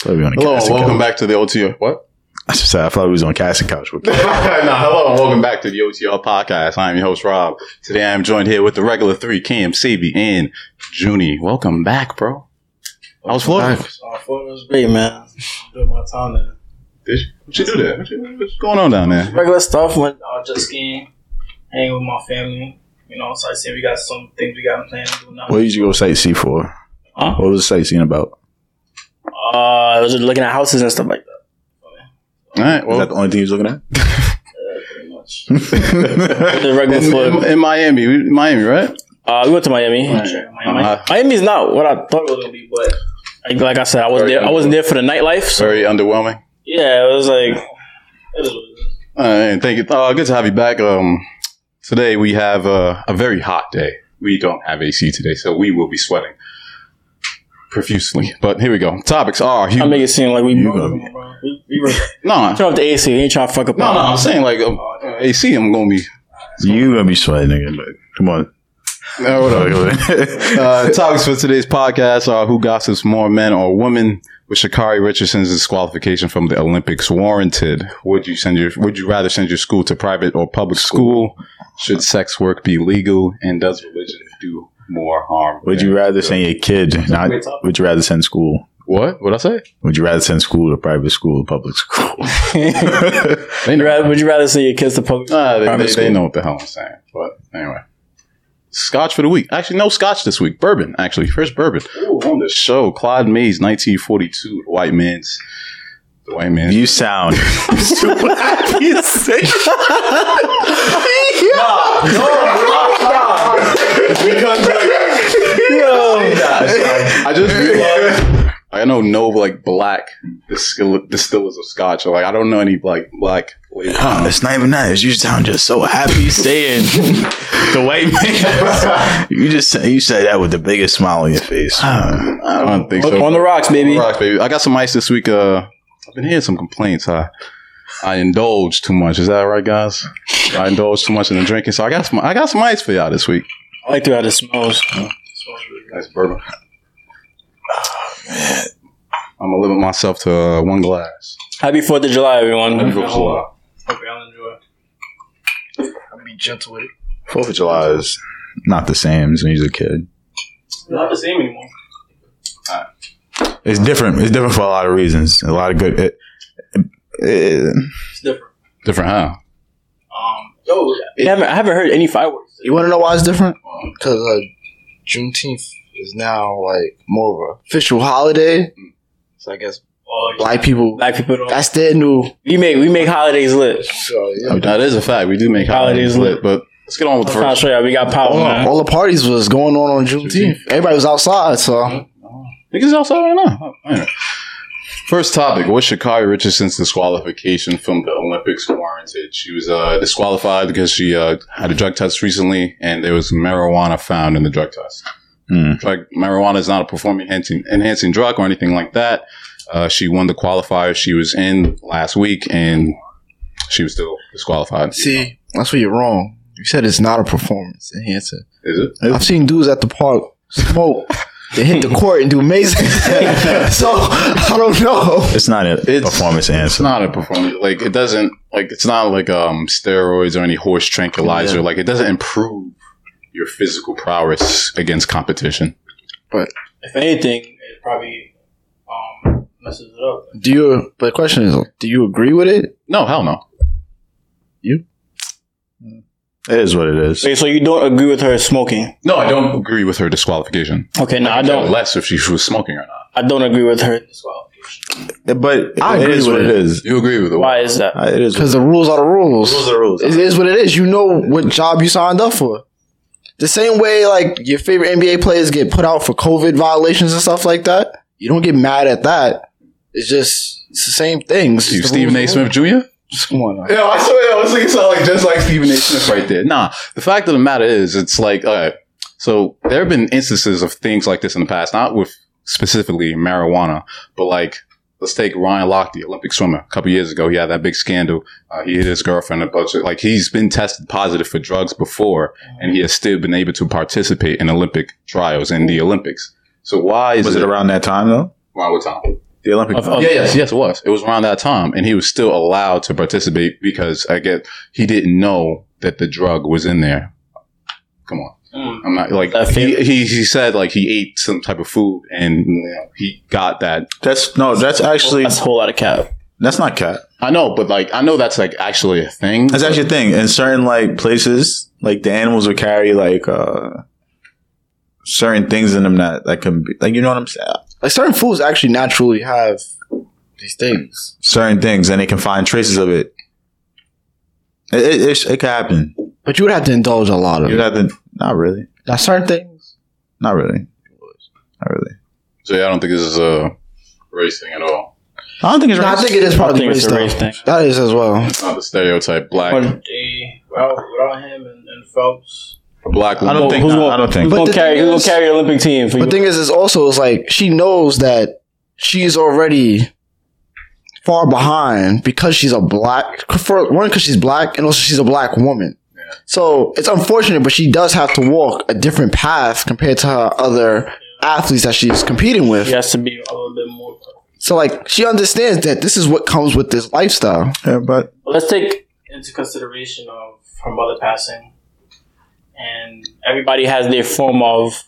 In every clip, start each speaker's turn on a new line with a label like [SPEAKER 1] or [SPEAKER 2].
[SPEAKER 1] thought we were on a
[SPEAKER 2] Hello and
[SPEAKER 1] casting
[SPEAKER 2] welcome
[SPEAKER 1] couch.
[SPEAKER 2] back to the OTR. What?
[SPEAKER 1] I just said I thought we was on a casting couch. With
[SPEAKER 2] nah, hello and welcome back to the OTR podcast. I am your host Rob. Today I am joined here with the regular three, Cam, CB, and Junie. Welcome back, bro. I was floating.
[SPEAKER 3] Oh, Florida was great, man. Doing my time there.
[SPEAKER 2] What you do there? What you- What's going on down there?
[SPEAKER 3] Regular stuff. Went uh, jet skiing, hanging with my family. You know, so I said we got some things we got planned to do now.
[SPEAKER 1] what did you go sightsee for?
[SPEAKER 3] Huh?
[SPEAKER 1] What was the sightseeing about?
[SPEAKER 3] Uh, I was just looking at houses and stuff like that.
[SPEAKER 2] All right.
[SPEAKER 1] Was that
[SPEAKER 2] Well,
[SPEAKER 1] the only thing you was looking at?
[SPEAKER 3] Yeah, pretty much.
[SPEAKER 2] the
[SPEAKER 3] regular
[SPEAKER 2] in,
[SPEAKER 3] flow.
[SPEAKER 2] in, in Miami, We- Miami, right?
[SPEAKER 4] Uh, we went to Miami.
[SPEAKER 3] Miami,
[SPEAKER 2] Uh,
[SPEAKER 4] Miami is not what I thought.
[SPEAKER 3] thought it was gonna be, but
[SPEAKER 4] Uh-huh. Like, like I said, I was
[SPEAKER 2] Very
[SPEAKER 4] there. I wasn't there for the nightlife. So
[SPEAKER 2] very underwhelming.
[SPEAKER 4] yeah, it was like
[SPEAKER 3] it is what it is.
[SPEAKER 2] All right, thank you. Uh, good to have you back. Um, today we have uh, a very hot day. We don't have AC today, so we will be sweating profusely. But here we go. Topics are
[SPEAKER 4] I
[SPEAKER 2] human.
[SPEAKER 4] make it seem like we.
[SPEAKER 1] You gonna be?
[SPEAKER 3] We, we were
[SPEAKER 2] no, no,
[SPEAKER 4] Turn up the AC. We ain't trying to fuck up.
[SPEAKER 2] no.
[SPEAKER 4] our-
[SPEAKER 2] I'm saying like um, AC. I'm gonna be.
[SPEAKER 1] You gonna be sweating, nigga? Like, come on.
[SPEAKER 2] Uh, whatever. uh,
[SPEAKER 1] uh,
[SPEAKER 2] topics for today's podcast are who gossips more, men or women? With Shakari Richardson's disqualification from the Olympics warranted, would you send your would you rather send your school to private or public school? Should sex work be legal, and does religion do more harm?
[SPEAKER 1] would you
[SPEAKER 2] than
[SPEAKER 1] rather
[SPEAKER 2] good?
[SPEAKER 1] send your kid? Not.
[SPEAKER 3] great topic.
[SPEAKER 1] Would you rather send school?
[SPEAKER 2] what? What I say?
[SPEAKER 1] Would you rather send school to private school, or public school?
[SPEAKER 2] They
[SPEAKER 4] You'd
[SPEAKER 2] know.
[SPEAKER 4] rather- Would you rather see your kids to public?
[SPEAKER 2] Nah, they,
[SPEAKER 4] private
[SPEAKER 2] they, they
[SPEAKER 4] school?
[SPEAKER 2] know what the hell I'm saying. But anyway, Scotch for the week. Actually, no Scotch this week. Bourbon. Actually, first bourbon on the show. Clyde Mays, 1942. The white man's. The white man's.
[SPEAKER 1] you sound.
[SPEAKER 2] I just realized I know no like black distill- distillers of scotch. Or, like I don't know any like black. label.
[SPEAKER 1] Oh, it's not even that. It's You sound just so happy saying the white man. Ah, you just said- you said that with the biggest smile on your face.
[SPEAKER 2] I don't think so.
[SPEAKER 4] On the rocks, baby.
[SPEAKER 2] Rocks, baby. I got some ice this week. Uh, I've been hearing some complaints. I I indulge too much. Is that right, guys? I indulge too much in the drinking, so I got some. I got some ice for y'all this week.
[SPEAKER 4] I like the way how this smells.
[SPEAKER 2] Nice bourbon. I'm gonna limit myself to uh, one glass.
[SPEAKER 4] Happy Fourth of July, everyone.
[SPEAKER 3] hope y'all enjoy. I'll be gentle with it.
[SPEAKER 1] Fourth of July is not the same as when you was a kid.
[SPEAKER 3] Not the same anymore.
[SPEAKER 1] It's different. It's different for a lot of reasons. A lot of good. It, it,
[SPEAKER 3] It's different.
[SPEAKER 2] Different, huh?
[SPEAKER 3] Um, yo,
[SPEAKER 4] I haven't, I haven't heard any fireworks.
[SPEAKER 1] you want to know why it's different?
[SPEAKER 5] because uh, Juneteenth is now like more of a official holiday. So I guess
[SPEAKER 3] oh, yeah.
[SPEAKER 5] black people
[SPEAKER 4] Black people don't.
[SPEAKER 5] that's their new.
[SPEAKER 4] We make we make holidays lit.
[SPEAKER 5] So yeah,
[SPEAKER 2] Oh, That is a fact. We do make holidays
[SPEAKER 4] Holidays
[SPEAKER 2] lit, but let's get on with
[SPEAKER 4] I'm
[SPEAKER 2] the
[SPEAKER 4] trying
[SPEAKER 2] first.
[SPEAKER 4] to show y'all we got power.
[SPEAKER 5] all,
[SPEAKER 4] man.
[SPEAKER 5] all the parties was going on on Juneteenth. Uh-huh. Everybody was outside, so
[SPEAKER 2] Niggas outside right now. Anyway. First topic: Was Shakari Richardson's disqualification from the Olympics warranted? She was uh, disqualified because she uh, had a drug test recently, and there was marijuana found in the drug test.
[SPEAKER 1] Hmm.
[SPEAKER 2] Drug, marijuana is not a performance enhancing, enhancing drug or anything like that. Uh, she won the qualifier she was in last week, and she was still disqualified.
[SPEAKER 5] see that's where you're wrong. You said it's not a performance enhancer.
[SPEAKER 2] Is it?
[SPEAKER 5] I've seen dudes at the park smoke. They hit the court and do amazing. so I don't know.
[SPEAKER 1] It's not a
[SPEAKER 2] It's-
[SPEAKER 1] performance
[SPEAKER 2] It's
[SPEAKER 1] answer.
[SPEAKER 2] not a performance. Like it doesn't. Like it's not like um steroids or any horse tranquilizer.
[SPEAKER 5] Yeah.
[SPEAKER 2] Like it doesn't improve your physical prowess against competition.
[SPEAKER 4] If anything,
[SPEAKER 3] it probably um messes it up.
[SPEAKER 5] Do you? But the question is, do you agree with it?
[SPEAKER 2] No, hell no.
[SPEAKER 1] It is what it is.
[SPEAKER 4] so you don't agree with her smoking.
[SPEAKER 2] No, I don't agree with her disqualification.
[SPEAKER 4] Okay, no, I don't.
[SPEAKER 2] Less if she was smoking or not.
[SPEAKER 4] I don't agree with her.
[SPEAKER 1] But
[SPEAKER 5] I
[SPEAKER 1] it
[SPEAKER 5] agree
[SPEAKER 1] is what
[SPEAKER 5] with
[SPEAKER 1] it
[SPEAKER 5] it.
[SPEAKER 1] is.
[SPEAKER 2] You agree with it?
[SPEAKER 4] Why is that?
[SPEAKER 1] I- It is.
[SPEAKER 5] Because the rules are the rules.
[SPEAKER 1] are rules.
[SPEAKER 5] It is what it is. You know what job you signed up for. The same way, like your favorite NBA players get put out for COVID violations and stuff like that. You don't get mad at that. It's just it's the same things.
[SPEAKER 2] You Stephen A. Smith Jr.
[SPEAKER 5] Just come on. now.
[SPEAKER 2] Yeah, I swear, I was thinking so like just like Stephen A. Smith right there. Nah, the fact of the matter is, it's like all right. So there have been instances of things like this in the past, not with specifically marijuana, but like let's take Ryan Lochte, the Olympic swimmer. A couple years ago, he had that big scandal. Uh, he hit his girlfriend a bunch of like he's been tested positive for drugs before, and he has still been able to participate in Olympic trials in the Olympics. So why is
[SPEAKER 1] Was it around that time though?
[SPEAKER 2] Why would Tom?
[SPEAKER 1] The Olympic.
[SPEAKER 4] Of- of-
[SPEAKER 2] Yeah, Oh, yes, yes, it was. It was around that time, and he was still allowed to participate because I get he didn't know that the drug was in there. Come on,
[SPEAKER 6] Mm.
[SPEAKER 2] I'm not like
[SPEAKER 4] That
[SPEAKER 2] he, he he said like he ate some type of food and you know, he got that.
[SPEAKER 1] that's no. That's actually
[SPEAKER 4] That's a whole lot of cap.
[SPEAKER 1] that's not cat.
[SPEAKER 2] I know, but like I know that's like actually a thing.
[SPEAKER 1] That's actually a thing. In certain like places, like the animals will carry like uh certain things in them that that can be like you know what I'm saying.
[SPEAKER 5] Like certain foods actually naturally have these things.
[SPEAKER 1] Certain things, and they can find traces of it. It it, it, it could happen.
[SPEAKER 5] But you would have to indulge a lot of
[SPEAKER 1] You
[SPEAKER 5] it.
[SPEAKER 1] have to. Not really.
[SPEAKER 5] Now certain things.
[SPEAKER 1] Not really. Not really.
[SPEAKER 2] So yeah, I don't think this is a race thing at all.
[SPEAKER 1] I don't think it's
[SPEAKER 5] No, I
[SPEAKER 1] right.
[SPEAKER 5] think it is
[SPEAKER 4] I
[SPEAKER 5] probably
[SPEAKER 4] think
[SPEAKER 5] race
[SPEAKER 4] it's a race
[SPEAKER 5] though.
[SPEAKER 4] thing.
[SPEAKER 5] That is as well.
[SPEAKER 2] It's not the stereotype black
[SPEAKER 4] Or-
[SPEAKER 6] They, without, without him and, and Phelps,
[SPEAKER 2] a black.
[SPEAKER 1] I don't
[SPEAKER 2] woman.
[SPEAKER 1] think.
[SPEAKER 4] Who's
[SPEAKER 1] no,
[SPEAKER 4] gonna-
[SPEAKER 1] I don't
[SPEAKER 4] Who's
[SPEAKER 1] think.
[SPEAKER 5] But
[SPEAKER 4] gonna
[SPEAKER 5] the
[SPEAKER 4] carry?
[SPEAKER 5] thing
[SPEAKER 4] Who's
[SPEAKER 5] is-
[SPEAKER 4] gonna carry the Olympic team? For
[SPEAKER 5] But
[SPEAKER 4] you?
[SPEAKER 5] the thing is, is also is like she knows that she's already far behind because she's a black. For one, because she's black, and also she's a black woman. So it's unfortunate, but she does have to walk a different path compared to her other athletes that she's competing with.
[SPEAKER 4] He has to be.
[SPEAKER 6] a little bit more.
[SPEAKER 5] So like she understands that this is what comes with this lifestyle.
[SPEAKER 1] Yeah, but
[SPEAKER 4] Let's take.
[SPEAKER 6] Into consideration of her mother passing, and
[SPEAKER 4] Everybody has their form of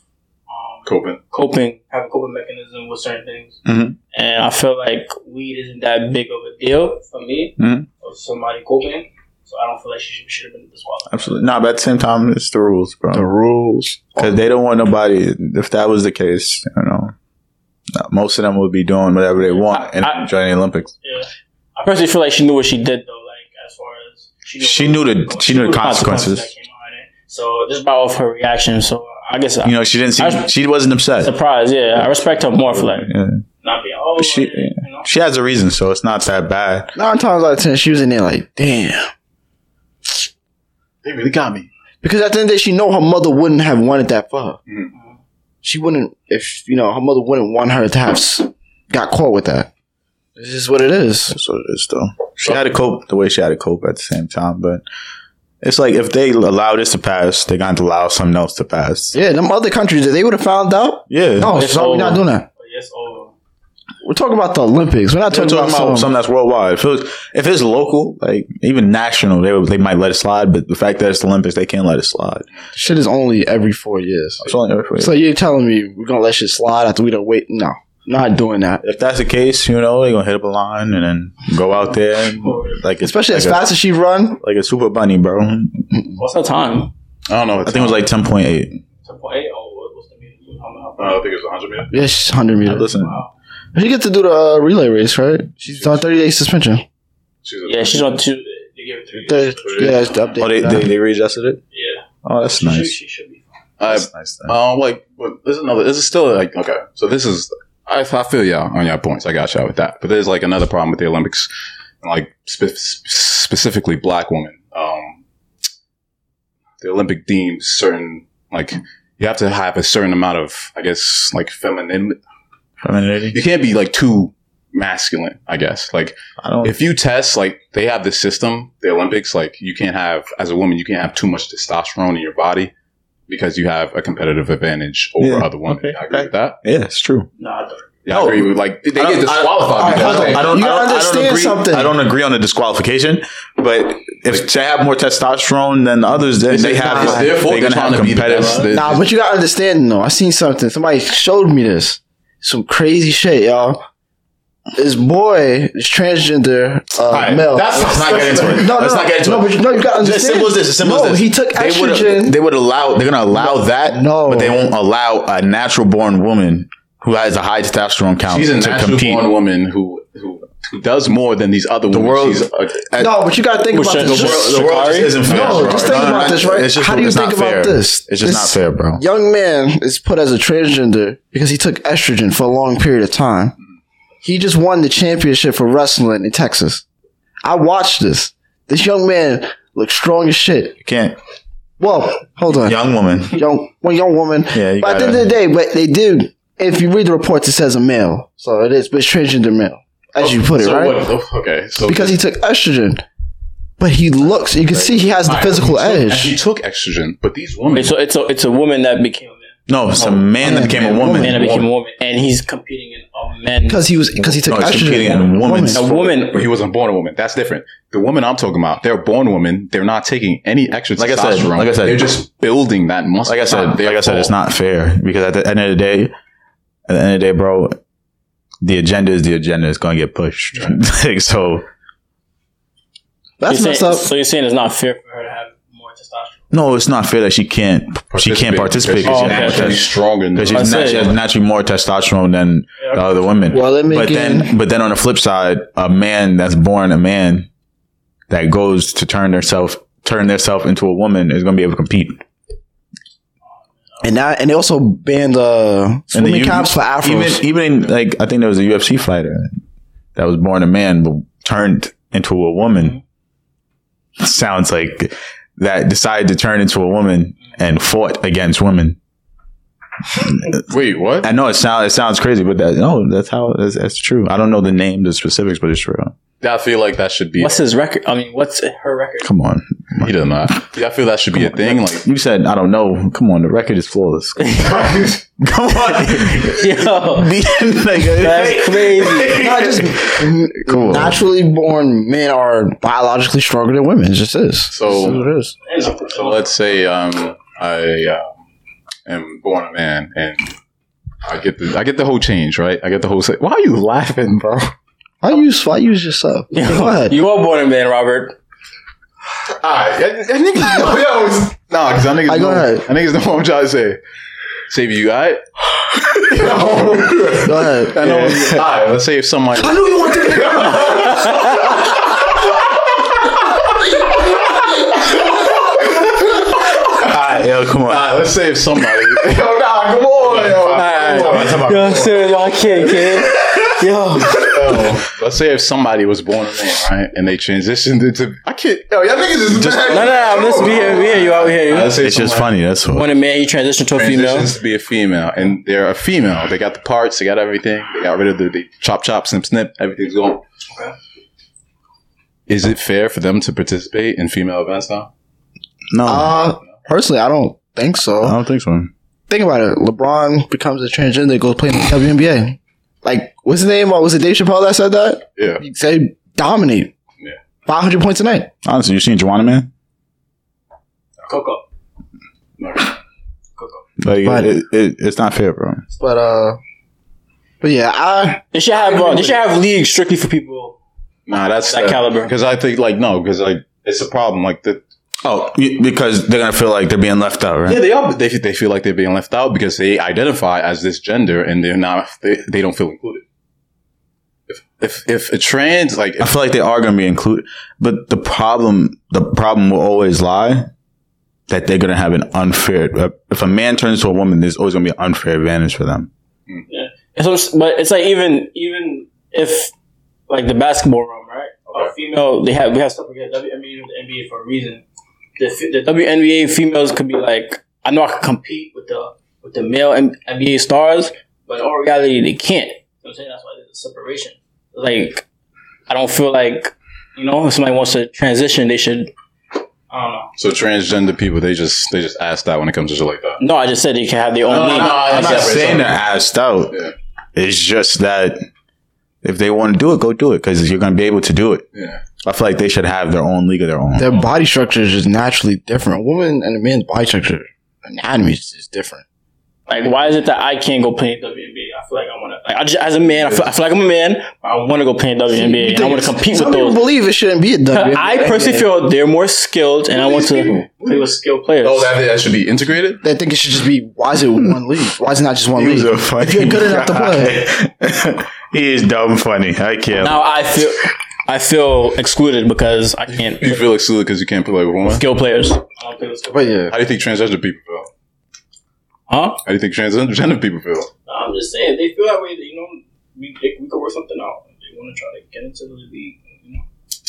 [SPEAKER 6] um,
[SPEAKER 2] Coping.
[SPEAKER 4] coping,
[SPEAKER 6] have a coping mechanism with certain things.
[SPEAKER 1] Mhm.
[SPEAKER 4] and I feel like weed isn't that big of a deal for me
[SPEAKER 1] Mhm.
[SPEAKER 6] Or somebody coping, so I don't feel like she should, should have been disqualified.
[SPEAKER 1] absolutely. No, but at the same time, it's the rules, bro.
[SPEAKER 5] The rules.
[SPEAKER 1] Because they don't want nobody. If that was the case, you know, most of them would be doing whatever they want and
[SPEAKER 4] I-
[SPEAKER 1] joining the Olympics.
[SPEAKER 4] I personally feel like she knew what she did.
[SPEAKER 6] Though, like as far as
[SPEAKER 1] She knew the she knew the
[SPEAKER 6] that
[SPEAKER 1] consequences.
[SPEAKER 6] came behind it. So
[SPEAKER 4] Just by off her reaction, so I guess
[SPEAKER 1] You
[SPEAKER 4] I'm
[SPEAKER 1] know, she didn't seem
[SPEAKER 4] I-
[SPEAKER 1] she wasn't upset.
[SPEAKER 4] surprised. Yeah, I respect her more for that.
[SPEAKER 1] Yeah.
[SPEAKER 6] not being oh,
[SPEAKER 1] But she-
[SPEAKER 6] you know,
[SPEAKER 1] She has a reason, so it's not that bad.
[SPEAKER 5] Nine times out of ten, she was in there like, damn.
[SPEAKER 2] They really got me.
[SPEAKER 5] Because at the end of the day, she know her mother wouldn't have wanted that for her.
[SPEAKER 2] Mhm.
[SPEAKER 5] She wouldn't, if you know, her mother wouldn't want her to have s- got caught with that. This is what it is.
[SPEAKER 1] That's what it is, though. She had to cope the way she had to cope at the same time, but. It's like if they allow this to pass, they're going to allow something else to pass.
[SPEAKER 5] Yeah, them other countries, if they would have found out.
[SPEAKER 1] Yeah.
[SPEAKER 5] No,
[SPEAKER 4] It's
[SPEAKER 5] so we're not
[SPEAKER 4] over.
[SPEAKER 5] doing that.
[SPEAKER 6] but yes,
[SPEAKER 4] oh,
[SPEAKER 6] over.
[SPEAKER 5] We're talking about the Olympics. We're not
[SPEAKER 1] We're
[SPEAKER 5] talking,
[SPEAKER 1] talking
[SPEAKER 5] about,
[SPEAKER 1] about
[SPEAKER 5] some.
[SPEAKER 1] something that's worldwide. If it was, if it's local, like even national, they would, they might let it slide. But the fact that it's the Olympics, they can't let it slide.
[SPEAKER 5] Shit is only every four years.
[SPEAKER 1] It's only
[SPEAKER 5] So you're telling me we're gonna let shit slide after we don't wait? No, not doing that.
[SPEAKER 1] if that's the case, you know they're gonna hit up a line and then go out there, and, like it's-
[SPEAKER 5] Especially as
[SPEAKER 1] like
[SPEAKER 5] fast as she run.
[SPEAKER 1] a, like a super bunny, bro. I
[SPEAKER 4] What's her time?
[SPEAKER 2] I don't know.
[SPEAKER 1] think it was like ten point eight.
[SPEAKER 6] To play, oh, what was the meaning? I don't know.
[SPEAKER 2] I think it was 100 minutes.
[SPEAKER 5] Yeah, she's 100 meters.
[SPEAKER 1] Listen,
[SPEAKER 5] She gets to do the uh, relay race, right? She's on 30 day suspension.
[SPEAKER 2] She's
[SPEAKER 4] Yeah, she's on two.
[SPEAKER 6] They gave it to you.
[SPEAKER 5] The, yeah, that's the update.
[SPEAKER 1] oh they, they they readjusted it.
[SPEAKER 6] Yeah,
[SPEAKER 1] Oh, that's
[SPEAKER 6] she, should-
[SPEAKER 1] nice.
[SPEAKER 6] She should be.
[SPEAKER 2] I,
[SPEAKER 1] That's nice. then.
[SPEAKER 2] Oh, like, but there's another. This is still like okay. So this is I, I feel y'all on your points. I got y'all with that. But there's like another problem with the Olympics, like spe- specifically black women. Um, the Olympic deems certain like you have to have a certain amount of I guess like feminine.
[SPEAKER 1] Femininity.
[SPEAKER 2] You can't be like too masculine. I guess like
[SPEAKER 1] I don't.
[SPEAKER 2] if you test like they have this system the olympics like you can't have as a woman you can't have too much testosterone in your body because you have a competitive advantage over
[SPEAKER 1] Yeah.
[SPEAKER 2] other women
[SPEAKER 1] Okay.
[SPEAKER 2] i agree with that
[SPEAKER 1] yeah, it's true.
[SPEAKER 6] Nah, I don't.
[SPEAKER 2] yeah
[SPEAKER 1] No.
[SPEAKER 2] i agree with like they
[SPEAKER 1] I
[SPEAKER 2] get
[SPEAKER 1] don't- I-
[SPEAKER 2] disqualified because
[SPEAKER 5] I
[SPEAKER 2] they-
[SPEAKER 1] I don't.
[SPEAKER 5] You
[SPEAKER 1] I don't, I
[SPEAKER 5] understand
[SPEAKER 1] don't agree,
[SPEAKER 5] something.
[SPEAKER 1] I don't agree on the disqualification, but if they have more testosterone than others, then
[SPEAKER 2] It's
[SPEAKER 1] they
[SPEAKER 2] just
[SPEAKER 1] have.
[SPEAKER 2] not- it's their fault.
[SPEAKER 1] They're gonna
[SPEAKER 2] They're
[SPEAKER 1] have
[SPEAKER 2] trying to be the
[SPEAKER 1] competitive.
[SPEAKER 2] best. They-
[SPEAKER 5] Nah, but you gotta understand though. I seen something. Somebody showed me this. Some crazy shit, y'all. This boy, this transgender uh,
[SPEAKER 1] right,
[SPEAKER 5] male.
[SPEAKER 1] that's- let's not get into it.
[SPEAKER 5] No,
[SPEAKER 1] Let's
[SPEAKER 5] no,
[SPEAKER 1] not get into
[SPEAKER 5] no,
[SPEAKER 1] it.
[SPEAKER 5] But, you- no, you gotta understand.
[SPEAKER 1] As simple as this. As simple
[SPEAKER 5] no,
[SPEAKER 1] as this.
[SPEAKER 5] he took
[SPEAKER 1] They would-
[SPEAKER 5] estrogen.
[SPEAKER 1] They would allow. They're gonna allow that.
[SPEAKER 5] No.
[SPEAKER 1] but they won't allow a natural born woman who has a high testosterone count
[SPEAKER 2] she's a
[SPEAKER 1] to
[SPEAKER 2] natural
[SPEAKER 1] compete.
[SPEAKER 2] born woman who, who who does more than these other women
[SPEAKER 1] world's-
[SPEAKER 2] She's a-
[SPEAKER 5] no, but you gotta think
[SPEAKER 4] Well,
[SPEAKER 5] about
[SPEAKER 4] shit,
[SPEAKER 5] this.
[SPEAKER 4] the
[SPEAKER 5] Just-
[SPEAKER 1] The world just isn't fair.
[SPEAKER 5] No,
[SPEAKER 1] bro.
[SPEAKER 5] just think about this, right?
[SPEAKER 1] It's just,
[SPEAKER 5] How do you
[SPEAKER 1] it's not
[SPEAKER 5] think about
[SPEAKER 1] fair.
[SPEAKER 5] this?
[SPEAKER 1] It's just
[SPEAKER 5] This-
[SPEAKER 1] not fair, bro.
[SPEAKER 5] young man is put as a transgender because he took estrogen for a long period of time. He just won the championship for wrestling in Texas. I watched this. This young man looked strong as shit.
[SPEAKER 1] You can't.
[SPEAKER 5] Well, hold on.
[SPEAKER 1] Young woman.
[SPEAKER 5] Young, one young woman.
[SPEAKER 1] Yeah, you
[SPEAKER 5] but at
[SPEAKER 1] gotta-
[SPEAKER 5] the end of the day, but they do. If you read the reports, it says a male, so it is, but it's transgender male, as you put it,
[SPEAKER 2] so
[SPEAKER 5] right?
[SPEAKER 2] what- okay so
[SPEAKER 5] Because he took estrogen, but he looks. You can see he has the
[SPEAKER 2] All right,
[SPEAKER 5] physical
[SPEAKER 2] he took-
[SPEAKER 5] edge.
[SPEAKER 2] she took estrogen but these women
[SPEAKER 4] It's a, it's a it's a woman that became.
[SPEAKER 1] No, it's a Oh, man that became a woman.
[SPEAKER 4] Man that became a woman, and he's competing in a men.
[SPEAKER 5] Because he was because he took
[SPEAKER 1] No, it's
[SPEAKER 5] estrogen.
[SPEAKER 1] competing in women's-
[SPEAKER 4] A woman,
[SPEAKER 2] But he wasn't born a woman. That's different. The woman I'm talking about, they're born women. They're not taking any extra
[SPEAKER 1] Like I said,
[SPEAKER 2] testosterone.
[SPEAKER 1] like I said.
[SPEAKER 2] they're just building that muscle.
[SPEAKER 1] Like I said,
[SPEAKER 2] They're
[SPEAKER 1] like I said, it's
[SPEAKER 2] tall.
[SPEAKER 1] not fair because at the end of the day, at the end of the day, bro, the agenda is the agenda. It's gonna get pushed. Like, so
[SPEAKER 5] That's
[SPEAKER 4] you're
[SPEAKER 5] messed
[SPEAKER 4] saying-
[SPEAKER 5] up.
[SPEAKER 4] So you're saying it's not fair?
[SPEAKER 7] for her to have more testosterone.
[SPEAKER 1] no, it's not fair that she can't she can't participate
[SPEAKER 2] because
[SPEAKER 1] because
[SPEAKER 2] Oh, she's
[SPEAKER 4] Oh, okay.
[SPEAKER 2] naturally stronger. Than
[SPEAKER 1] she's, nat- she has naturally more testosterone than the other women.
[SPEAKER 5] Well, let me
[SPEAKER 1] but then, but then on the flip side, a man that's born a man that goes to turn herself turn themselves into a woman is gonna be able to compete.
[SPEAKER 5] and that, and they also banned uh
[SPEAKER 1] And
[SPEAKER 5] swimming
[SPEAKER 1] the U-
[SPEAKER 5] caps for afros.
[SPEAKER 1] Even even like I think there was a UFC fighter that was born a man but turned into a woman. Sounds like that decided to turn into a woman and fought against women.
[SPEAKER 2] Wait, what?
[SPEAKER 1] I know it sounds it sounds crazy, but that no, that's how that's, that's true. I don't know the name, the specifics, but it's true.
[SPEAKER 2] I feel like that should be.
[SPEAKER 4] What's his record? I mean, what's her record?
[SPEAKER 1] Come on,
[SPEAKER 2] He does not. I feel that should be a thing. Like
[SPEAKER 1] you said I don't know. Come on, the record is flawless. Come on,
[SPEAKER 4] Yo, that's crazy.
[SPEAKER 5] Not just
[SPEAKER 1] Cool.
[SPEAKER 5] naturally born men are biologically stronger than women. It just is.
[SPEAKER 2] So-
[SPEAKER 5] That's what it is.
[SPEAKER 7] And so,
[SPEAKER 2] So let's say um, I uh, am born a man and I get the I get the whole change, right? I get the whole. Say- Why are you laughing, bro?
[SPEAKER 5] Why use why use yourself? Go ahead.
[SPEAKER 4] You are born a man, Robert.
[SPEAKER 2] I, I, I niggas know yo, it's- nah, because I niggas
[SPEAKER 5] I go
[SPEAKER 2] know.
[SPEAKER 5] ahead.
[SPEAKER 2] I niggas know what I'm trying to say. Save you, alright?
[SPEAKER 5] Go ahead.
[SPEAKER 2] I know. Alright, let's say if somebody.
[SPEAKER 5] I knew you wanted to
[SPEAKER 1] yo, come on.
[SPEAKER 2] Alright, let's say if somebody. yo, nah, come on, yo.
[SPEAKER 4] Yo, I'm serious, I can't, kid. Yo,
[SPEAKER 2] Yo, let's say if somebody was born a man, right, and they transitioned into I can't. Yo, y'all niggas is just
[SPEAKER 4] no, no, no. I'm just we hear, we hear you out here. You.
[SPEAKER 2] Let's say
[SPEAKER 1] It's just
[SPEAKER 2] somebody-
[SPEAKER 1] funny. That's all.
[SPEAKER 4] When a man, you transition to a female.
[SPEAKER 2] transitions to be a female, and they're a female. They got the parts, they got everything. They got rid of the, the chop, chop, snip, snip. Everything's gone. Is it fair for them to participate in female events now?
[SPEAKER 1] No,
[SPEAKER 5] Uh personally I don't think so.
[SPEAKER 1] I don't think so.
[SPEAKER 5] think about it. LeBron becomes a transgender, goes play in the WNBA. Like, what's his name? What was it Dave Chappelle that said that?
[SPEAKER 2] Yeah.
[SPEAKER 5] He said dominate.
[SPEAKER 2] Yeah.
[SPEAKER 5] Five hundred points a night.
[SPEAKER 1] Honestly, you seen Juana Man?
[SPEAKER 7] Coco.
[SPEAKER 1] Like,
[SPEAKER 5] But-
[SPEAKER 1] it, it, it's not fair, bro.
[SPEAKER 5] But uh but yeah, I
[SPEAKER 4] They should have uh, they should have leagues strictly for people.
[SPEAKER 2] Nah, that's
[SPEAKER 4] That caliber.
[SPEAKER 2] Because I think like no, because like it's a problem. Like the
[SPEAKER 1] Oh, y- because they're gonna feel like they're being left out, right?
[SPEAKER 2] yeah, they are. They they feel like they're being left out because they identify as this gender and they're not. They, they don't feel included. If if if a trans like
[SPEAKER 1] I
[SPEAKER 2] if,
[SPEAKER 1] feel like they are gonna be included, but the problem, the problem will always lie that they're gonna have an unfair. Uh, if a man turns to a woman, there's always gonna be an unfair advantage for them.
[SPEAKER 4] It's almost- but it's like even even if like the basketball room, right? A female, they have we have stuff against WNBA and the NBA for a reason. The, f- the WNBA females could be like, I know I can compete with the with the male M- NBA stars, but in all reality, they can't. You know what I'm saying that's why there's a separation. Like, I don't feel like you know if somebody wants to transition, they should.
[SPEAKER 7] I don't know.
[SPEAKER 2] so transgender people they just they just ask that when it comes to shit like that.
[SPEAKER 4] No, I just said they can have their own league.
[SPEAKER 1] I'm not saying they're asked out.
[SPEAKER 2] Yeah.
[SPEAKER 1] It's just that if they want to do it, go do it because you're gonna be able to do it.
[SPEAKER 2] Yeah.
[SPEAKER 1] I feel like they should have their own league of their own.
[SPEAKER 5] their body structure is just naturally different. A woman and a man's body structure anatomy is just different.
[SPEAKER 4] Like, why is it that I can't go play in WNBA? I feel like I want to. Like, I just, as a man, I feel, I feel like I'm a man. But I want to go play in WNBA. And I want to compete
[SPEAKER 5] Some
[SPEAKER 4] with
[SPEAKER 5] people
[SPEAKER 4] those.
[SPEAKER 5] believe it shouldn't be a WNBA.
[SPEAKER 4] I personally feel they're more skilled, and I want to play with skilled players.
[SPEAKER 2] Oh, that, that should be integrated.
[SPEAKER 5] I think it should just be why is it one league? Why is it not just one
[SPEAKER 1] He was
[SPEAKER 5] league?
[SPEAKER 1] a funny
[SPEAKER 5] If you're good enough to play.
[SPEAKER 1] guy. he is dumb funny. I can't.
[SPEAKER 4] now I feel I feel excluded because I can't
[SPEAKER 2] You feel excluded because you can't play with women.
[SPEAKER 4] skill players,
[SPEAKER 7] I don't think it's
[SPEAKER 5] But yeah.
[SPEAKER 2] How do you think transgender people feel?
[SPEAKER 4] huh?
[SPEAKER 2] How do you think transgender people feel?
[SPEAKER 7] I'm just saying, they feel that way, you know, we, they, we could work something out. They want to try to get into the league, you know.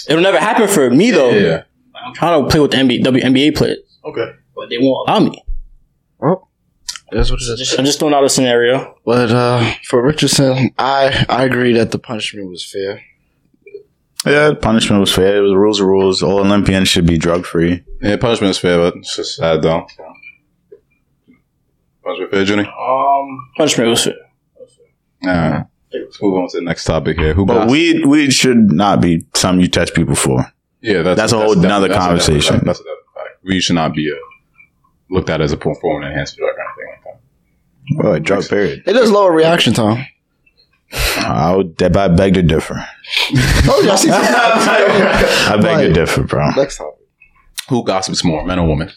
[SPEAKER 4] It'll never happen for me though. I'm trying to play with the NBA, WNBA players,
[SPEAKER 7] Okay.
[SPEAKER 4] but they won't allow me.
[SPEAKER 5] That's what it is.
[SPEAKER 4] Just, I'm just throwing out a scenario.
[SPEAKER 5] But uh, for Richardson, I I agree that the punishment was fair.
[SPEAKER 1] Yeah, punishment was fair. It was rules are rules. All Olympians should be drug free.
[SPEAKER 2] Yeah, punishment is fair, but it's just sad though. Punishment for Junior.
[SPEAKER 8] Um,
[SPEAKER 4] Punishment was fair.
[SPEAKER 2] Alright. Let's move on to the next topic here. Who
[SPEAKER 1] But
[SPEAKER 2] got-
[SPEAKER 1] weed, weed should not be something you touch people for.
[SPEAKER 2] Yeah, that's,
[SPEAKER 1] That's a whole nother
[SPEAKER 2] that's a-
[SPEAKER 1] conversation.
[SPEAKER 2] That's, a- that's a fact. We should not be uh, looked at as a performance enhancer or anything like that.
[SPEAKER 1] Well, a drug period.
[SPEAKER 5] It does lower reaction time.
[SPEAKER 1] I would, I beg to differ.
[SPEAKER 5] Oh, y'all see
[SPEAKER 1] I beg to
[SPEAKER 5] Right.
[SPEAKER 1] differ, bro.
[SPEAKER 5] Next time.
[SPEAKER 2] Who gossips more, men or women?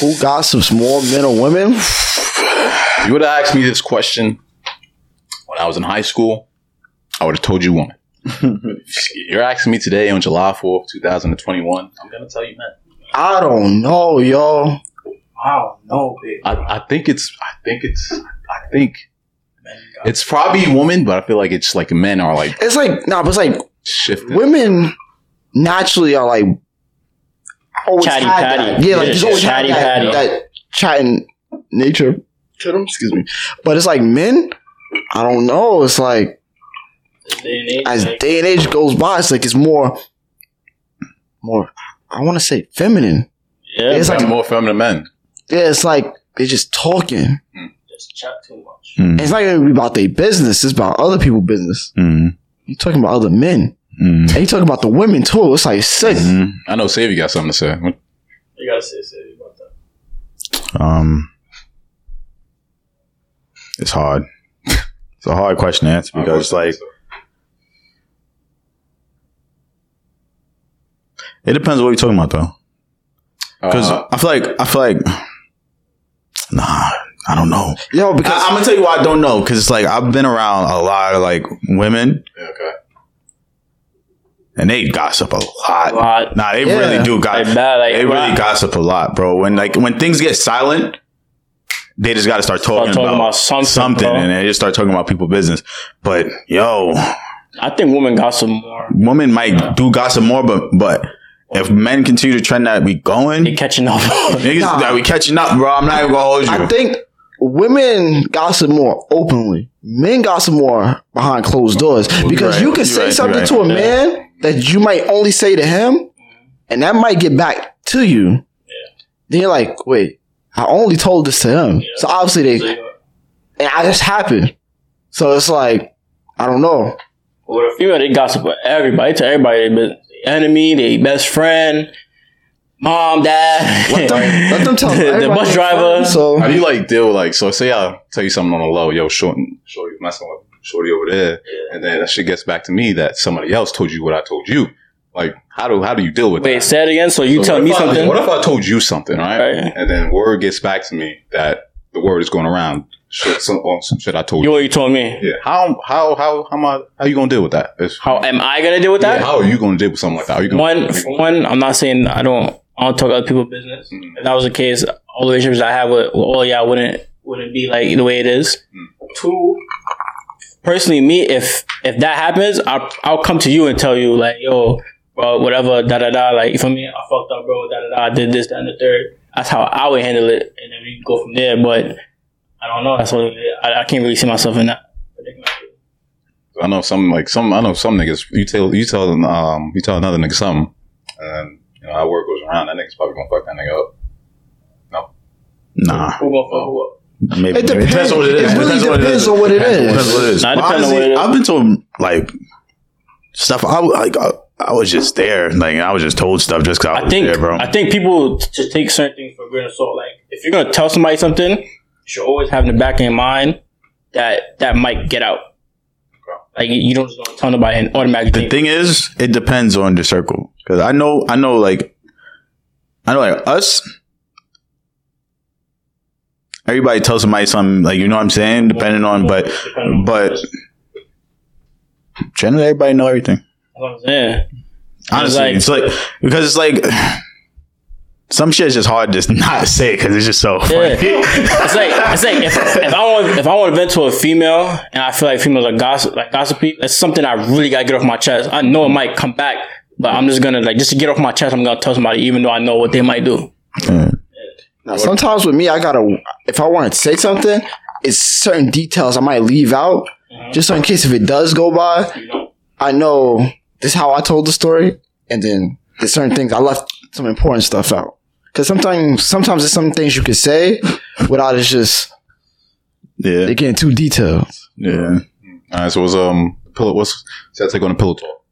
[SPEAKER 5] Who gossips more, men or women?
[SPEAKER 2] If you would have asked me this question when I was in high school, I would have told you woman. If You're asking me today on July 4th, 2021.
[SPEAKER 8] I'm gonna tell you, man.
[SPEAKER 5] I don't know, yo.
[SPEAKER 8] I don't know, big.
[SPEAKER 2] I, I think it's, I think it's, I think
[SPEAKER 8] Man,
[SPEAKER 2] it's probably woman, but I feel like it's like men are like
[SPEAKER 5] It's like nah, but it's like
[SPEAKER 2] shifting.
[SPEAKER 5] women naturally are like always
[SPEAKER 4] Chatty
[SPEAKER 5] had
[SPEAKER 4] patty.
[SPEAKER 5] that. Yeah, like
[SPEAKER 4] Yeah,
[SPEAKER 5] just always
[SPEAKER 4] chatty
[SPEAKER 5] chatty had
[SPEAKER 4] patty.
[SPEAKER 5] that, that chatting nature to them. Excuse me, but it's like men. I don't know. It's like
[SPEAKER 8] this day and age,
[SPEAKER 5] as
[SPEAKER 8] like,
[SPEAKER 5] day and age goes by, it's like it's more, more. I want to say feminine.
[SPEAKER 4] Yeah,
[SPEAKER 5] It's like
[SPEAKER 2] more feminine men.
[SPEAKER 5] yeah, it's like they're just talking.
[SPEAKER 8] just chat too much.
[SPEAKER 5] And it's not even about their business. It's about other people's business.
[SPEAKER 1] Mm,
[SPEAKER 5] You're talking about other men,
[SPEAKER 1] mm,
[SPEAKER 5] and you talking about the women too. It's like sick.
[SPEAKER 4] Mm-hmm.
[SPEAKER 1] mm.
[SPEAKER 2] I know Savy got something to say. What-
[SPEAKER 8] You gotta say something about that.
[SPEAKER 1] Um, it's hard. It's a hard question to answer because, like, it depends what you're talking about, though. Because
[SPEAKER 2] Uh,
[SPEAKER 1] I feel like I feel like, nah, I don't know.
[SPEAKER 5] Yo, because
[SPEAKER 1] I, am gonna tell you why I don't know. Because it's like I've been around a lot of like women,
[SPEAKER 2] yeah, okay.
[SPEAKER 1] and they gossip a
[SPEAKER 4] a
[SPEAKER 1] lot.
[SPEAKER 4] lot.
[SPEAKER 1] Nah, they
[SPEAKER 5] Yeah.
[SPEAKER 1] really do
[SPEAKER 4] Like,
[SPEAKER 1] gossip.
[SPEAKER 4] bad, like,
[SPEAKER 1] They really
[SPEAKER 4] wow.
[SPEAKER 1] gossip a lot, bro. When like when things get silent, they just got to start
[SPEAKER 4] Start
[SPEAKER 1] talking,
[SPEAKER 4] talking
[SPEAKER 1] about
[SPEAKER 4] about something,
[SPEAKER 1] something,
[SPEAKER 4] bro.
[SPEAKER 1] and they just start talking about people business. But yo,
[SPEAKER 4] I think women gossip more.
[SPEAKER 1] women might do gossip more, but but if men continue to trend that we
[SPEAKER 4] They
[SPEAKER 1] going,
[SPEAKER 4] catching up.
[SPEAKER 1] niggas
[SPEAKER 5] Nah.
[SPEAKER 1] that we catching up, bro. I'm not even gonna hold you.
[SPEAKER 5] I think women gossip more openly. Men gossip more behind closed doors because
[SPEAKER 1] right,
[SPEAKER 5] you can
[SPEAKER 1] you're
[SPEAKER 5] say
[SPEAKER 1] right,
[SPEAKER 5] something
[SPEAKER 1] you're
[SPEAKER 5] to a
[SPEAKER 4] right.
[SPEAKER 5] man that you might only say to him, and that might get back to you. Then you're like, wait, I only told this to him, so obviously
[SPEAKER 8] So,
[SPEAKER 5] they
[SPEAKER 8] you know,
[SPEAKER 5] and I just happened. So it's like, I don't know.
[SPEAKER 8] what if
[SPEAKER 4] You know, they gossip with everybody. They tell everybody they been enemy, they best friend, mom, dad.
[SPEAKER 5] Let them, let them tell
[SPEAKER 4] the, the
[SPEAKER 5] everybody
[SPEAKER 4] bus
[SPEAKER 5] what's
[SPEAKER 4] driver.
[SPEAKER 5] up, So
[SPEAKER 2] How do you like deal with like so? Say I tell you something on the low, yo, shorty, shorty, messing with shorty over there, and then that shit gets back to me that somebody else told you what I told you. Like, how do how do you deal with
[SPEAKER 4] Wait,
[SPEAKER 2] that?
[SPEAKER 4] say it again. So you
[SPEAKER 2] So
[SPEAKER 4] tell
[SPEAKER 2] what
[SPEAKER 4] me
[SPEAKER 2] if I-
[SPEAKER 4] something.
[SPEAKER 2] What if I told you something, right?
[SPEAKER 4] Right.
[SPEAKER 2] And then word gets back to me that the word is going around. Shit, some, on some shit I told
[SPEAKER 4] you
[SPEAKER 2] you.
[SPEAKER 4] what you told me.
[SPEAKER 2] Yeah. How how how how am I? How you gonna deal with that? It's-
[SPEAKER 4] How am I gonna deal with
[SPEAKER 2] yeah,
[SPEAKER 4] that?
[SPEAKER 2] how are you gonna deal with something like that? Are you gonna
[SPEAKER 4] one, for one, I'm not saying I don't. I don't talk other people's business. If that was the case, all the relationships I have with, with all y'all wouldn't wouldn't be like the way it is. Two, personally, me, if if that happens, I'll I'll come to you and tell you like, yo, bro, whatever, da da da. Like, you feel me? I fucked up, bro. Da da da. I did this, that, and the third. That's how I would handle it, and then we go from there. But I don't know. That's what I, I can't really see myself in that. predicament.
[SPEAKER 2] I know some like some I know some niggas. You tell you tell them um you tell another nigga something, and then you know our word goes around. That nigga's probably gonna fuck that nigga up.
[SPEAKER 1] nah,
[SPEAKER 8] who gonna fuck who up?
[SPEAKER 1] maybe
[SPEAKER 5] it depends.
[SPEAKER 1] depends on what it is.
[SPEAKER 5] It really
[SPEAKER 1] on what
[SPEAKER 5] depends
[SPEAKER 1] is.
[SPEAKER 5] on what it
[SPEAKER 1] Depends on what
[SPEAKER 5] is.
[SPEAKER 1] it is.
[SPEAKER 4] Nah, it
[SPEAKER 1] But
[SPEAKER 4] depends on what
[SPEAKER 1] honestly,
[SPEAKER 4] it is.
[SPEAKER 1] I've been told like stuff. I w- like I, I was just there. Like I was just told stuff just because I,
[SPEAKER 4] I
[SPEAKER 1] was
[SPEAKER 4] think
[SPEAKER 1] there, Oh, bro.
[SPEAKER 4] I think people t- just take certain things for a grain of salt. Like if you're gonna tell somebody something, you should always have in the back of your mind that that might get out. Like you- you don't just don't tell nobody and automatically.
[SPEAKER 1] the thing is, it depends on the circle. Because I know, I know, like, I know, like us. Everybody tells somebody something, like you know what I'm saying. Depending on, but
[SPEAKER 4] Depending on-
[SPEAKER 1] but generally, everybody know everything.
[SPEAKER 4] That's what I'm saying.
[SPEAKER 1] Honestly,
[SPEAKER 4] like-
[SPEAKER 1] it's like because it's like some shit is just hard to not say because it's just so funny.
[SPEAKER 4] it's like it's like if, if I want if I want to vent to a female and I feel like females are gossip like gossipy, that's something I really gotta get off my chest. I know it might come back, but I'm just gonna like just to get off my chest. I'm gonna tell somebody even though I know what they might do.
[SPEAKER 1] Yeah.
[SPEAKER 5] Now, sometimes with me, I gotta if I want to say something, it's certain details I might leave out just so in case if it does go by,
[SPEAKER 8] You know,
[SPEAKER 5] I know this is how I told the story, and then there's certain things I left some important stuff out because sometimes sometimes there's some things you could say without it's just
[SPEAKER 1] Yeah.
[SPEAKER 5] They're getting too detailed.
[SPEAKER 1] Yeah.
[SPEAKER 2] All right, so was um pillow what's so that's like on a pillow talk.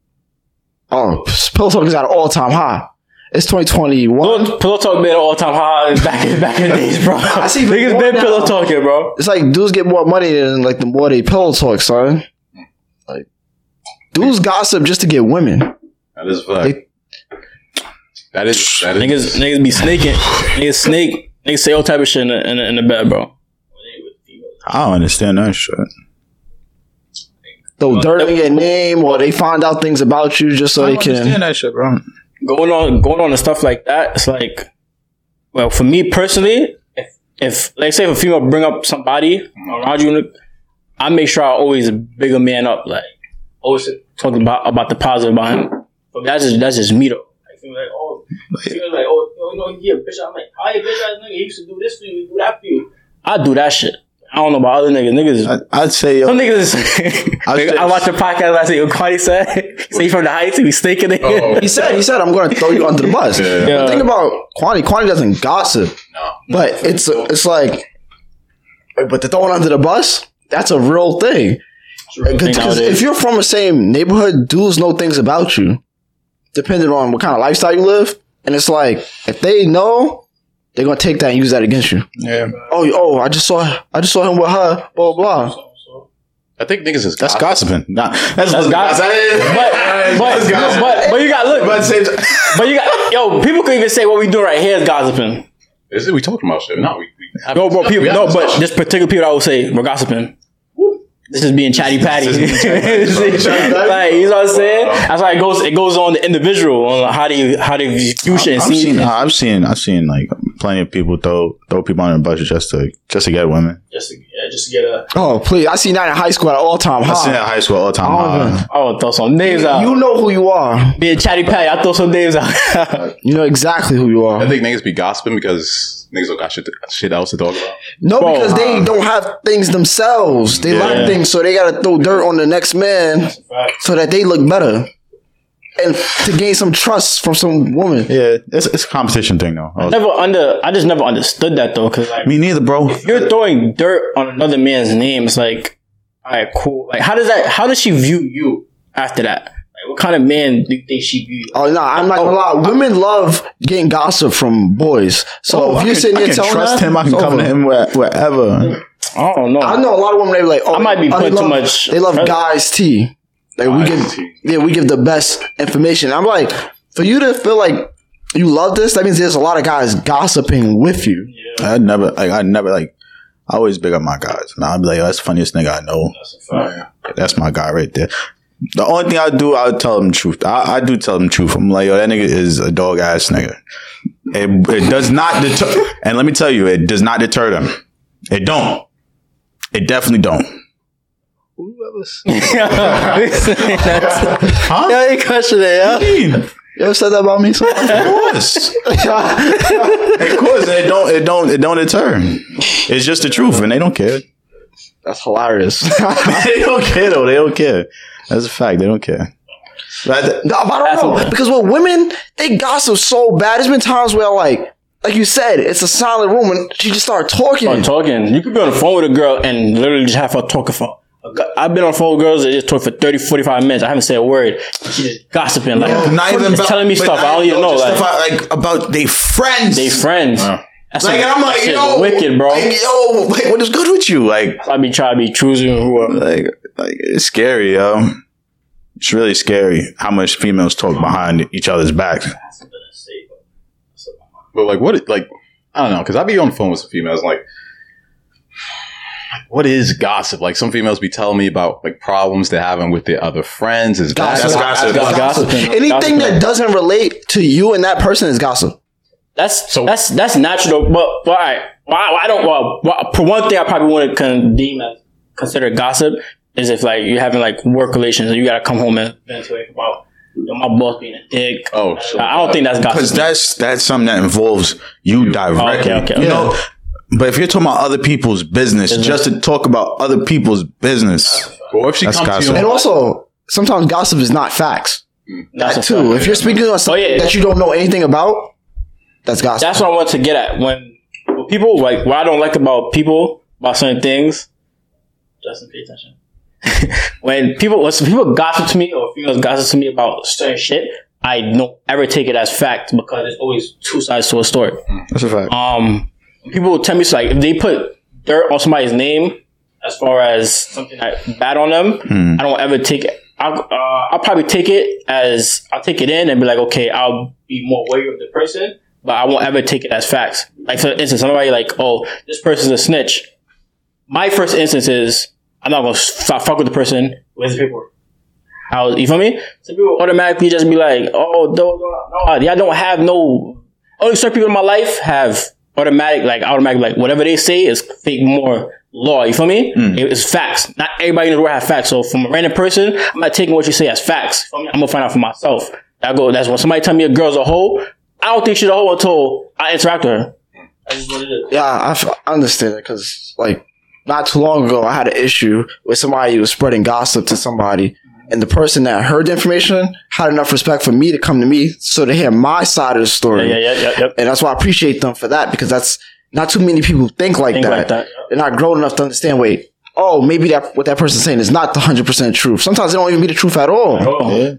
[SPEAKER 5] Oh, Pillow Talk is at an all time high. It's 2021.
[SPEAKER 4] Pillow, pillow talk been all time high back in back in the days, bro. I
[SPEAKER 5] see people
[SPEAKER 4] niggas
[SPEAKER 5] going
[SPEAKER 4] been
[SPEAKER 5] down.
[SPEAKER 4] pillow talking, bro.
[SPEAKER 5] It's like dudes get more money than like the more they pillow talk, son. Like dudes gossip just to get women.
[SPEAKER 2] That is fuck.
[SPEAKER 5] They-
[SPEAKER 2] that is that is
[SPEAKER 4] Niggas niggas be sneaking. niggas snake. Niggas say all type of shit in the, in the, in the bed, bro.
[SPEAKER 1] I don't understand that shit.
[SPEAKER 5] They'll dirty your name or they find out things about you just so
[SPEAKER 1] I
[SPEAKER 5] they
[SPEAKER 1] don't
[SPEAKER 5] can
[SPEAKER 1] understand that shit, bro.
[SPEAKER 4] going on going on and stuff like that, it's like well, for me personally, if if like say if a female bring up somebody around you, I make sure I always big a man up, like always talking about about the positive about him. But that's just that's just me though.
[SPEAKER 3] Like, people like, oh, people like, oh, oh, you know, he a bitch. I'm like, how you a bitch ass nigga? He used to do this for you, he do that for you.
[SPEAKER 4] I do that shit. I don't know about other niggas. Niggas
[SPEAKER 1] I, I'd say yo,
[SPEAKER 4] some niggas is, Nigga, I watched a podcast last night. What Cardi said, say he from the heights, he was stinking it.
[SPEAKER 2] Oh.
[SPEAKER 5] He said, he said, I'm gonna throw you under the bus.
[SPEAKER 2] Yeah.
[SPEAKER 5] The thing about Kwani, Kwani doesn't gossip.
[SPEAKER 2] No.
[SPEAKER 5] But it's it's like but the throwing under the bus, that's a real thing. Because if you're from the same neighborhood, dudes know things about you, depending on what kind of lifestyle you live. And it's like if they know, they're gonna take that and use that against you.
[SPEAKER 1] yeah,
[SPEAKER 5] Oh, you- oh, I just saw, I just saw him with her. Blah blah.
[SPEAKER 2] I think niggas is
[SPEAKER 1] that's gossiping. Nah, that's,
[SPEAKER 4] That's gossip. But, but, but, but you got look.
[SPEAKER 1] But same time-
[SPEAKER 4] But you got yo, people could even say what we do right here is gossiping.
[SPEAKER 2] Is it we talking about shit? No, we, we
[SPEAKER 4] No, bro, people,
[SPEAKER 2] we have
[SPEAKER 4] no, but
[SPEAKER 2] discussion.
[SPEAKER 4] this particular people, I would say we're gossiping. This is being chatty patty. like you know what I'm saying? That's why it goes. It goes on the individual on how they how they view shit and
[SPEAKER 1] I've
[SPEAKER 4] see.
[SPEAKER 1] seen, I've seen, I've seen like plenty of people throw throw people on the bus just to just to get women.
[SPEAKER 3] Just to, yeah, just to get a.
[SPEAKER 5] Oh please, I seen that in high school at all time.
[SPEAKER 1] I seen that
[SPEAKER 5] Huh?
[SPEAKER 1] in high school Ah, all the time.
[SPEAKER 5] Oh,
[SPEAKER 1] Uh,
[SPEAKER 4] I would throw some names out.
[SPEAKER 5] You know who you are.
[SPEAKER 4] being chatty patty, I throw some names out.
[SPEAKER 5] You know exactly who you
[SPEAKER 2] I
[SPEAKER 5] are.
[SPEAKER 2] think niggas be gossiping because niggas don't got shit, shit else to talk about.
[SPEAKER 5] No,
[SPEAKER 4] Bro,
[SPEAKER 5] because they
[SPEAKER 4] huh?
[SPEAKER 5] don't have things themselves. They
[SPEAKER 1] Yeah.
[SPEAKER 5] lack things, so they gotta throw dirt on the next man so that they look better and to gain some trust from some woman.
[SPEAKER 1] yeah, it's it's a competition thing though. I was-
[SPEAKER 4] never under. I just never understood that though, because like
[SPEAKER 1] me neither, bro.
[SPEAKER 4] you're throwing dirt on another man's name. It's like, all right, cool. Like how does that? How does she view you after that? Like what kind of man do you think she view? You?
[SPEAKER 5] Oh no, I'm not gonna lie. Women love getting gossip from boys. So
[SPEAKER 1] Oh,
[SPEAKER 5] if
[SPEAKER 1] I
[SPEAKER 5] you're
[SPEAKER 1] can-
[SPEAKER 5] sitting
[SPEAKER 1] I
[SPEAKER 5] there
[SPEAKER 1] can
[SPEAKER 5] telling
[SPEAKER 1] trust
[SPEAKER 5] her,
[SPEAKER 1] him. I can
[SPEAKER 5] it's
[SPEAKER 1] come
[SPEAKER 5] over.
[SPEAKER 1] to him where, wherever.
[SPEAKER 4] I don't know.
[SPEAKER 5] I know a lot of women. They be like, oh,
[SPEAKER 4] I might be
[SPEAKER 5] oh, they
[SPEAKER 4] putting too
[SPEAKER 5] love-
[SPEAKER 4] much-
[SPEAKER 5] They love guys tea. Like we give, yeah, we give the best information. I'm like, for you to feel like you love this, that means there's a lot of guys gossiping with you.
[SPEAKER 1] I never, like, I never like. I always big up my guys, and I'll be like, "Yo, "That's the funniest nigga I know." That's my guy right there. The only thing I do, I tell them the truth. I, I do tell them the truth. I'm like, "Yo, that nigga is a dog ass nigga." It, it does not deter, and let me tell you, it does not deter them. It don't. It definitely don't.
[SPEAKER 4] huh? Yeah, you question it. Yeah.
[SPEAKER 5] You ever said that about me? son?
[SPEAKER 1] Of course, of course, it don't. It don't. It don't deter. It's just the truth, and they don't care.
[SPEAKER 5] That's hilarious.
[SPEAKER 1] they don't care though. They don't care. That's a fact. They don't care. But
[SPEAKER 5] No, but I don't know because with women, they gossip so bad. There's been times where like, like you said, it's a silent room and she just started talking.
[SPEAKER 4] I'm talking. You could be on the phone with a girl and literally just have her talking for. I've been on the phone with girls that just talk for 30, 45 minutes. I haven't said a word. She just gossiping like
[SPEAKER 1] not even
[SPEAKER 4] just telling me
[SPEAKER 1] but
[SPEAKER 4] stuff. I
[SPEAKER 1] not
[SPEAKER 4] don't even know.
[SPEAKER 1] just
[SPEAKER 4] Like
[SPEAKER 1] about, like about they friends.
[SPEAKER 4] they friends. That's
[SPEAKER 1] Like and I'm
[SPEAKER 4] that
[SPEAKER 1] like
[SPEAKER 4] shit's
[SPEAKER 1] yo,
[SPEAKER 4] wicked, bro.
[SPEAKER 1] Like, yo, like what is good with you? Like
[SPEAKER 4] I be trying to be choosing who. I'm-
[SPEAKER 1] like like it's scary, yo. It's really scary how much females talk behind each other's backs.
[SPEAKER 2] But like, what? Like, I don't know, because I be on the phone with some females. Like, what is gossip? Like, some females be telling me about like problems they're having with their other friends. Is that
[SPEAKER 5] Gossip.
[SPEAKER 1] gossip.
[SPEAKER 4] That's gossiping.
[SPEAKER 5] Anything
[SPEAKER 4] Gossiping.
[SPEAKER 5] that doesn't relate to you and that person is gossip.
[SPEAKER 4] That's
[SPEAKER 2] So-
[SPEAKER 4] that's that's natural. though, But but all right, why I don't. Well, well, for one thing, I probably want to condemn as consider gossip is if like you're having like work relations and you gotta come home and vent to it about yo, my boss being a dick.
[SPEAKER 2] Oh, sure.
[SPEAKER 4] I I don't think that's
[SPEAKER 1] Because
[SPEAKER 4] gossip.
[SPEAKER 1] that's that's something that involves you directly.
[SPEAKER 4] Oh, okay, okay.
[SPEAKER 1] You know, but if you're talking about other people's business,
[SPEAKER 4] Business.
[SPEAKER 1] just to talk about other people's business,
[SPEAKER 2] Or if she
[SPEAKER 1] That's
[SPEAKER 2] comes to
[SPEAKER 1] gossip.
[SPEAKER 2] you,
[SPEAKER 5] And
[SPEAKER 2] on-
[SPEAKER 5] also, sometimes gossip is not facts.
[SPEAKER 4] That's
[SPEAKER 5] that
[SPEAKER 4] a fact. Oh,
[SPEAKER 5] too. If you're speaking on something
[SPEAKER 4] yeah.
[SPEAKER 5] that you don't know anything about, that's gossip.
[SPEAKER 4] That's what I want to get at when when people like what I don't like about people about certain things
[SPEAKER 3] Justin, pay attention.
[SPEAKER 4] when people when some people gossip to me or females gossip to me about certain shit, I don't ever take it as fact because there's always two sides to a story.
[SPEAKER 1] That's a fact.
[SPEAKER 4] Um, people will tell me so like if they put dirt on somebody's name as far as something that bad on them, I don't ever take it. I'll, uh, I'll probably take it as I'll take it in and be like, okay, I'll be more wary of the person, but I won't ever take it as facts. Like for instance, somebody like, oh, this person's a snitch. My first instance is I'm not gonna stop fuck with the person
[SPEAKER 3] Where's the paperwork?
[SPEAKER 4] how you feel me? Some people automatically just be like, oh, no, no, no, yeah, I don't have no. Only certain people in my life have automatic, like automatic, like whatever they say is fake more law. You feel me?
[SPEAKER 1] Hmm.
[SPEAKER 4] It- It's facts. Not everybody in the world have facts. So from a random person, I'm not taking what you say as facts. You feel me? I'm gonna find out for myself. I go. That's when somebody tell me a girl's a hoe. I don't think she's a hoe until I interact with her.
[SPEAKER 3] That's just what it is.
[SPEAKER 5] Yeah, I, f- I understand it because, like, not too long ago, I had an issue with somebody who was spreading gossip to somebody. And the person that heard the information had enough respect for me to come to me so to hear my side of the story.
[SPEAKER 4] yeah, yeah, yeah.
[SPEAKER 5] And that's why I appreciate them for that because that's not too many people think like,
[SPEAKER 4] Think
[SPEAKER 5] that.
[SPEAKER 4] like that.
[SPEAKER 5] They're not grown enough to understand, wait, oh, maybe that what that person's saying is not the 100% truth. Sometimes it don't even be the truth at all.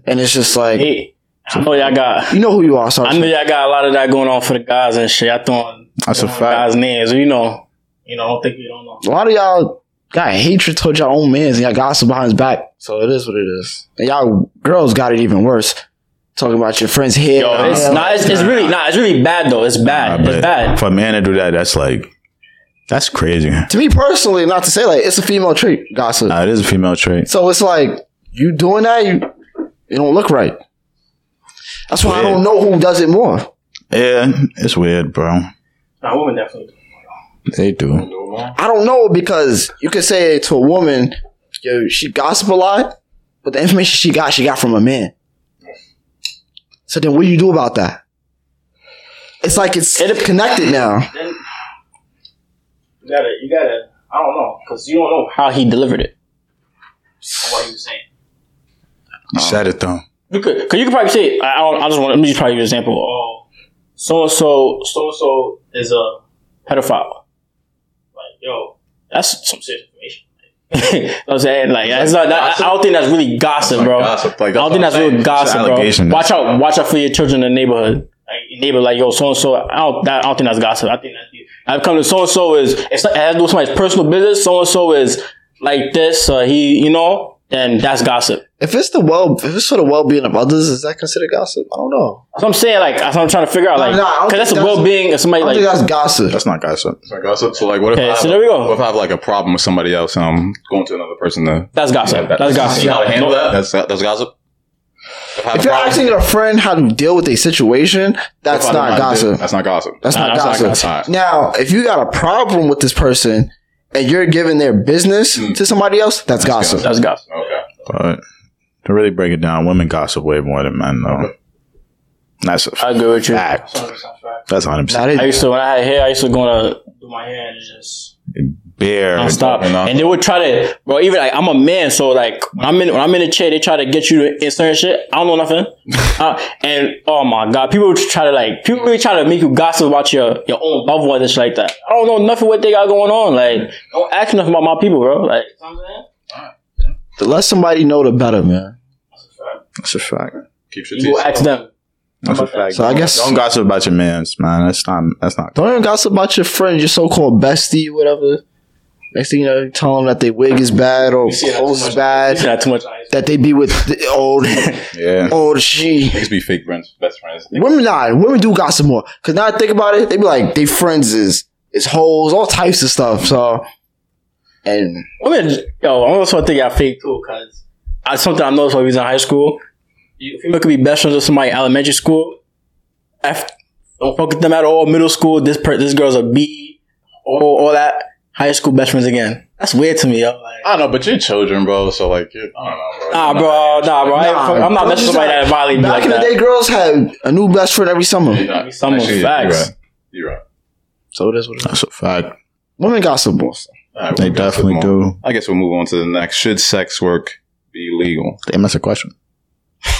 [SPEAKER 5] And it's just like,
[SPEAKER 4] Oh. Hey, I know y'all got.
[SPEAKER 5] you know who you are,
[SPEAKER 4] I know
[SPEAKER 5] Sergeant.
[SPEAKER 4] y'all got a lot of that going on for the guys and shit. I throwing
[SPEAKER 1] That's a
[SPEAKER 4] throwing
[SPEAKER 1] fact.
[SPEAKER 4] guys' names, you know.
[SPEAKER 3] You know, I don't think we don't know.
[SPEAKER 5] A lot of y'all got hatred towards y'all own mans and y'all gossip behind his back. So it is what it is. And y'all girls got it even worse. Talking about your friend's hair.
[SPEAKER 4] Yo, it's not. It's, it's really not. It's really bad though. It's bad.
[SPEAKER 1] Nah,
[SPEAKER 4] it's
[SPEAKER 1] but
[SPEAKER 4] bad.
[SPEAKER 1] For a man to do that, that's like, that's crazy. Nah,
[SPEAKER 5] to me personally, not to say like it's a female trait, gossip.
[SPEAKER 1] it is a female trait.
[SPEAKER 5] So it's like you doing that, you you don't look right. That's why I
[SPEAKER 1] Yeah.
[SPEAKER 5] don't know who does it more.
[SPEAKER 1] Yeah, it's weird, bro.
[SPEAKER 3] Nah, women definitely. do.
[SPEAKER 1] They do.
[SPEAKER 5] I don't know because you could say to a woman, yo, she gossip a lot, but the information she got, she got from a man. So then what do you do about that? It's like it's
[SPEAKER 4] It-
[SPEAKER 5] connected now.
[SPEAKER 3] Then you gotta, you gotta. I don't know, cause you don't know
[SPEAKER 4] How he delivered it.
[SPEAKER 3] what he was saying.
[SPEAKER 1] You said it though.
[SPEAKER 4] You could, cause you could probably say. I, I, don't, I just want. Let me just probably give you an example.
[SPEAKER 3] Oh,
[SPEAKER 4] So and so
[SPEAKER 3] so and so is a
[SPEAKER 4] pedophile.
[SPEAKER 3] like, yo,
[SPEAKER 4] That's
[SPEAKER 3] some shit information.
[SPEAKER 4] you know what I'm saying. Like that's not. That, I don't think that's really gossip, bro.
[SPEAKER 2] Gossip, like,
[SPEAKER 4] I don't think that's real gossip, bro.
[SPEAKER 1] allegation.
[SPEAKER 4] Watch out! Watch out for your children in the neighborhood.
[SPEAKER 3] Like,
[SPEAKER 4] Your neighbor, like yo, so and so. I don't. That, I don't think that's gossip. I think that's. I've come to so and so is. It's not, it has to do with somebody's personal business. So and so is like this. Uh, he, you know, and that's gossip.
[SPEAKER 5] If it's the well, if it's for the well being of others, is that considered gossip? I don't know.
[SPEAKER 4] So I'm saying, like, that's what I'm trying to figure out,
[SPEAKER 5] No,
[SPEAKER 4] like,
[SPEAKER 5] no, I don't
[SPEAKER 4] because
[SPEAKER 5] think
[SPEAKER 4] that's the
[SPEAKER 5] that's-
[SPEAKER 4] well being of
[SPEAKER 5] I
[SPEAKER 4] somebody,
[SPEAKER 5] don't
[SPEAKER 4] like,
[SPEAKER 5] think that's gossip.
[SPEAKER 1] That's not gossip.
[SPEAKER 2] It's like gossip. So like, what if
[SPEAKER 4] Okay,
[SPEAKER 2] I have
[SPEAKER 4] so
[SPEAKER 2] a-
[SPEAKER 4] there we go.
[SPEAKER 2] What if I have like a problem with somebody else? and I'm going to another person to
[SPEAKER 4] that's gossip. that's gossip.
[SPEAKER 2] You know how to handle
[SPEAKER 4] No,
[SPEAKER 2] that? That's that's gossip. If, I have
[SPEAKER 5] If
[SPEAKER 2] a
[SPEAKER 5] you're
[SPEAKER 2] problem-
[SPEAKER 5] asking a friend how to deal with a situation,
[SPEAKER 2] if
[SPEAKER 5] that's
[SPEAKER 2] I don't
[SPEAKER 5] not
[SPEAKER 2] know how to do it,
[SPEAKER 5] gossip.
[SPEAKER 2] That's not gossip.
[SPEAKER 5] That's
[SPEAKER 4] Nah,
[SPEAKER 5] not
[SPEAKER 4] that's not
[SPEAKER 5] gossip.
[SPEAKER 4] gossip.
[SPEAKER 2] Alright.
[SPEAKER 5] Now, if you got a problem with this person and you're giving their business to somebody else, that's gossip.
[SPEAKER 4] That's gossip.
[SPEAKER 2] Okay.
[SPEAKER 1] But to really break it down, women gossip way more than men though. That's a
[SPEAKER 4] I agree with you.
[SPEAKER 1] fact.
[SPEAKER 3] so it's not fact.
[SPEAKER 1] That's 100
[SPEAKER 5] Now
[SPEAKER 1] percent
[SPEAKER 5] they-
[SPEAKER 4] I used to, when I had hair, I used to go on a
[SPEAKER 3] Do my hair and it's just
[SPEAKER 1] bare.
[SPEAKER 4] don't stop.
[SPEAKER 2] you know?
[SPEAKER 4] And they would try to, bro. Even like, I'm a man, so like when I'm in when I'm in a chair, they try to get you to insert shit. I don't know nothing. Uh, and oh my god, people would try to like people really try to make you gossip about your your own loved ones and shit like that. I don't know nothing what they got going on. Like don't ask nothing about my people, bro. Like
[SPEAKER 5] the less somebody know, the better, man.
[SPEAKER 1] That's a fact.
[SPEAKER 2] Keep your
[SPEAKER 4] you go
[SPEAKER 2] teeth.
[SPEAKER 4] ask them.
[SPEAKER 1] That's a fact.
[SPEAKER 5] So I guess-
[SPEAKER 1] don't gossip about your man's man. That's not. That's not.
[SPEAKER 5] Don't even gossip about your friend, your so-called bestie, whatever. Next thing you know, you tell them that their wig is bad or
[SPEAKER 3] see that
[SPEAKER 5] clothes
[SPEAKER 3] too
[SPEAKER 5] is
[SPEAKER 3] much.
[SPEAKER 4] It's
[SPEAKER 5] bad,
[SPEAKER 4] not too much.
[SPEAKER 5] that they be with the old,
[SPEAKER 1] Yeah.
[SPEAKER 5] old she.
[SPEAKER 2] Niggas be fake friends, best friends.
[SPEAKER 5] Women not. Women do gossip more. Cause now I think about it, they be like, they friends is, is hoes, all types of stuff. So, and
[SPEAKER 4] I mean, yo, I also think I fake
[SPEAKER 3] cool, cause
[SPEAKER 4] I, something I noticed when we was in high school. You, female could be best friends with somebody in elementary school. F, don't fuck with them at all. Middle school, this per, this girl's a B. All, all that. High school best friends again. That's weird to me, yo. Like,
[SPEAKER 2] I don't know, but you're children, bro. So like, you're, I don't know, bro.
[SPEAKER 4] nah, bro, nah, bro. I ain't
[SPEAKER 5] Nah,
[SPEAKER 4] fuck- I'm not messing
[SPEAKER 5] bro,
[SPEAKER 4] with
[SPEAKER 5] just
[SPEAKER 4] somebody
[SPEAKER 5] like-
[SPEAKER 4] that violated me
[SPEAKER 5] back
[SPEAKER 4] like
[SPEAKER 5] in the day,
[SPEAKER 4] that.
[SPEAKER 5] girls had a new best friend every summer.
[SPEAKER 2] You're not.
[SPEAKER 4] Some of
[SPEAKER 2] Actually,
[SPEAKER 4] facts.
[SPEAKER 2] You're right.
[SPEAKER 5] So it is what it is.
[SPEAKER 1] That's a fact.
[SPEAKER 5] Women gossip more.
[SPEAKER 2] You're right. All right,
[SPEAKER 1] They
[SPEAKER 2] we'll go to
[SPEAKER 1] definitely
[SPEAKER 2] more.
[SPEAKER 1] do.
[SPEAKER 2] I guess we'll move on to the next. Should sex work be legal?
[SPEAKER 1] Damn, that's a question.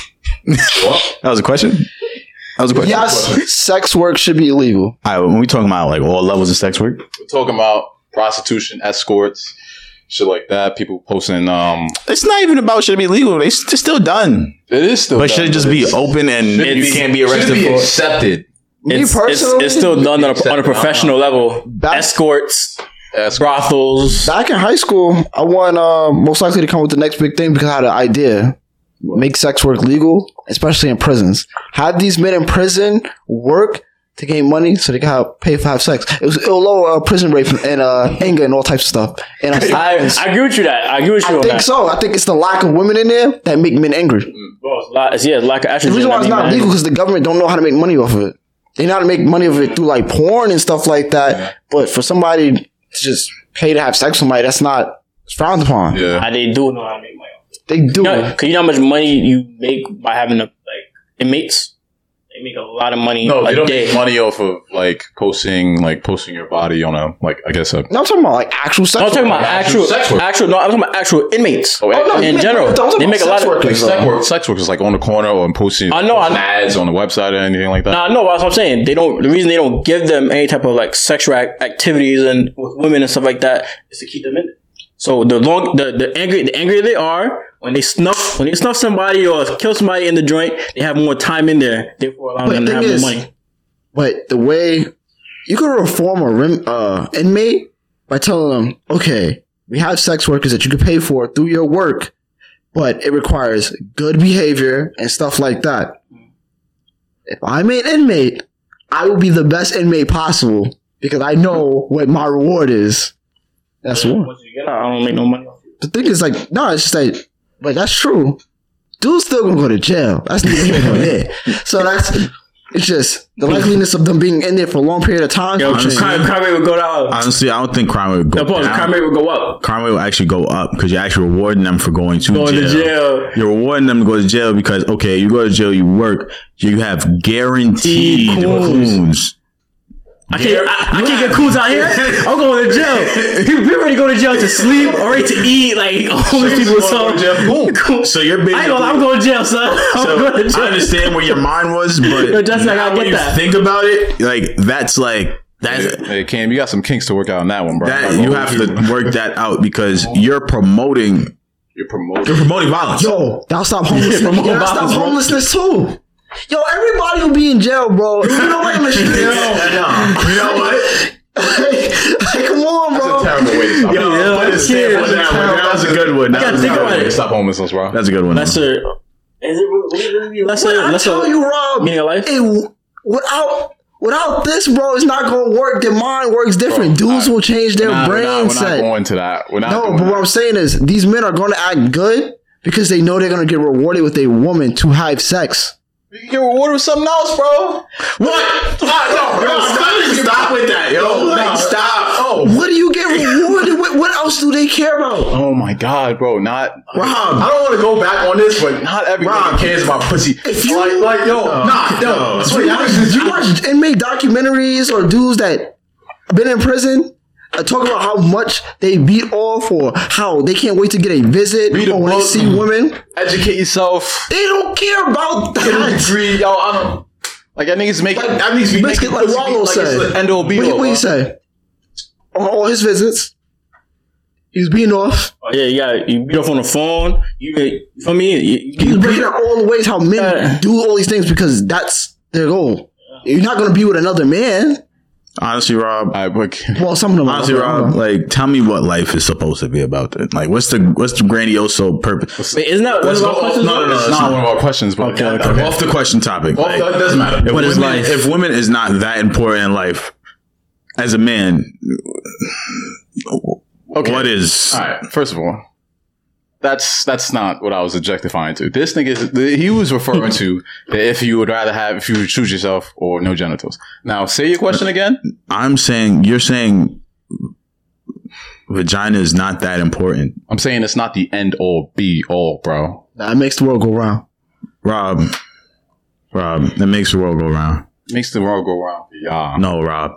[SPEAKER 1] that was a question. That was a question.
[SPEAKER 5] Yes, sex work should be illegal.
[SPEAKER 1] All right, when we talking about like all levels of sex work,
[SPEAKER 2] We're talking about prostitution, escorts, shit like that. People posting, um,
[SPEAKER 1] It's not even about should it be legal. It's, it's still done.
[SPEAKER 2] it is still,
[SPEAKER 1] But should it just be open and
[SPEAKER 2] Should
[SPEAKER 1] you
[SPEAKER 2] be-
[SPEAKER 1] can't be
[SPEAKER 9] Should
[SPEAKER 1] arrested
[SPEAKER 9] be
[SPEAKER 1] for it?
[SPEAKER 9] accepted.
[SPEAKER 5] Me
[SPEAKER 4] it's, it's,
[SPEAKER 5] personally,
[SPEAKER 4] it's still done on a, on a
[SPEAKER 9] Accepted.
[SPEAKER 4] professional level.
[SPEAKER 5] Back-
[SPEAKER 4] Escorts,
[SPEAKER 2] That's
[SPEAKER 4] brothels.
[SPEAKER 5] Back in high school, I want uh, most likely to come with the next big thing because I had an idea. Make sex work legal, especially in prisons. Have these men in prison work to gain money so they can have, pay for have sex. It was it'll lower uh, prison rate and uh, anger and all types of stuff. And I, I,
[SPEAKER 4] I, I agree with you that. I agree with you on
[SPEAKER 5] think
[SPEAKER 4] that. Mm.
[SPEAKER 5] so. I think it's the lack of women in there that make men angry.
[SPEAKER 4] Well, it's lot- it's- yeah, lack of estrogen.
[SPEAKER 5] The reason why it's
[SPEAKER 4] I mean,
[SPEAKER 5] not
[SPEAKER 4] man.
[SPEAKER 5] legal because the government don't know how to make money off of it. They know how to make money off it through like porn and stuff like that. But for somebody to just pay to have sex with somebody, that's not it's frowned upon.
[SPEAKER 2] yeah.
[SPEAKER 4] I, they do know how to make money.
[SPEAKER 5] They do.
[SPEAKER 4] You know, Cause you know how much money you make by having a, like inmates. They make a lot of money
[SPEAKER 2] No,
[SPEAKER 4] a
[SPEAKER 2] they don't
[SPEAKER 4] day.
[SPEAKER 2] make money off of like posting, like posting your body on a like I guess a.
[SPEAKER 5] No, I'm talking about like actual sex.
[SPEAKER 4] No, I'm talking about
[SPEAKER 9] Actual
[SPEAKER 4] actual,
[SPEAKER 9] sex
[SPEAKER 4] actual,
[SPEAKER 9] work.
[SPEAKER 4] no, I'm talking about actual inmates.
[SPEAKER 2] Oh,
[SPEAKER 5] no,
[SPEAKER 4] in
[SPEAKER 5] yeah,
[SPEAKER 4] general,
[SPEAKER 5] I'm talking
[SPEAKER 4] they
[SPEAKER 5] about
[SPEAKER 4] make a
[SPEAKER 5] sex
[SPEAKER 4] lot of.
[SPEAKER 5] work.
[SPEAKER 2] like sex work, sex work is like on the corner or posting.
[SPEAKER 4] I know, I-
[SPEAKER 2] posting ads on the website or anything like that.
[SPEAKER 4] Nah, no, that's what I'm saying. They don't. The reason they don't give them any type of like sexual ac- activities and with women and stuff like that is to keep them in. it. So the long, the, the angry, the angrier they are when they snuff, when they snuff somebody or kill somebody in the joint, they have more time in there. Therefore, allowing
[SPEAKER 5] But
[SPEAKER 4] them to
[SPEAKER 5] thing
[SPEAKER 4] have
[SPEAKER 5] is-
[SPEAKER 4] more money.
[SPEAKER 5] But the way you could reform a rim, uh, inmate by telling them, okay, we have sex workers that you can pay for through your work, but it requires good behavior and stuff like that. If I'm an inmate, I will be the best inmate possible because I know what my reward is. That's one.
[SPEAKER 4] Once you get out, I don't make no money.
[SPEAKER 5] The thing is, like, no, it's just like, but that's true. Dude's still gonna go to jail. That's neither here nor there. So that's it's just the likeliness of them being in there for a long period of time.
[SPEAKER 4] Yo,
[SPEAKER 5] Honestly.
[SPEAKER 4] crime, crime rate would go down.
[SPEAKER 1] Honestly, I don't think crime would go
[SPEAKER 4] No, pause.
[SPEAKER 1] down.
[SPEAKER 4] Crime
[SPEAKER 1] Crime,
[SPEAKER 4] rate would go up.
[SPEAKER 1] rate will actually go up because you're actually rewarding them for going to
[SPEAKER 4] Going
[SPEAKER 1] jail.
[SPEAKER 4] to jail.
[SPEAKER 1] You're rewarding them to go to jail because okay, you go to jail, you work, you have guaranteed
[SPEAKER 4] Coons.
[SPEAKER 1] coons.
[SPEAKER 4] I can't, I, I can't get coons out here. I'm going to jail. People, people ready to go to jail to sleep or ready to eat. Like homeless people. So
[SPEAKER 1] So you're
[SPEAKER 4] I ain't gonna, lie, I'm going to jail, son. I'm
[SPEAKER 1] So,
[SPEAKER 4] going to jail.
[SPEAKER 1] I understand where your mind was, but
[SPEAKER 4] Yo, Justin, I gotta
[SPEAKER 1] now when
[SPEAKER 4] get
[SPEAKER 1] you
[SPEAKER 4] that.
[SPEAKER 1] think about it, like that's like that's
[SPEAKER 2] Hey, hey, Cam, you got some kinks to work out on that one, bro.
[SPEAKER 1] that
[SPEAKER 2] Like,
[SPEAKER 1] you
[SPEAKER 2] oh,
[SPEAKER 1] have to work that out because you're promoting
[SPEAKER 2] You're
[SPEAKER 1] you're
[SPEAKER 2] promoting.
[SPEAKER 1] promoting violence.
[SPEAKER 5] Yo, that'll oh, stop homelessness.
[SPEAKER 4] Yeah,
[SPEAKER 5] that'll
[SPEAKER 4] promote
[SPEAKER 5] stop
[SPEAKER 4] violence, bro.
[SPEAKER 5] homelessness too. Yo, everybody will be in jail, bro. You know what? Yo,
[SPEAKER 1] you know what?
[SPEAKER 5] like, come on, bro.
[SPEAKER 2] terrible way to stop.
[SPEAKER 1] Yo,
[SPEAKER 4] Yeah,
[SPEAKER 1] what
[SPEAKER 4] I'm
[SPEAKER 1] is
[SPEAKER 4] scared.
[SPEAKER 1] that? That was a good one. That
[SPEAKER 4] gotta
[SPEAKER 1] was a
[SPEAKER 4] think
[SPEAKER 1] good
[SPEAKER 4] about
[SPEAKER 1] one.
[SPEAKER 4] it.
[SPEAKER 2] Stop homelessness, bro.
[SPEAKER 1] That's a good one.
[SPEAKER 4] That's a. Is it? That's a.
[SPEAKER 5] I
[SPEAKER 4] That's
[SPEAKER 5] tell
[SPEAKER 4] a.
[SPEAKER 5] you, Rob.
[SPEAKER 4] Meaning of life.
[SPEAKER 5] it- without without this, bro, it's not gonna work. Their mind works different.
[SPEAKER 2] Bro,
[SPEAKER 5] Dudes
[SPEAKER 2] I-
[SPEAKER 5] will change their
[SPEAKER 2] Nah,
[SPEAKER 5] brain
[SPEAKER 2] we're not, we're
[SPEAKER 5] set.
[SPEAKER 2] not going to that. We're not.
[SPEAKER 5] No,
[SPEAKER 2] doing
[SPEAKER 5] but
[SPEAKER 2] that.
[SPEAKER 5] what I'm saying is these men are going to act good because they know they're going to get rewarded with a woman to have sex.
[SPEAKER 2] You get rewarded with something else, bro.
[SPEAKER 1] What? Ah, no, yo, stop, stop with that, yo. like, stop. Oh,
[SPEAKER 5] What do you get rewarded with? What else do they care about?
[SPEAKER 2] Oh my god, bro. Not
[SPEAKER 1] Rob. I don't want to go back on this, but
[SPEAKER 2] not every
[SPEAKER 1] Rob cares about pussy.
[SPEAKER 5] If you-
[SPEAKER 1] like, like, yo, nah,
[SPEAKER 2] Oh,
[SPEAKER 1] no.
[SPEAKER 5] Do you, watch, do you watch inmate documentaries or dudes that been in prison? I talk about how much they beat off or how they can't wait to get a visit
[SPEAKER 2] Read a
[SPEAKER 5] or when they
[SPEAKER 2] book.
[SPEAKER 5] see women.
[SPEAKER 2] educate yourself.
[SPEAKER 5] They don't care about that.
[SPEAKER 2] degree, yo. I don't. Like that niggas make
[SPEAKER 5] Like,
[SPEAKER 2] that niggas be
[SPEAKER 5] Biscuit, like Wallow said.
[SPEAKER 2] End all be
[SPEAKER 5] What,
[SPEAKER 2] all.
[SPEAKER 5] what you say? On all his visits, he's beating off.
[SPEAKER 1] Oh,
[SPEAKER 4] Yeah, yeah. You beat off on the phone. You, you feel me? You, you,
[SPEAKER 5] you break it up all the ways how men
[SPEAKER 4] Yeah.
[SPEAKER 5] do all these things because that's their goal. You're not gonna be with another man.
[SPEAKER 1] Honestly, Rob.
[SPEAKER 2] All right, but
[SPEAKER 5] Well, some of them. are.
[SPEAKER 1] Honestly, Rob, like, tell me what life is supposed to be about. Then, like, what's the what's the grandiose purpose?
[SPEAKER 4] Wait, isn't that one of our questions?
[SPEAKER 1] no, no, no,
[SPEAKER 2] it's
[SPEAKER 1] it's
[SPEAKER 2] not
[SPEAKER 1] not.
[SPEAKER 2] one of our questions. But
[SPEAKER 1] Yeah, Off the question topic. like,
[SPEAKER 2] that doesn't matter.
[SPEAKER 1] if
[SPEAKER 4] What is
[SPEAKER 1] women-
[SPEAKER 4] life?
[SPEAKER 1] If women is not that important in life, as a man,
[SPEAKER 2] Okay.
[SPEAKER 1] what is?
[SPEAKER 2] All right. First of all, that's that's not what I was objectifying to. This thing is he was referring to that if you would rather have if you would choose yourself or no genitals. Now say your question again.
[SPEAKER 1] I'm saying you're saying vagina is not that important,
[SPEAKER 2] I'm saying it's not the end all be all, bro.
[SPEAKER 5] Nah, it makes the world go round.
[SPEAKER 1] Rob. Rob, it makes the world go round.
[SPEAKER 2] Makes the world go round. Yeah.
[SPEAKER 1] No, Rob,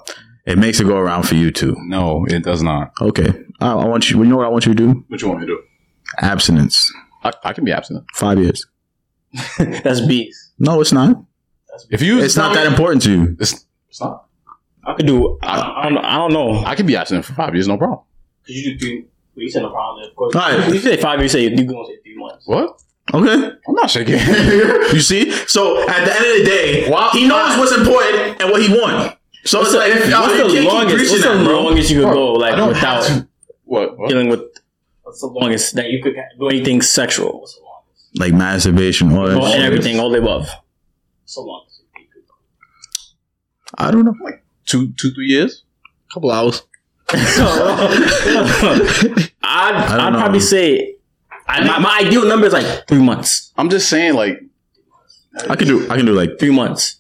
[SPEAKER 1] it makes it go around for you too.
[SPEAKER 2] No, it does not.
[SPEAKER 1] Okay, I, I want you. You know what I want you to do?
[SPEAKER 2] What you want me to do?
[SPEAKER 1] Abstinence,
[SPEAKER 2] I, I can be abstinent.
[SPEAKER 1] five years.
[SPEAKER 4] That's beats.
[SPEAKER 1] No, it's not.
[SPEAKER 2] If you,
[SPEAKER 1] It's not that important to you.
[SPEAKER 2] It's, it's not.
[SPEAKER 4] I could do. I, I, don't, I don't know.
[SPEAKER 2] I can be abstinent for five years, no problem.
[SPEAKER 3] Cause you do three, But you said LeBron, of course.
[SPEAKER 1] Alright.
[SPEAKER 4] You say five, you say you gonna say three months.
[SPEAKER 2] What?
[SPEAKER 1] Okay.
[SPEAKER 2] I'm not shaking.
[SPEAKER 1] You see? So at the end of the day,
[SPEAKER 2] Why-
[SPEAKER 1] he knows what's important and what he wants. So it's like, if, uh,
[SPEAKER 4] What's
[SPEAKER 1] you
[SPEAKER 4] the
[SPEAKER 1] can't keep
[SPEAKER 4] longest?
[SPEAKER 1] preaching
[SPEAKER 4] What's the
[SPEAKER 1] that, bro.
[SPEAKER 4] longest you could go like without
[SPEAKER 2] what? what?
[SPEAKER 4] dealing with? What's the longest that you could do anything sexual?
[SPEAKER 3] What's the longest?
[SPEAKER 1] Like masturbation or
[SPEAKER 4] Well, and everything, all the above.
[SPEAKER 3] What's the longest? you could go?
[SPEAKER 1] I don't know.
[SPEAKER 2] Two, two, three years?
[SPEAKER 5] couple hours.
[SPEAKER 4] I'd, I'd
[SPEAKER 1] know.
[SPEAKER 4] probably say I, my, my ideal number is like three months.
[SPEAKER 2] I'm just saying, like,
[SPEAKER 1] I can do I can do like
[SPEAKER 4] Three months.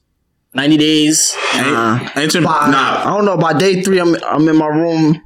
[SPEAKER 4] 90 days.
[SPEAKER 5] Nah.
[SPEAKER 1] ancient
[SPEAKER 5] By,
[SPEAKER 1] nah.
[SPEAKER 5] I don't know. By day three, I'm I'm in my room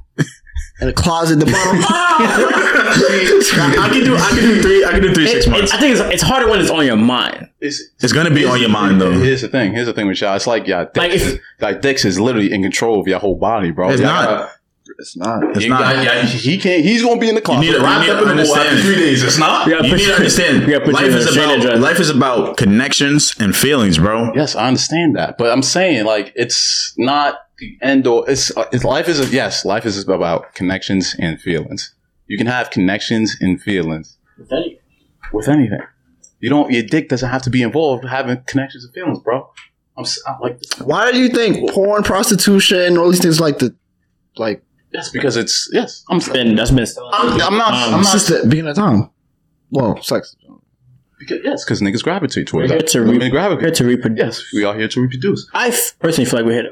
[SPEAKER 5] in the closet. The bottom. Ah!
[SPEAKER 1] I can do I can do three I can do three six
[SPEAKER 4] It-
[SPEAKER 1] months.
[SPEAKER 4] it's- I think it's, it's harder when it's on your mind.
[SPEAKER 2] it's,
[SPEAKER 1] It's gonna be on your mind though.
[SPEAKER 2] Here's the thing. Here's the thing with y'all. It's like y'all dicks,
[SPEAKER 4] Like, if-
[SPEAKER 2] like dicks is literally in control of your whole body, bro.
[SPEAKER 1] It's
[SPEAKER 2] Y'all
[SPEAKER 1] not.
[SPEAKER 2] gotta- it's not.
[SPEAKER 1] It's
[SPEAKER 2] You
[SPEAKER 1] not.
[SPEAKER 2] got- y'all- he can't. He's gonna be in the closet.
[SPEAKER 1] You need to- you
[SPEAKER 2] wrapped
[SPEAKER 1] need
[SPEAKER 2] up
[SPEAKER 1] to
[SPEAKER 2] in a ball after
[SPEAKER 1] understand.
[SPEAKER 2] three days. It's not.
[SPEAKER 4] Yeah,
[SPEAKER 1] You
[SPEAKER 4] put
[SPEAKER 1] need to
[SPEAKER 4] your-
[SPEAKER 1] understand.
[SPEAKER 4] Yeah, put
[SPEAKER 1] life
[SPEAKER 4] you in
[SPEAKER 1] is
[SPEAKER 4] a training
[SPEAKER 1] about
[SPEAKER 4] dress.
[SPEAKER 1] life is about connections and feelings, bro.
[SPEAKER 2] Yes, I understand that, but I'm saying like it's not the end or it's, uh, it's life is yes, life is about connections and feelings. You can have connections and feelings
[SPEAKER 3] With anything.
[SPEAKER 2] with anything. You don't. Your dick doesn't have to be involved with having connections and feelings, bro. I'm, s am like
[SPEAKER 5] Why do you think porn, prostitution, all these things like the like
[SPEAKER 2] yes because it's yes. I'm. s-
[SPEAKER 4] Been, that's been
[SPEAKER 2] I'm, I'm not.
[SPEAKER 4] Um,
[SPEAKER 2] I'm
[SPEAKER 5] it's
[SPEAKER 2] not
[SPEAKER 5] just the beginning of time? Well, sex.
[SPEAKER 2] Because, yes, because niggas gravitate towards
[SPEAKER 4] We're
[SPEAKER 2] that.
[SPEAKER 4] here to re-
[SPEAKER 2] Women
[SPEAKER 4] here
[SPEAKER 2] gravitate.
[SPEAKER 4] to reproduce.
[SPEAKER 2] Yes, we are here to reproduce.
[SPEAKER 4] I f- personally feel like we're here to.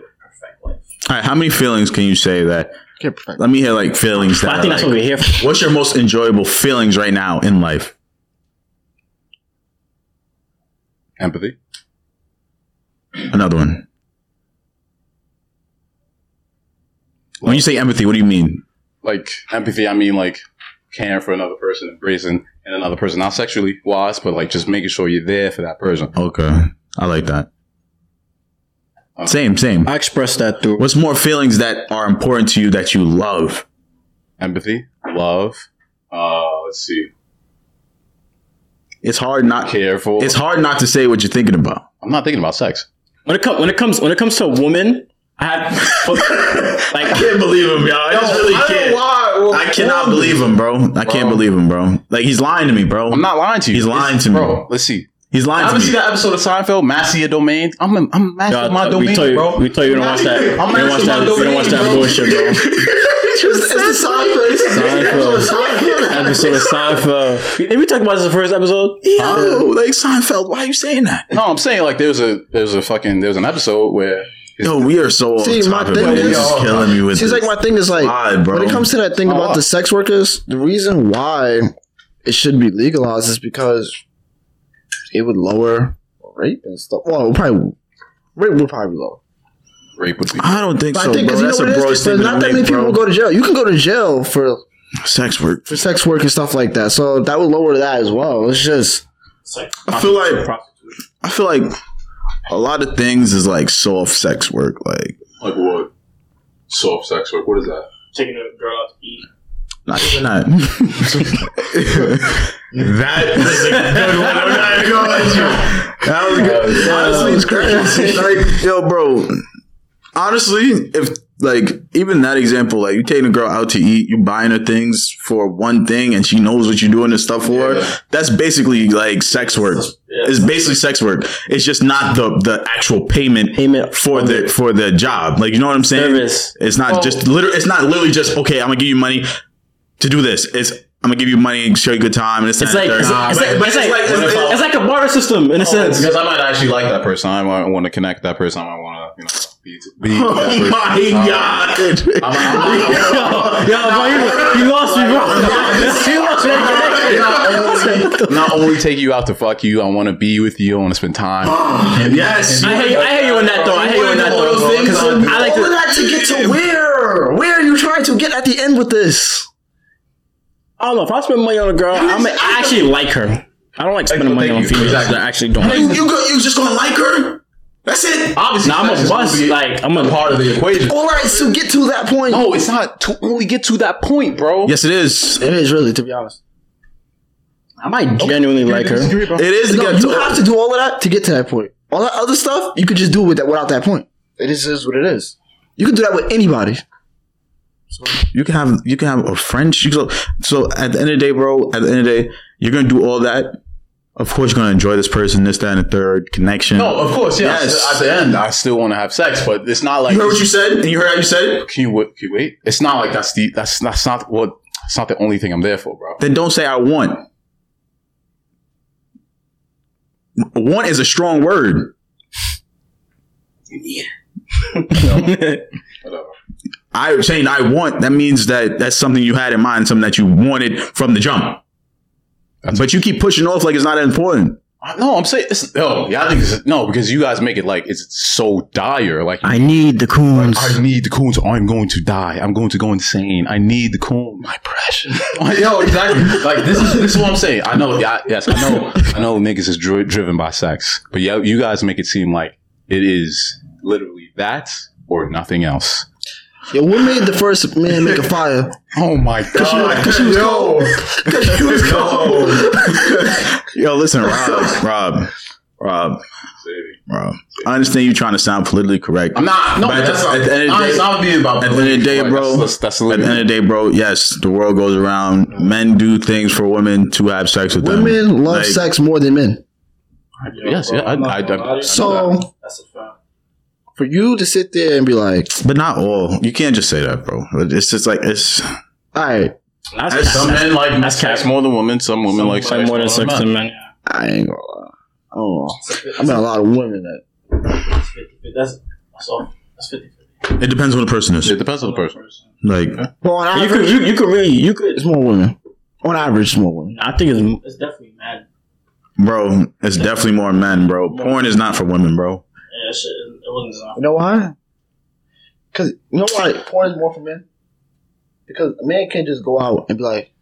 [SPEAKER 1] All right, how many feelings can you say that?
[SPEAKER 5] Can't perfect.
[SPEAKER 1] Let me hear like feelings
[SPEAKER 4] But
[SPEAKER 1] that.
[SPEAKER 4] I think that's
[SPEAKER 1] like-
[SPEAKER 4] what we're here for.
[SPEAKER 1] what's your most enjoyable feelings right now in life?
[SPEAKER 2] Empathy.
[SPEAKER 1] Another one. When you say empathy, what do you mean?
[SPEAKER 2] Like empathy, I mean like caring for another person, embracing and another person, not sexually wise, but like just making sure you're there for that person.
[SPEAKER 1] Okay, I like that. Same, same.
[SPEAKER 4] I express that through.
[SPEAKER 1] What's more feelings that are important to you that you love?
[SPEAKER 2] Empathy, love. Uh, let's see.
[SPEAKER 1] It's hard not.
[SPEAKER 2] Careful.
[SPEAKER 1] It's hard not to say what you're thinking about.
[SPEAKER 2] I'm not thinking about sex.
[SPEAKER 4] When it comes when it comes when it comes to a woman, I have like
[SPEAKER 1] can't believe him, y'all. I just really can't. I cannot believe him, bro. I can't believe him, bro. Like he's lying to me, bro.
[SPEAKER 2] I'm not lying to you.
[SPEAKER 1] He's lying
[SPEAKER 2] It's-
[SPEAKER 1] to me.
[SPEAKER 2] bro. Let's see.
[SPEAKER 1] He's lying
[SPEAKER 2] I
[SPEAKER 1] to
[SPEAKER 2] haven't
[SPEAKER 1] me.
[SPEAKER 2] seen that episode of Seinfeld. Master your domain. I'm a, I'm master
[SPEAKER 4] God,
[SPEAKER 2] of my domain,
[SPEAKER 4] uh, we told you,
[SPEAKER 2] bro.
[SPEAKER 4] we told you, don't watch that. You
[SPEAKER 2] I'm
[SPEAKER 4] don't watch
[SPEAKER 2] asking
[SPEAKER 4] that.
[SPEAKER 2] my
[SPEAKER 4] You don't watch that
[SPEAKER 2] domain, bro.
[SPEAKER 4] bullshit, bro. Seinfeld. episode of Seinfeld. Did we talk about this in the first episode?
[SPEAKER 1] Yo, like Seinfeld, why are you saying that?
[SPEAKER 2] No, I'm saying like there's a there's a fucking there's an episode where
[SPEAKER 1] Yo, we are so
[SPEAKER 5] See,
[SPEAKER 1] off
[SPEAKER 5] my
[SPEAKER 1] topic.
[SPEAKER 5] thing
[SPEAKER 1] bro.
[SPEAKER 5] is-
[SPEAKER 1] This is killing me with
[SPEAKER 5] Seems
[SPEAKER 1] this.
[SPEAKER 5] like my thing is like
[SPEAKER 1] Why, bro?
[SPEAKER 5] when it comes to that thing
[SPEAKER 2] Oh.
[SPEAKER 5] about the sex workers, the reason why it should be legalized is because it would lower rape and stuff. Well, it probably rape would probably be lower.
[SPEAKER 2] rape would be.
[SPEAKER 1] I don't think
[SPEAKER 5] But
[SPEAKER 1] so,
[SPEAKER 5] I think
[SPEAKER 1] bro.
[SPEAKER 5] because you know
[SPEAKER 1] That's
[SPEAKER 5] what
[SPEAKER 1] a
[SPEAKER 5] it
[SPEAKER 1] broad
[SPEAKER 5] is, there's
[SPEAKER 1] statement.
[SPEAKER 5] not that many people go to jail. You can go to jail for
[SPEAKER 1] sex work.
[SPEAKER 5] for sex work and stuff like that. So that would lower that as well. It's just
[SPEAKER 3] It's like
[SPEAKER 1] I feel like I feel like a lot of things is like soft sex work. Like
[SPEAKER 2] Like what? Soft sex work. What is that?
[SPEAKER 3] taking a girl out to eat.
[SPEAKER 1] not even that. that is a good one. I'm not gonna let you. That was good. Honestly, it's crazy. Like, yo, bro. Honestly, if like even that example, like you taking a girl out to eat, you buying her things for one thing, and she knows what you're doing and stuff for.
[SPEAKER 2] Yeah.
[SPEAKER 1] her, That's basically like sex work. It's basically sex work. It's just not the the actual payment
[SPEAKER 4] Payment
[SPEAKER 1] for the for the job. Like you know what I'm saying?
[SPEAKER 4] Service.
[SPEAKER 1] It's not just literally. It's not literally just okay. I'm gonna give you money to do this. It's I'm gonna give you money and show you a good time. And it's,
[SPEAKER 4] It's like it's like it's like- it's like- it's like Oh, a barter system in a sense.
[SPEAKER 2] Because I might actually like that person. I might want to connect with that person. I might want to you know be. be that
[SPEAKER 1] Oh
[SPEAKER 2] person.
[SPEAKER 1] my god!
[SPEAKER 2] I'm, I'm, I'm,
[SPEAKER 4] Yo, yo, bro, you, you lost me, bro. You lost me.
[SPEAKER 2] not, only, not only take you out to fuck you. I want to be with you. I want to spend time.
[SPEAKER 1] yes.
[SPEAKER 4] I hear you. I hear you on that though. I hear you on that
[SPEAKER 1] All those
[SPEAKER 4] though.
[SPEAKER 1] things,
[SPEAKER 4] Because I like
[SPEAKER 5] all of
[SPEAKER 4] to.
[SPEAKER 5] that to get to where? Where are you trying to get at the end with this?
[SPEAKER 4] I don't know. If I spend money on a girl, I'm, I actually like her. I don't like spending money
[SPEAKER 2] thank
[SPEAKER 4] on
[SPEAKER 2] you.
[SPEAKER 4] females
[SPEAKER 2] Exactly.
[SPEAKER 4] that I actually don't. Like.
[SPEAKER 1] You, you go, you just gonna like her? That's it.
[SPEAKER 2] Obviously,
[SPEAKER 4] Nah, I'm
[SPEAKER 2] sex
[SPEAKER 4] a
[SPEAKER 2] is
[SPEAKER 4] bust.
[SPEAKER 2] gonna be
[SPEAKER 4] Like I'm a
[SPEAKER 2] part of the equation.
[SPEAKER 5] All right, so get to that point.
[SPEAKER 2] No, Oh, it's not to only get to that point, bro.
[SPEAKER 1] Yes, it is.
[SPEAKER 5] It is really, to be honest.
[SPEAKER 4] I might genuinely like her.
[SPEAKER 2] bro.
[SPEAKER 1] It is to
[SPEAKER 5] No,
[SPEAKER 1] get
[SPEAKER 5] you
[SPEAKER 1] to-
[SPEAKER 5] have to do all of that to get to that point. All that other stuff you could just do with that without that point. It is, is what it is. You can do that with anybody.
[SPEAKER 1] You can have you can have a French. You can, so at the end of the day, bro. At the end of the day, you're gonna do all that. Of course, you're gonna enjoy this person, this, that, and the third connection.
[SPEAKER 2] No, of course, yes.
[SPEAKER 1] Yes.
[SPEAKER 2] At the end, I still want to have sex, but it's not like
[SPEAKER 1] you heard what you said, and you heard how you said it.
[SPEAKER 2] can you wait? Can you wait? It's not like that's the that's that's not what it's not the only thing I'm there for, bro.
[SPEAKER 1] Then don't say I want. Want is a strong word.
[SPEAKER 2] Whatever.
[SPEAKER 1] I saying I want that means that that's something you had in mind, something that you wanted from the jump. but you keep pushing off like it's not important.
[SPEAKER 2] I- No, I'm saying it's no. Yeah, I think it's no because you guys make it like it's so dire. Like
[SPEAKER 9] I need the coons.
[SPEAKER 2] I need the coons. or I'm going to die. I'm going to go insane. I need the coon. My precious. Yo, exactly. Like this is this is what I'm saying. I know. Yeah, yes, I know. I know niggas is dri- driven by sex, but yeah, you guys make it seem like it is literally that or nothing else.
[SPEAKER 5] Yo, what made the first man make a fire?
[SPEAKER 2] Oh my god.
[SPEAKER 1] yo, yo, listen, Rob, Rob, Rob, Rob. I understand you trying to sound politically correct.
[SPEAKER 2] I'm not. No,
[SPEAKER 1] But at
[SPEAKER 2] that's
[SPEAKER 1] the-
[SPEAKER 2] not.
[SPEAKER 1] at the end of the
[SPEAKER 2] honest,
[SPEAKER 1] day-
[SPEAKER 2] I'm being about
[SPEAKER 1] at the end of the day,
[SPEAKER 2] Like,
[SPEAKER 1] bro,
[SPEAKER 2] That's, that's, that's
[SPEAKER 1] At the end of the day, bro, yes, the world goes around. Men do things for women to have sex with them.
[SPEAKER 5] Women love
[SPEAKER 1] Like-
[SPEAKER 5] sex more than men.
[SPEAKER 2] yes, yeah. I, I, I,
[SPEAKER 5] So
[SPEAKER 3] That's a fact.
[SPEAKER 5] for you to sit there and be like,
[SPEAKER 1] But not all. You can't just say that, bro. It's just like it's.
[SPEAKER 5] all right,
[SPEAKER 2] I, some men like sex more than women. Some women like
[SPEAKER 4] Like
[SPEAKER 2] sex
[SPEAKER 4] more than six than men.
[SPEAKER 5] I ain't gonna lie. I don't know.
[SPEAKER 3] It's a fif-
[SPEAKER 5] I met a lot of women that
[SPEAKER 3] That's 50 That's, that's all. That's 50
[SPEAKER 1] It depends on the person is.
[SPEAKER 2] It depends on the person.
[SPEAKER 1] Like
[SPEAKER 5] Well, on
[SPEAKER 4] You
[SPEAKER 5] average,
[SPEAKER 4] could, you, you could really, you could.
[SPEAKER 5] it's more women. On average, it's more women.
[SPEAKER 4] I think it's
[SPEAKER 3] It's definitely mad.
[SPEAKER 1] Bro, it's definitely more men, bro. Porn is not for women, bro.
[SPEAKER 3] Yeah, that shit, it wasn't enough.
[SPEAKER 5] You know why? Because you know why porn is more for men. Because a man can't just go out and be like,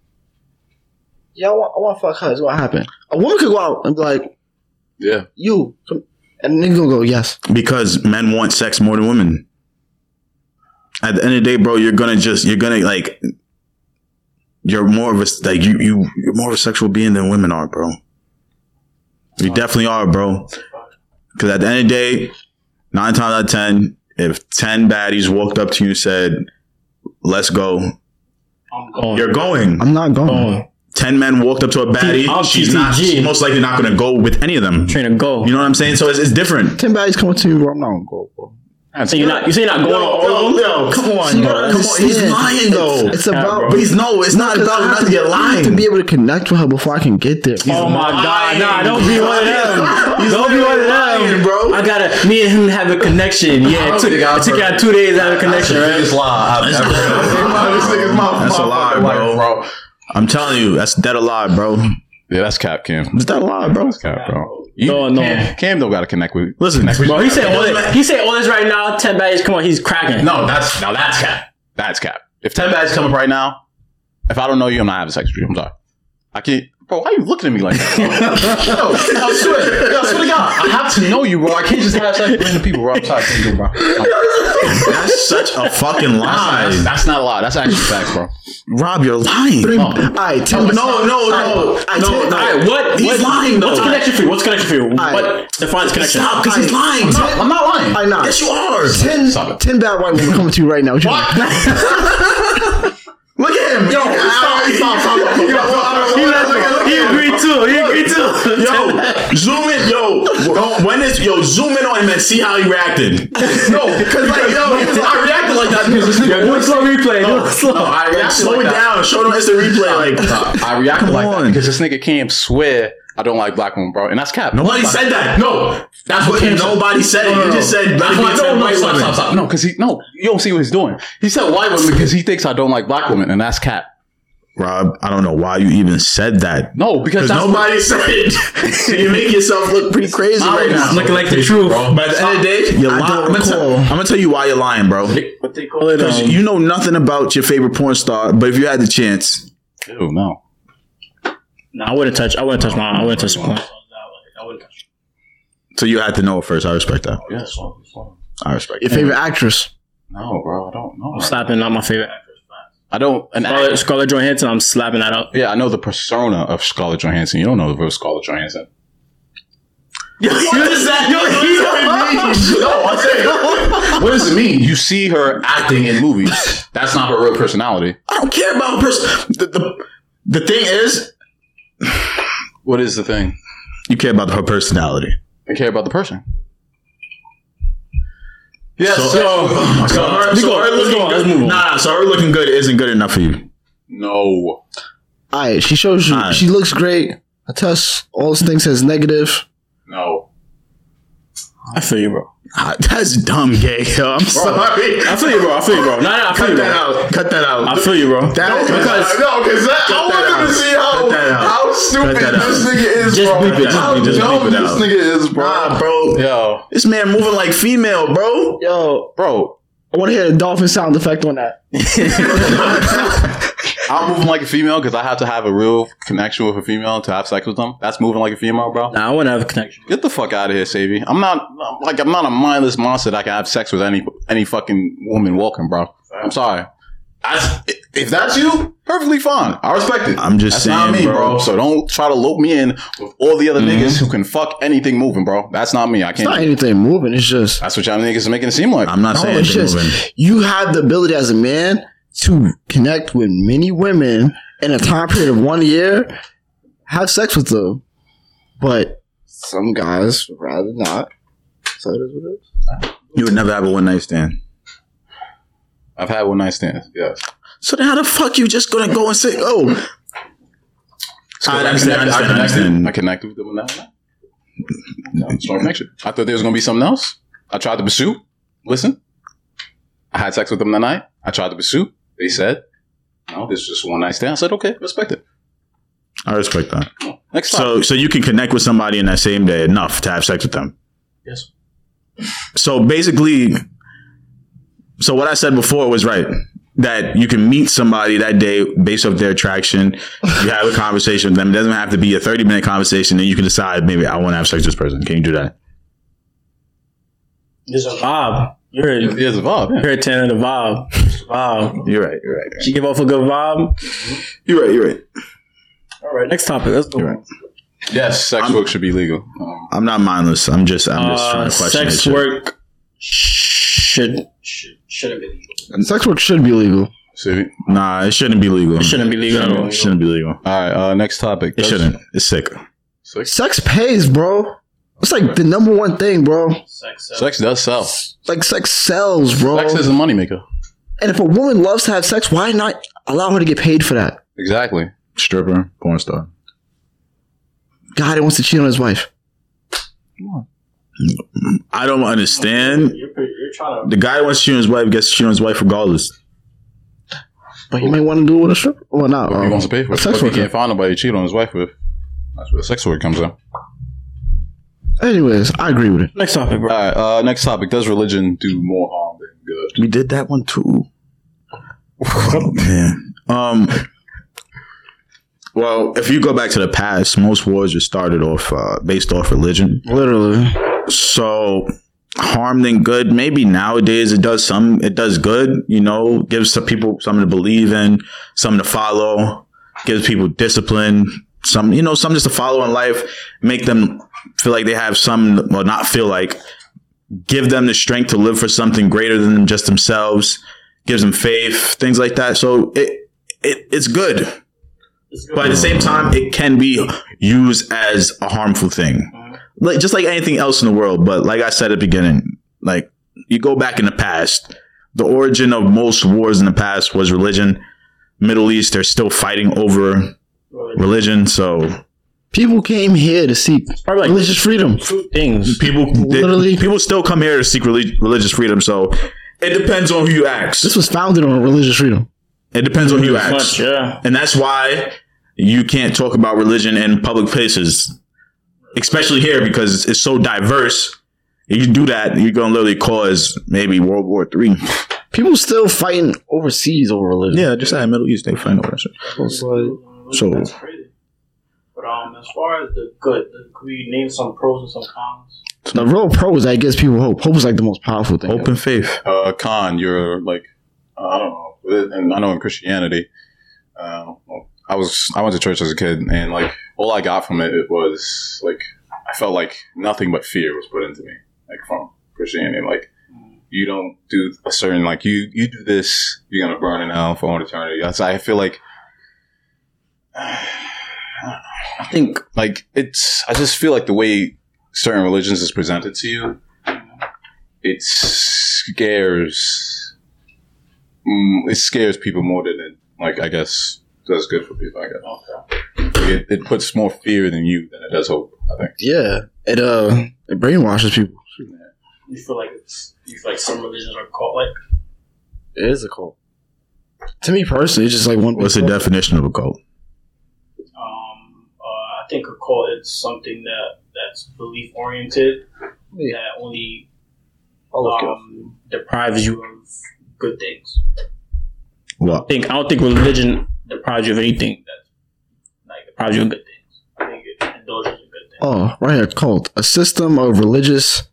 [SPEAKER 5] "Yeah, I want, I want to fuck her." That's what happened. A woman could go out and be like,
[SPEAKER 2] Yeah.
[SPEAKER 5] "You," come, and nigga gonna go, "Yes."
[SPEAKER 1] Because men want sex more than women. At the end of the day, bro, you're gonna just you're gonna like you're more of a like you you you're more of a sexual being than women are, bro. You definitely are, bro. Because at the end of the day, nine times out of ten, if ten baddies walked up to you and said, "Let's go,"
[SPEAKER 3] I'm going.
[SPEAKER 4] going.
[SPEAKER 1] you're going.
[SPEAKER 5] I'm not going.
[SPEAKER 1] ten men walked up to a baddie,
[SPEAKER 4] I'm
[SPEAKER 1] she's not.
[SPEAKER 4] TTG.
[SPEAKER 1] She's most likely not going to go with any of them.
[SPEAKER 4] trying to go.
[SPEAKER 1] You know what I'm saying? So it's, it's different.
[SPEAKER 5] Ten baddies coming to me, bro. I'm not gonna go, bro.
[SPEAKER 4] so you're not, you say you're not going on all of them.
[SPEAKER 1] come on,
[SPEAKER 5] You gotta
[SPEAKER 1] Come on, he's
[SPEAKER 5] understand.
[SPEAKER 1] lying though.
[SPEAKER 5] It's about.
[SPEAKER 1] but he's no. It's not
[SPEAKER 5] 'cause I
[SPEAKER 1] about
[SPEAKER 5] have
[SPEAKER 1] not to get
[SPEAKER 5] I have
[SPEAKER 1] lying.
[SPEAKER 5] to be able to connect with her before I can get there.
[SPEAKER 4] Oh my god, nah, don't be one of them.
[SPEAKER 1] He's
[SPEAKER 4] Don't be one of them,
[SPEAKER 1] lying, bro.
[SPEAKER 4] I gotta, me and him have a connection. Yeah, it took, it took out two days to have a connection, right?
[SPEAKER 1] That's a lie, bro.
[SPEAKER 2] bro.
[SPEAKER 1] I'm telling you, that's dead alive, bro.
[SPEAKER 2] Yeah, that's cap Cam.
[SPEAKER 1] It's dead alive, bro.
[SPEAKER 2] That's cap, bro. You,
[SPEAKER 4] No, no.
[SPEAKER 2] Cam, Cam don't gotta connect with.
[SPEAKER 1] Listen,
[SPEAKER 4] Bro, he said all this, he said all this right now. Ten baddies, come on, he's cracking.
[SPEAKER 2] No, that's now that's cap. That's cap. If ten bads come up right now, if I don't know you, I'm not having sex with you. I'm sorry. I can't. Bro, why are you looking at me like that? bro? Yo, I swear, yo, I swear to God, I have to know you, bro. I can't just have sex with random people, bro. I'm sorry, thank you, bro.
[SPEAKER 1] that's such a fucking
[SPEAKER 2] That's,
[SPEAKER 1] lie,
[SPEAKER 2] that's not a lie. That's actually facts, bro.
[SPEAKER 1] Rob. You're lying.
[SPEAKER 2] No.
[SPEAKER 5] All right, tell me.
[SPEAKER 1] Oh, No, no, no, no,
[SPEAKER 4] All right,
[SPEAKER 1] no.
[SPEAKER 4] what?
[SPEAKER 1] He's
[SPEAKER 4] what,
[SPEAKER 1] lying, though.
[SPEAKER 4] What's connection for you? What's connection for you?
[SPEAKER 5] right.
[SPEAKER 4] What defines connection?
[SPEAKER 1] Stop, because he's lying.
[SPEAKER 2] I'm not lying.
[SPEAKER 5] I know.
[SPEAKER 1] Yes, you are.
[SPEAKER 5] Ten,
[SPEAKER 2] Stop it.
[SPEAKER 5] ten bad white women coming to you right now. What? you doing?
[SPEAKER 1] Look at him. Yo, stop, stop, stop. Yo,
[SPEAKER 4] He left it. He agreed too. He agreed too.
[SPEAKER 1] Yo, zoom in, yo. Don't, when is yo zoom in on him and see how he reacted? No, because like yo, I reacted like that because this
[SPEAKER 4] Do a
[SPEAKER 1] nigga.
[SPEAKER 4] slow replay. Do a slow.
[SPEAKER 2] I reacted
[SPEAKER 1] Slow
[SPEAKER 2] like
[SPEAKER 1] it
[SPEAKER 2] that.
[SPEAKER 1] down. Show them instant replay. Like
[SPEAKER 2] I reacted
[SPEAKER 1] Come
[SPEAKER 2] like that
[SPEAKER 1] on.
[SPEAKER 2] because this nigga Cam swear I don't like black women, bro, and that's cap.
[SPEAKER 1] nobody said that. No, that's what nobody said. it. You just said
[SPEAKER 2] That's why-
[SPEAKER 1] no, no,
[SPEAKER 2] stop, stop, stop. No, because he no, you don't see what he's doing. He said white women because he thinks I don't like black women, and that's cap.
[SPEAKER 1] Rob, I don't know why you even said that.
[SPEAKER 2] No, because that's
[SPEAKER 1] Nobody said it. So you make yourself look pretty crazy right now.
[SPEAKER 4] Looking like the truth.
[SPEAKER 1] By the end of the day, you're lying. I'm gonna, tell, I'm gonna tell you why you're lying, bro.
[SPEAKER 4] What they call it?
[SPEAKER 1] 'Cause
[SPEAKER 4] Um,
[SPEAKER 1] you know nothing about your favorite porn star, but if you had the chance,
[SPEAKER 2] Ew, no.
[SPEAKER 4] nah, I wouldn't touch. I wouldn't touch my. I wouldn't touch my.
[SPEAKER 1] so you had to know it first. I respect that.
[SPEAKER 2] Yes.
[SPEAKER 1] I respect
[SPEAKER 5] Your
[SPEAKER 1] it.
[SPEAKER 5] favorite actress?
[SPEAKER 2] No, bro, I don't know.
[SPEAKER 4] Slapping, not my favorite.
[SPEAKER 2] I don't. An
[SPEAKER 4] Scarlett,
[SPEAKER 2] act-
[SPEAKER 4] Scarlett Johansson, I'm slapping that up.
[SPEAKER 2] yeah, I know the persona of Scarlett Johansson. You don't know the real Scarlett Johansson.
[SPEAKER 1] What does that
[SPEAKER 2] no, I'm saying, what does it mean? You see her acting in movies. That's not her real personality.
[SPEAKER 1] I don't care about a person. The, the, the thing is,
[SPEAKER 2] What is the thing?
[SPEAKER 1] you care about her personality.
[SPEAKER 2] I care about the person. Yeah, so, oh
[SPEAKER 1] So her, so her looking good, nah, so her looking good isn't good enough for you.
[SPEAKER 2] no.
[SPEAKER 5] All right, she shows you.
[SPEAKER 1] Alright.
[SPEAKER 5] She looks great. I test all those things as negative.
[SPEAKER 2] No.
[SPEAKER 4] I feel you, bro.
[SPEAKER 1] Ah, that's dumb, gay. Yo, I'm sorry.
[SPEAKER 4] I feel you, bro. I feel you, bro. No, no, I feel
[SPEAKER 1] Cut
[SPEAKER 4] you,
[SPEAKER 1] that
[SPEAKER 4] bro.
[SPEAKER 1] out. Cut that out.
[SPEAKER 4] I feel you, bro.
[SPEAKER 1] that because
[SPEAKER 10] No, because I
[SPEAKER 1] that
[SPEAKER 10] want
[SPEAKER 1] out.
[SPEAKER 10] them to see
[SPEAKER 1] Cut
[SPEAKER 10] how
[SPEAKER 1] that out.
[SPEAKER 10] how stupid
[SPEAKER 1] Cut that
[SPEAKER 10] this
[SPEAKER 1] out.
[SPEAKER 10] nigga is,
[SPEAKER 4] Just
[SPEAKER 10] bro.
[SPEAKER 4] bleep it, just
[SPEAKER 10] How
[SPEAKER 1] bleep it, just bleep
[SPEAKER 10] dumb
[SPEAKER 1] it
[SPEAKER 10] this
[SPEAKER 1] out.
[SPEAKER 10] nigga is, bro.
[SPEAKER 1] nah, bro.
[SPEAKER 2] Yo,
[SPEAKER 1] This man moving like female, bro.
[SPEAKER 5] Yo,
[SPEAKER 2] bro,
[SPEAKER 5] I want to hear the dolphin sound effect on that.
[SPEAKER 2] I'm moving like a female because I have to have a real connection with a female to have sex with them. That's moving like a female, bro.
[SPEAKER 4] Nah, I want to have a connection.
[SPEAKER 2] Get the fuck out of here, Savy. I'm not I'm- like I'm not a mindless monster that can have sex with any any fucking woman walking, bro. I'm sorry. I, if that's you, perfectly fine. I respect it.
[SPEAKER 1] I'm just
[SPEAKER 2] That's
[SPEAKER 1] saying,
[SPEAKER 2] not me, bro.
[SPEAKER 1] bro. Mm-hmm.
[SPEAKER 2] So don't try to lope me in with all the other niggas who can fuck anything moving, bro. That's not me. I
[SPEAKER 5] It's
[SPEAKER 2] can't.
[SPEAKER 5] not anything moving. It's just
[SPEAKER 2] That's what y'all niggas are making it seem like.
[SPEAKER 1] I'm not
[SPEAKER 5] no,
[SPEAKER 1] saying
[SPEAKER 5] it's
[SPEAKER 1] it's
[SPEAKER 5] just
[SPEAKER 1] moving.
[SPEAKER 5] you have the ability as a man to connect with many women in a time period of one year, have sex with them, but some guys would rather not. So it is what it is.
[SPEAKER 1] You would never have a one night stand.
[SPEAKER 2] I've had one night stands. Yes.
[SPEAKER 1] So then how the fuck you just gonna go and say, oh,
[SPEAKER 2] So
[SPEAKER 1] I understand, I understand, I understand.
[SPEAKER 2] I connected with them on that one. Strong connection. I thought there was gonna be something else. I tried to pursue. Listen, I had sex with them that night. I tried to pursue. They said, "No, this is just one night stand." I said, "Okay, respect it."
[SPEAKER 1] I respect that.
[SPEAKER 2] Next time,
[SPEAKER 1] So so you can connect with somebody in that same day enough to have sex with them.
[SPEAKER 3] Yes.
[SPEAKER 1] So basically, so what I said before was right. That you can meet somebody that day based off their attraction. You have a conversation with them. It doesn't have to be a 30 minute conversation. Then you can decide, maybe I want to have sex with this person. Can you do that?
[SPEAKER 4] There's a vibe. You're a,
[SPEAKER 2] here's a vibe. yeah.
[SPEAKER 4] you're a ten of the vibe. Vibe.
[SPEAKER 1] You're right. You're right.
[SPEAKER 4] She give off a good vibe.
[SPEAKER 1] You're right. You're right.
[SPEAKER 4] All right, next topic. Let's go.
[SPEAKER 1] You're right.
[SPEAKER 2] Yes, sex
[SPEAKER 1] I'm-
[SPEAKER 2] work should be legal. Um,
[SPEAKER 1] I'm not mindless. I'm just, I'm just
[SPEAKER 4] Uh,
[SPEAKER 1] trying to question
[SPEAKER 4] sex
[SPEAKER 1] this shit.
[SPEAKER 4] work should
[SPEAKER 3] Should should have been.
[SPEAKER 5] Sex work should be legal.
[SPEAKER 2] see?
[SPEAKER 1] Nah, it shouldn't be legal. It
[SPEAKER 4] shouldn't be legal.
[SPEAKER 1] It shouldn't be legal.
[SPEAKER 2] All right. Uh, next topic.
[SPEAKER 1] It
[SPEAKER 2] That's-
[SPEAKER 1] shouldn't. It's sick.
[SPEAKER 2] Sex,
[SPEAKER 5] Sex pays, bro. It's like the number one thing, bro.
[SPEAKER 3] Sex. sells.
[SPEAKER 2] sex does sell.
[SPEAKER 5] Like sex sells, bro.
[SPEAKER 2] Sex is a moneymaker.
[SPEAKER 5] and if a woman loves to have sex, why not allow her to get paid for that?
[SPEAKER 2] Exactly.
[SPEAKER 1] Stripper, porn star.
[SPEAKER 5] God, he wants to cheat on his wife.
[SPEAKER 1] I don't understand.
[SPEAKER 3] You're, pretty- you're trying to.
[SPEAKER 1] The guy that wants to cheat on his wife gets to cheat on his wife regardless.
[SPEAKER 5] But he may want to do it with a stripper. Well, not.
[SPEAKER 2] He wants to pay for it.
[SPEAKER 5] sex
[SPEAKER 2] But if
[SPEAKER 5] worker.
[SPEAKER 2] he can't find nobody to cheat on his wife with. That's where sex work comes in.
[SPEAKER 5] Anyways, I agree with it.
[SPEAKER 4] Next topic, bro.
[SPEAKER 2] All right. Uh, next topic. Does religion do more harm than good?
[SPEAKER 1] We did that one too. Man. Um. Well, if you go back to the past, most wars were started off uh, based off religion.
[SPEAKER 5] Literally.
[SPEAKER 1] So harm than good. Maybe nowadays it does some. It does good. You know, gives some people something to believe in, something to follow. Gives people discipline. Some, you know, some just to follow in life. Make them feel like they have some, well, not feel like. Give them the strength to live for something greater than them, just themselves. Gives them faith, things like that. So it, it it's good, but at the same time, it can be used as a harmful thing like just like anything else in the world. But like I said at the beginning, like you go back in the past, the origin of most wars in the past was religion. Middle East, they're still fighting over religion. So
[SPEAKER 5] People came here to seek
[SPEAKER 4] Probably like
[SPEAKER 5] religious freedom.
[SPEAKER 4] two things.
[SPEAKER 1] people
[SPEAKER 5] Literally.
[SPEAKER 1] people still come here to seek relig- religious freedom. So it depends on who you ask.
[SPEAKER 5] This was founded on religious freedom.
[SPEAKER 1] It depends on who you
[SPEAKER 4] Much,
[SPEAKER 1] ask,
[SPEAKER 4] yeah.
[SPEAKER 1] and that's why you can't talk about religion in public places, especially here because it's so diverse. If you do that, you're gonna literally cause maybe World War Three.
[SPEAKER 5] People still fighting overseas over religion.
[SPEAKER 1] Yeah, just out of Middle East, they find over that shit.
[SPEAKER 5] It's like-
[SPEAKER 1] So-
[SPEAKER 3] that's crazy. But um, as far as the good, the, could we name some pros and some cons?
[SPEAKER 5] the real pro is that it gives people hope. Hope is like the most powerful thing.
[SPEAKER 1] Open faith.
[SPEAKER 2] Uh, Khan, you're like, uh, I don't know. And I know in Christianity, uh, I was I went to church as a kid, and like all I got from it, it was like I felt like nothing but fear was put into me, like from Christianity. Like you don't do a certain like you you do this, you're gonna burn in hell for all eternity. That's I feel like I think like it's I just feel like the way certain religions is presented to you, it scares mm, it scares people more than it like I guess does good for people. I guess it, it puts more fear in you than it does hope. I think.
[SPEAKER 5] Yeah, it uh, it brainwashes people.
[SPEAKER 3] You feel like it's you feel like some religions are called like
[SPEAKER 5] It is a cult. To me personally, it's just like one.
[SPEAKER 1] What's the definition of a cult?
[SPEAKER 3] um uh, I think a cult is something that that's belief oriented
[SPEAKER 5] Yeah.
[SPEAKER 3] that only
[SPEAKER 5] I'll look it up.
[SPEAKER 3] um, deprives you of good things.
[SPEAKER 4] I think I don't think religion deprives you of anything that like deprives you of good things.
[SPEAKER 3] I think it indulges in good things.
[SPEAKER 5] Oh, right here, cult. A system of religious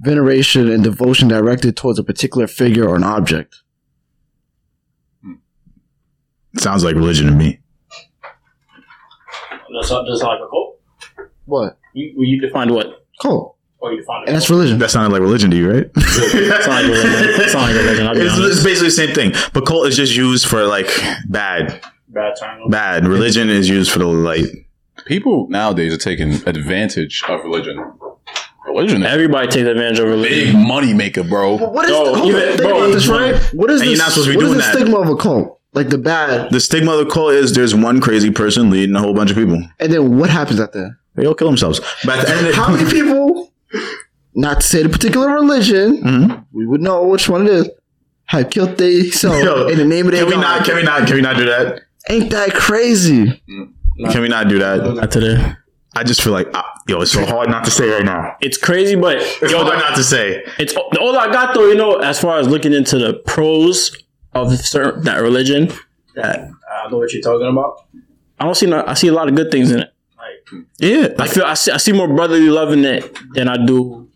[SPEAKER 5] veneration and devotion directed towards a particular figure or an object.
[SPEAKER 1] Sounds like religion to me.
[SPEAKER 3] That's not that's not like a cult.
[SPEAKER 5] What?
[SPEAKER 4] You, well, you defined what?
[SPEAKER 5] Cult.
[SPEAKER 3] Or Oh, you define a
[SPEAKER 5] And that's
[SPEAKER 3] cult.
[SPEAKER 5] religion.
[SPEAKER 1] That sounded like religion to you, right?
[SPEAKER 4] It's not like religion. It's not like religion. I'll be
[SPEAKER 1] It's,
[SPEAKER 4] honest.
[SPEAKER 1] it's basically the same thing. But cult is just used for like bad,
[SPEAKER 3] bad time.
[SPEAKER 1] bad. Religion is used for the light.
[SPEAKER 2] People nowadays are taking advantage of religion. Religion is
[SPEAKER 4] Everybody takes advantage of
[SPEAKER 2] a big
[SPEAKER 4] religion.
[SPEAKER 2] money maker, bro.
[SPEAKER 5] What is
[SPEAKER 4] Yo,
[SPEAKER 5] the, hold
[SPEAKER 4] even-
[SPEAKER 5] on, think
[SPEAKER 4] bro,
[SPEAKER 5] about this, right? What is
[SPEAKER 1] and you're
[SPEAKER 5] this,
[SPEAKER 1] not supposed to be
[SPEAKER 5] what is
[SPEAKER 1] doing
[SPEAKER 5] the
[SPEAKER 1] that.
[SPEAKER 5] stigma of a cult? Like the bad.
[SPEAKER 1] The stigma of the cult is there's one crazy person leading a whole bunch of people.
[SPEAKER 5] And then what happens at the
[SPEAKER 1] They all kill themselves. But at the end of the
[SPEAKER 5] How many people, not to say the particular religion,
[SPEAKER 1] Mhm.
[SPEAKER 5] we would know which one it is, have killed
[SPEAKER 1] Yo,
[SPEAKER 5] themselves in the name of their
[SPEAKER 1] can we
[SPEAKER 5] God?
[SPEAKER 1] not? Can we not? Can we not do that?
[SPEAKER 5] Ain't that crazy?
[SPEAKER 1] Can we not do that?
[SPEAKER 4] Not today.
[SPEAKER 1] I just feel like, ah, yo, it's so hard not to say right now.
[SPEAKER 4] It's crazy, but
[SPEAKER 1] It's
[SPEAKER 4] yo,
[SPEAKER 1] hard not to say.
[SPEAKER 4] it's all I got though. You know, as far as looking into the pros of certain that religion, that
[SPEAKER 3] I don't know what you're talking about.
[SPEAKER 4] I don't see. No, I see a lot of good things in it.
[SPEAKER 1] Yeah,
[SPEAKER 4] I feel I see, I see more brotherly love in it than I do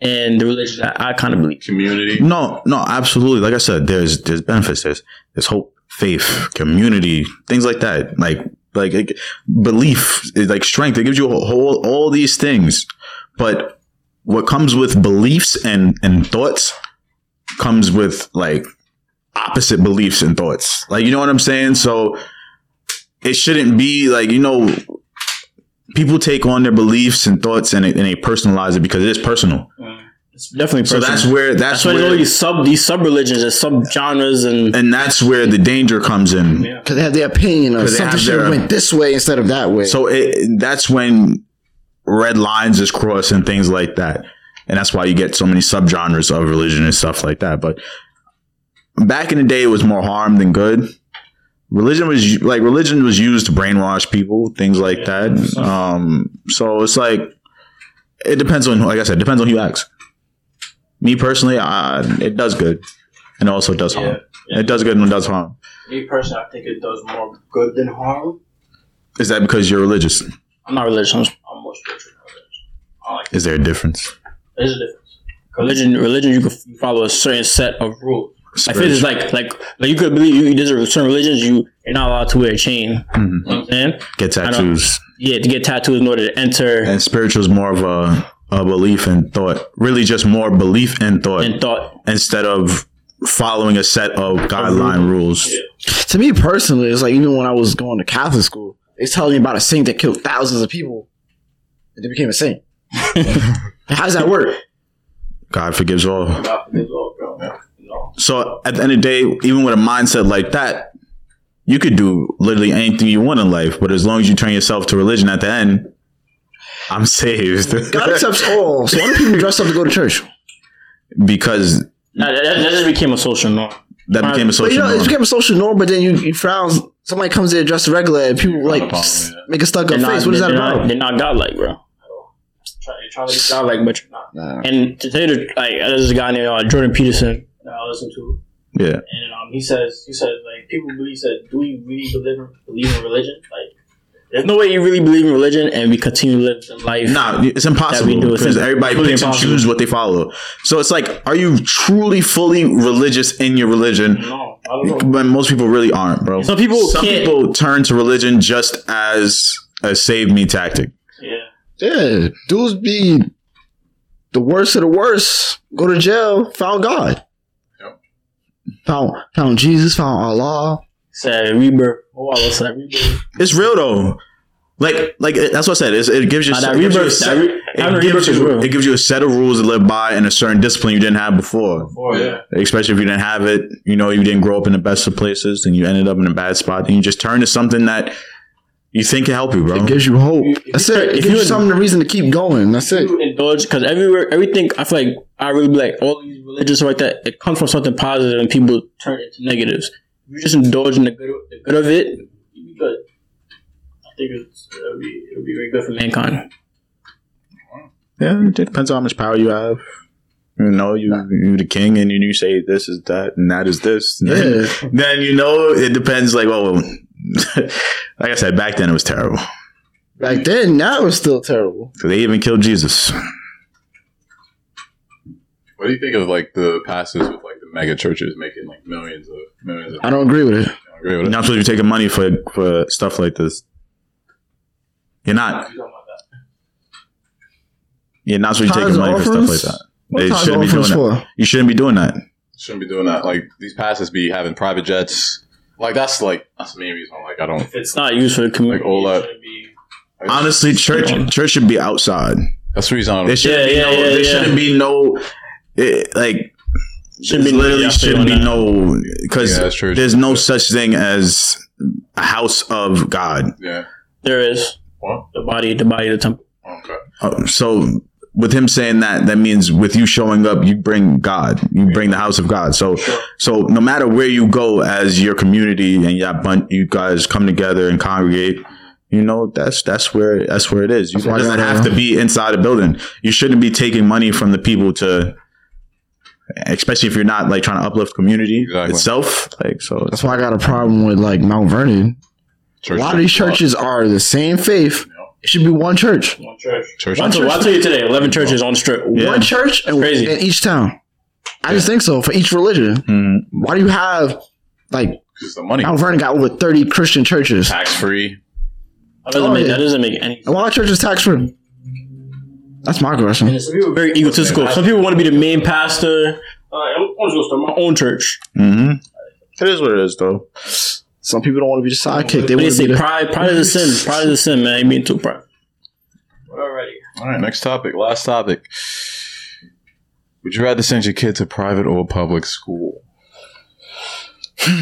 [SPEAKER 4] in the religion that I kind of believe.
[SPEAKER 2] Community.
[SPEAKER 1] No, no, absolutely. Like I said, there's there's benefits. There's there's hope, faith, community, things like that. Like like it, belief, it, like strength. It gives you a whole all these things. But what comes with beliefs and and thoughts comes with like opposite beliefs and thoughts. Like you know what I'm saying? So it shouldn't be like you know people take on their beliefs and thoughts and, it, and they personalize it because it is personal.
[SPEAKER 4] It's definitely
[SPEAKER 1] So
[SPEAKER 4] personal.
[SPEAKER 1] that's where that's,
[SPEAKER 4] that's why
[SPEAKER 1] where
[SPEAKER 4] there's all these sub these sub religions and sub genres and
[SPEAKER 1] and that's where the danger comes in.
[SPEAKER 5] Because they have their opinion of
[SPEAKER 1] 'Cause they
[SPEAKER 5] something
[SPEAKER 1] have
[SPEAKER 5] should
[SPEAKER 1] their-
[SPEAKER 5] have went this way instead of that way.
[SPEAKER 1] So it, that's when red lines is crossed and things like that, and that's why you get so many subgenres of religion and stuff like that. But back in the day, it was more harm than good. Religion was u- like religion was used to brainwash people, things like that. Um, so it's like it depends on, like I said, it depends on who acts. Me personally, I, it does good, and it also does harm. It does good and it does harm.
[SPEAKER 3] Me personally, I think it does more good than harm.
[SPEAKER 1] Is that because you're religious?
[SPEAKER 4] I'm not religious. I'm just-
[SPEAKER 3] I'm more spiritual. than others. I like
[SPEAKER 1] Is there a difference?
[SPEAKER 3] There's a difference.
[SPEAKER 4] Religion, religion, you can follow a certain set of rules. I feel it's like like like you could believe you, there's a certain religions you you're not allowed to wear a chain.
[SPEAKER 1] Mm-hmm.
[SPEAKER 4] You know what I'm saying?
[SPEAKER 1] get
[SPEAKER 4] don't-
[SPEAKER 1] tattoos.
[SPEAKER 4] Yeah, to get tattoos in order to enter
[SPEAKER 1] And spiritual is more of a, a belief and thought. Really, just more belief and thought
[SPEAKER 4] and thought.
[SPEAKER 1] instead of following a set of guideline rules.
[SPEAKER 5] to me personally, it's like even when I was going to Catholic school, they telling me about a saint that killed thousands of people and they became a saint. How does that work?
[SPEAKER 1] God forgives all.
[SPEAKER 3] God forgives all, bro. You know,
[SPEAKER 1] So at the end of the day, even with a mindset like that, you could do literally anything you want in life. But as long as you turn yourself to religion at the end, I'm saved.
[SPEAKER 5] God accepts all. So why do people dress up to go to church?
[SPEAKER 1] because
[SPEAKER 4] Nah, that, that just became a social norm.
[SPEAKER 1] that became a
[SPEAKER 5] But you
[SPEAKER 1] social
[SPEAKER 5] know, it
[SPEAKER 1] norm.
[SPEAKER 5] became a social norm, but then you, you frowns. Somebody comes in dressed regular, and people like
[SPEAKER 2] problem,
[SPEAKER 5] s-
[SPEAKER 2] yeah.
[SPEAKER 5] make a stuck
[SPEAKER 4] They're
[SPEAKER 5] up
[SPEAKER 4] not,
[SPEAKER 5] face. What is that
[SPEAKER 4] they're Not,
[SPEAKER 5] about?
[SPEAKER 4] they're not godlike, bro. Oh,
[SPEAKER 3] try, you're trying to be God.
[SPEAKER 4] Godlike, but you're not. And to tell you the, like, there's a guy named uh, Jordan Peterson.
[SPEAKER 3] that I listen to,
[SPEAKER 1] Yeah.
[SPEAKER 3] and um, he says, he says, like people believe that. Do we really believe in, believe in religion? Like,
[SPEAKER 4] There's no way you really believe in religion and we continue to live the life.
[SPEAKER 1] Nah, it's impossible.
[SPEAKER 4] That we do it.
[SPEAKER 1] because everybody
[SPEAKER 4] Really
[SPEAKER 1] picks and
[SPEAKER 4] impossible.
[SPEAKER 1] chooses what they follow. So it's like, are you truly fully religious in your religion?
[SPEAKER 3] no, I don't know.
[SPEAKER 1] But most people really aren't, bro.
[SPEAKER 4] Some people
[SPEAKER 1] Some
[SPEAKER 4] can't.
[SPEAKER 1] people turn to religion just as a save me tactic.
[SPEAKER 3] Yeah,
[SPEAKER 5] Yeah, dudes be the worst of the worst. Go to jail. Found God.
[SPEAKER 2] Yep.
[SPEAKER 5] Found found Jesus. Found Allah.
[SPEAKER 4] Say rebirth. Oh, I was like rebirth.
[SPEAKER 1] It's real though. Like, like that's what I said. It's, it gives you
[SPEAKER 4] Nah, that
[SPEAKER 1] it gives you a
[SPEAKER 4] rebirth.
[SPEAKER 1] set-
[SPEAKER 4] That re- having
[SPEAKER 1] it
[SPEAKER 4] rebirth
[SPEAKER 1] gives,
[SPEAKER 4] is
[SPEAKER 1] you,
[SPEAKER 4] real.
[SPEAKER 1] it gives you a set of rules to live by and a certain discipline you didn't have before.
[SPEAKER 3] Oh yeah.
[SPEAKER 1] Especially if you didn't have it, you know, you didn't grow up in the best of places and you ended up in a bad spot and you just turn to something that you think can help you, bro.
[SPEAKER 5] It gives you hope. That's it. It
[SPEAKER 4] if
[SPEAKER 5] gives
[SPEAKER 4] you-
[SPEAKER 5] you something, a reason to keep going. That's it.
[SPEAKER 4] You indulge because everywhere, everything. I feel like I really be like all these religious like that. It comes from something positive, and people turn it to negatives. If you just indulge in the good, the good of it, you be good. I think it's, it'll be it'll be very good for mankind.
[SPEAKER 1] yeah, it depends on how much power you have. You know, you you the king, and you, you say this is that, and that is this. And then-
[SPEAKER 5] Yeah.
[SPEAKER 1] then you know it depends. Like, oh, well, like I said, back then it was terrible.
[SPEAKER 5] Back then, that was still terrible.
[SPEAKER 1] So they even killed Jesus.
[SPEAKER 2] What do you think of like the pastors with like the mega churches making like millions of millions of?
[SPEAKER 5] I don't agree with it.
[SPEAKER 2] don't agree with
[SPEAKER 1] You're
[SPEAKER 2] it.
[SPEAKER 1] not supposed to be taking money for for stuff like this. You're not. You're not supposed to be
[SPEAKER 5] Tithes
[SPEAKER 1] taking money
[SPEAKER 5] and
[SPEAKER 1] for stuff like
[SPEAKER 5] offerings?
[SPEAKER 1] that.
[SPEAKER 5] What
[SPEAKER 1] They
[SPEAKER 5] tithes
[SPEAKER 1] shouldn't be
[SPEAKER 5] and offerings
[SPEAKER 1] doing
[SPEAKER 5] for?
[SPEAKER 1] You shouldn't be doing that.
[SPEAKER 2] Shouldn't be doing that. Like these pastors be having private jets. Like that's like that's the main reason. why, Like I don't.
[SPEAKER 4] If it's not used for the community,
[SPEAKER 2] Like, all that-
[SPEAKER 4] it should be-
[SPEAKER 1] Honestly, church church should be outside.
[SPEAKER 2] That's the reason I don't.
[SPEAKER 1] There shouldn't
[SPEAKER 4] yeah,
[SPEAKER 1] be no.
[SPEAKER 4] yeah,
[SPEAKER 1] there
[SPEAKER 4] yeah.
[SPEAKER 1] shouldn't be no. It, like
[SPEAKER 4] should be
[SPEAKER 1] literally
[SPEAKER 4] yeah, I feel
[SPEAKER 1] shouldn't be
[SPEAKER 4] that.
[SPEAKER 1] no because
[SPEAKER 2] Yeah, that's true.
[SPEAKER 1] there's no such thing as a house of God.
[SPEAKER 2] Yeah.
[SPEAKER 4] There is
[SPEAKER 2] What?
[SPEAKER 4] the body, the body, the temple.
[SPEAKER 2] Okay.
[SPEAKER 1] Uh, so with him saying that, that means with you showing up, you bring God, you bring the house of God. So, so no matter where you go as your community and your bun- you guys come together and congregate, you know that's that's where that's where it is. You, it
[SPEAKER 5] That's why I
[SPEAKER 1] doesn't
[SPEAKER 5] gotta-
[SPEAKER 1] have to be inside a building. You shouldn't be taking money from the people to, especially if you're not like trying to uplift community
[SPEAKER 2] Exactly.
[SPEAKER 1] itself. Like so,
[SPEAKER 5] That's why I got a problem with like Mount Vernon.
[SPEAKER 2] Church
[SPEAKER 5] a lot of these churches are the same faith. It should be one church,
[SPEAKER 3] One church.
[SPEAKER 2] Church.
[SPEAKER 4] I'll tell, I'll tell you today. Eleven churches on the strip.
[SPEAKER 5] one church, and
[SPEAKER 4] Crazy.
[SPEAKER 5] in each town. I just think so for each religion.
[SPEAKER 1] Mhm.
[SPEAKER 5] Why do you have like
[SPEAKER 2] Because the money.
[SPEAKER 5] Mount Vernon got over thirty Christian churches?
[SPEAKER 2] Tax free.
[SPEAKER 4] That doesn't
[SPEAKER 5] Oh,
[SPEAKER 4] make
[SPEAKER 5] yeah.
[SPEAKER 4] that doesn't make any.
[SPEAKER 5] And why are churches tax free? That's my question.
[SPEAKER 4] Some people are very egotistical. Some people want to be the main pastor. Uh, I'm I'm just gonna start my own church.
[SPEAKER 1] Mhm. It is what it is, though.
[SPEAKER 5] Some people don't want to be the sidekick. They
[SPEAKER 4] But they
[SPEAKER 5] want to be
[SPEAKER 4] say
[SPEAKER 5] the
[SPEAKER 4] pride, pride is a sin. Pride is a sin, man. I ain't being too proud.
[SPEAKER 3] Alrighty.
[SPEAKER 2] All right. Next topic. Last topic. Would you rather send your kid to private or public school? public.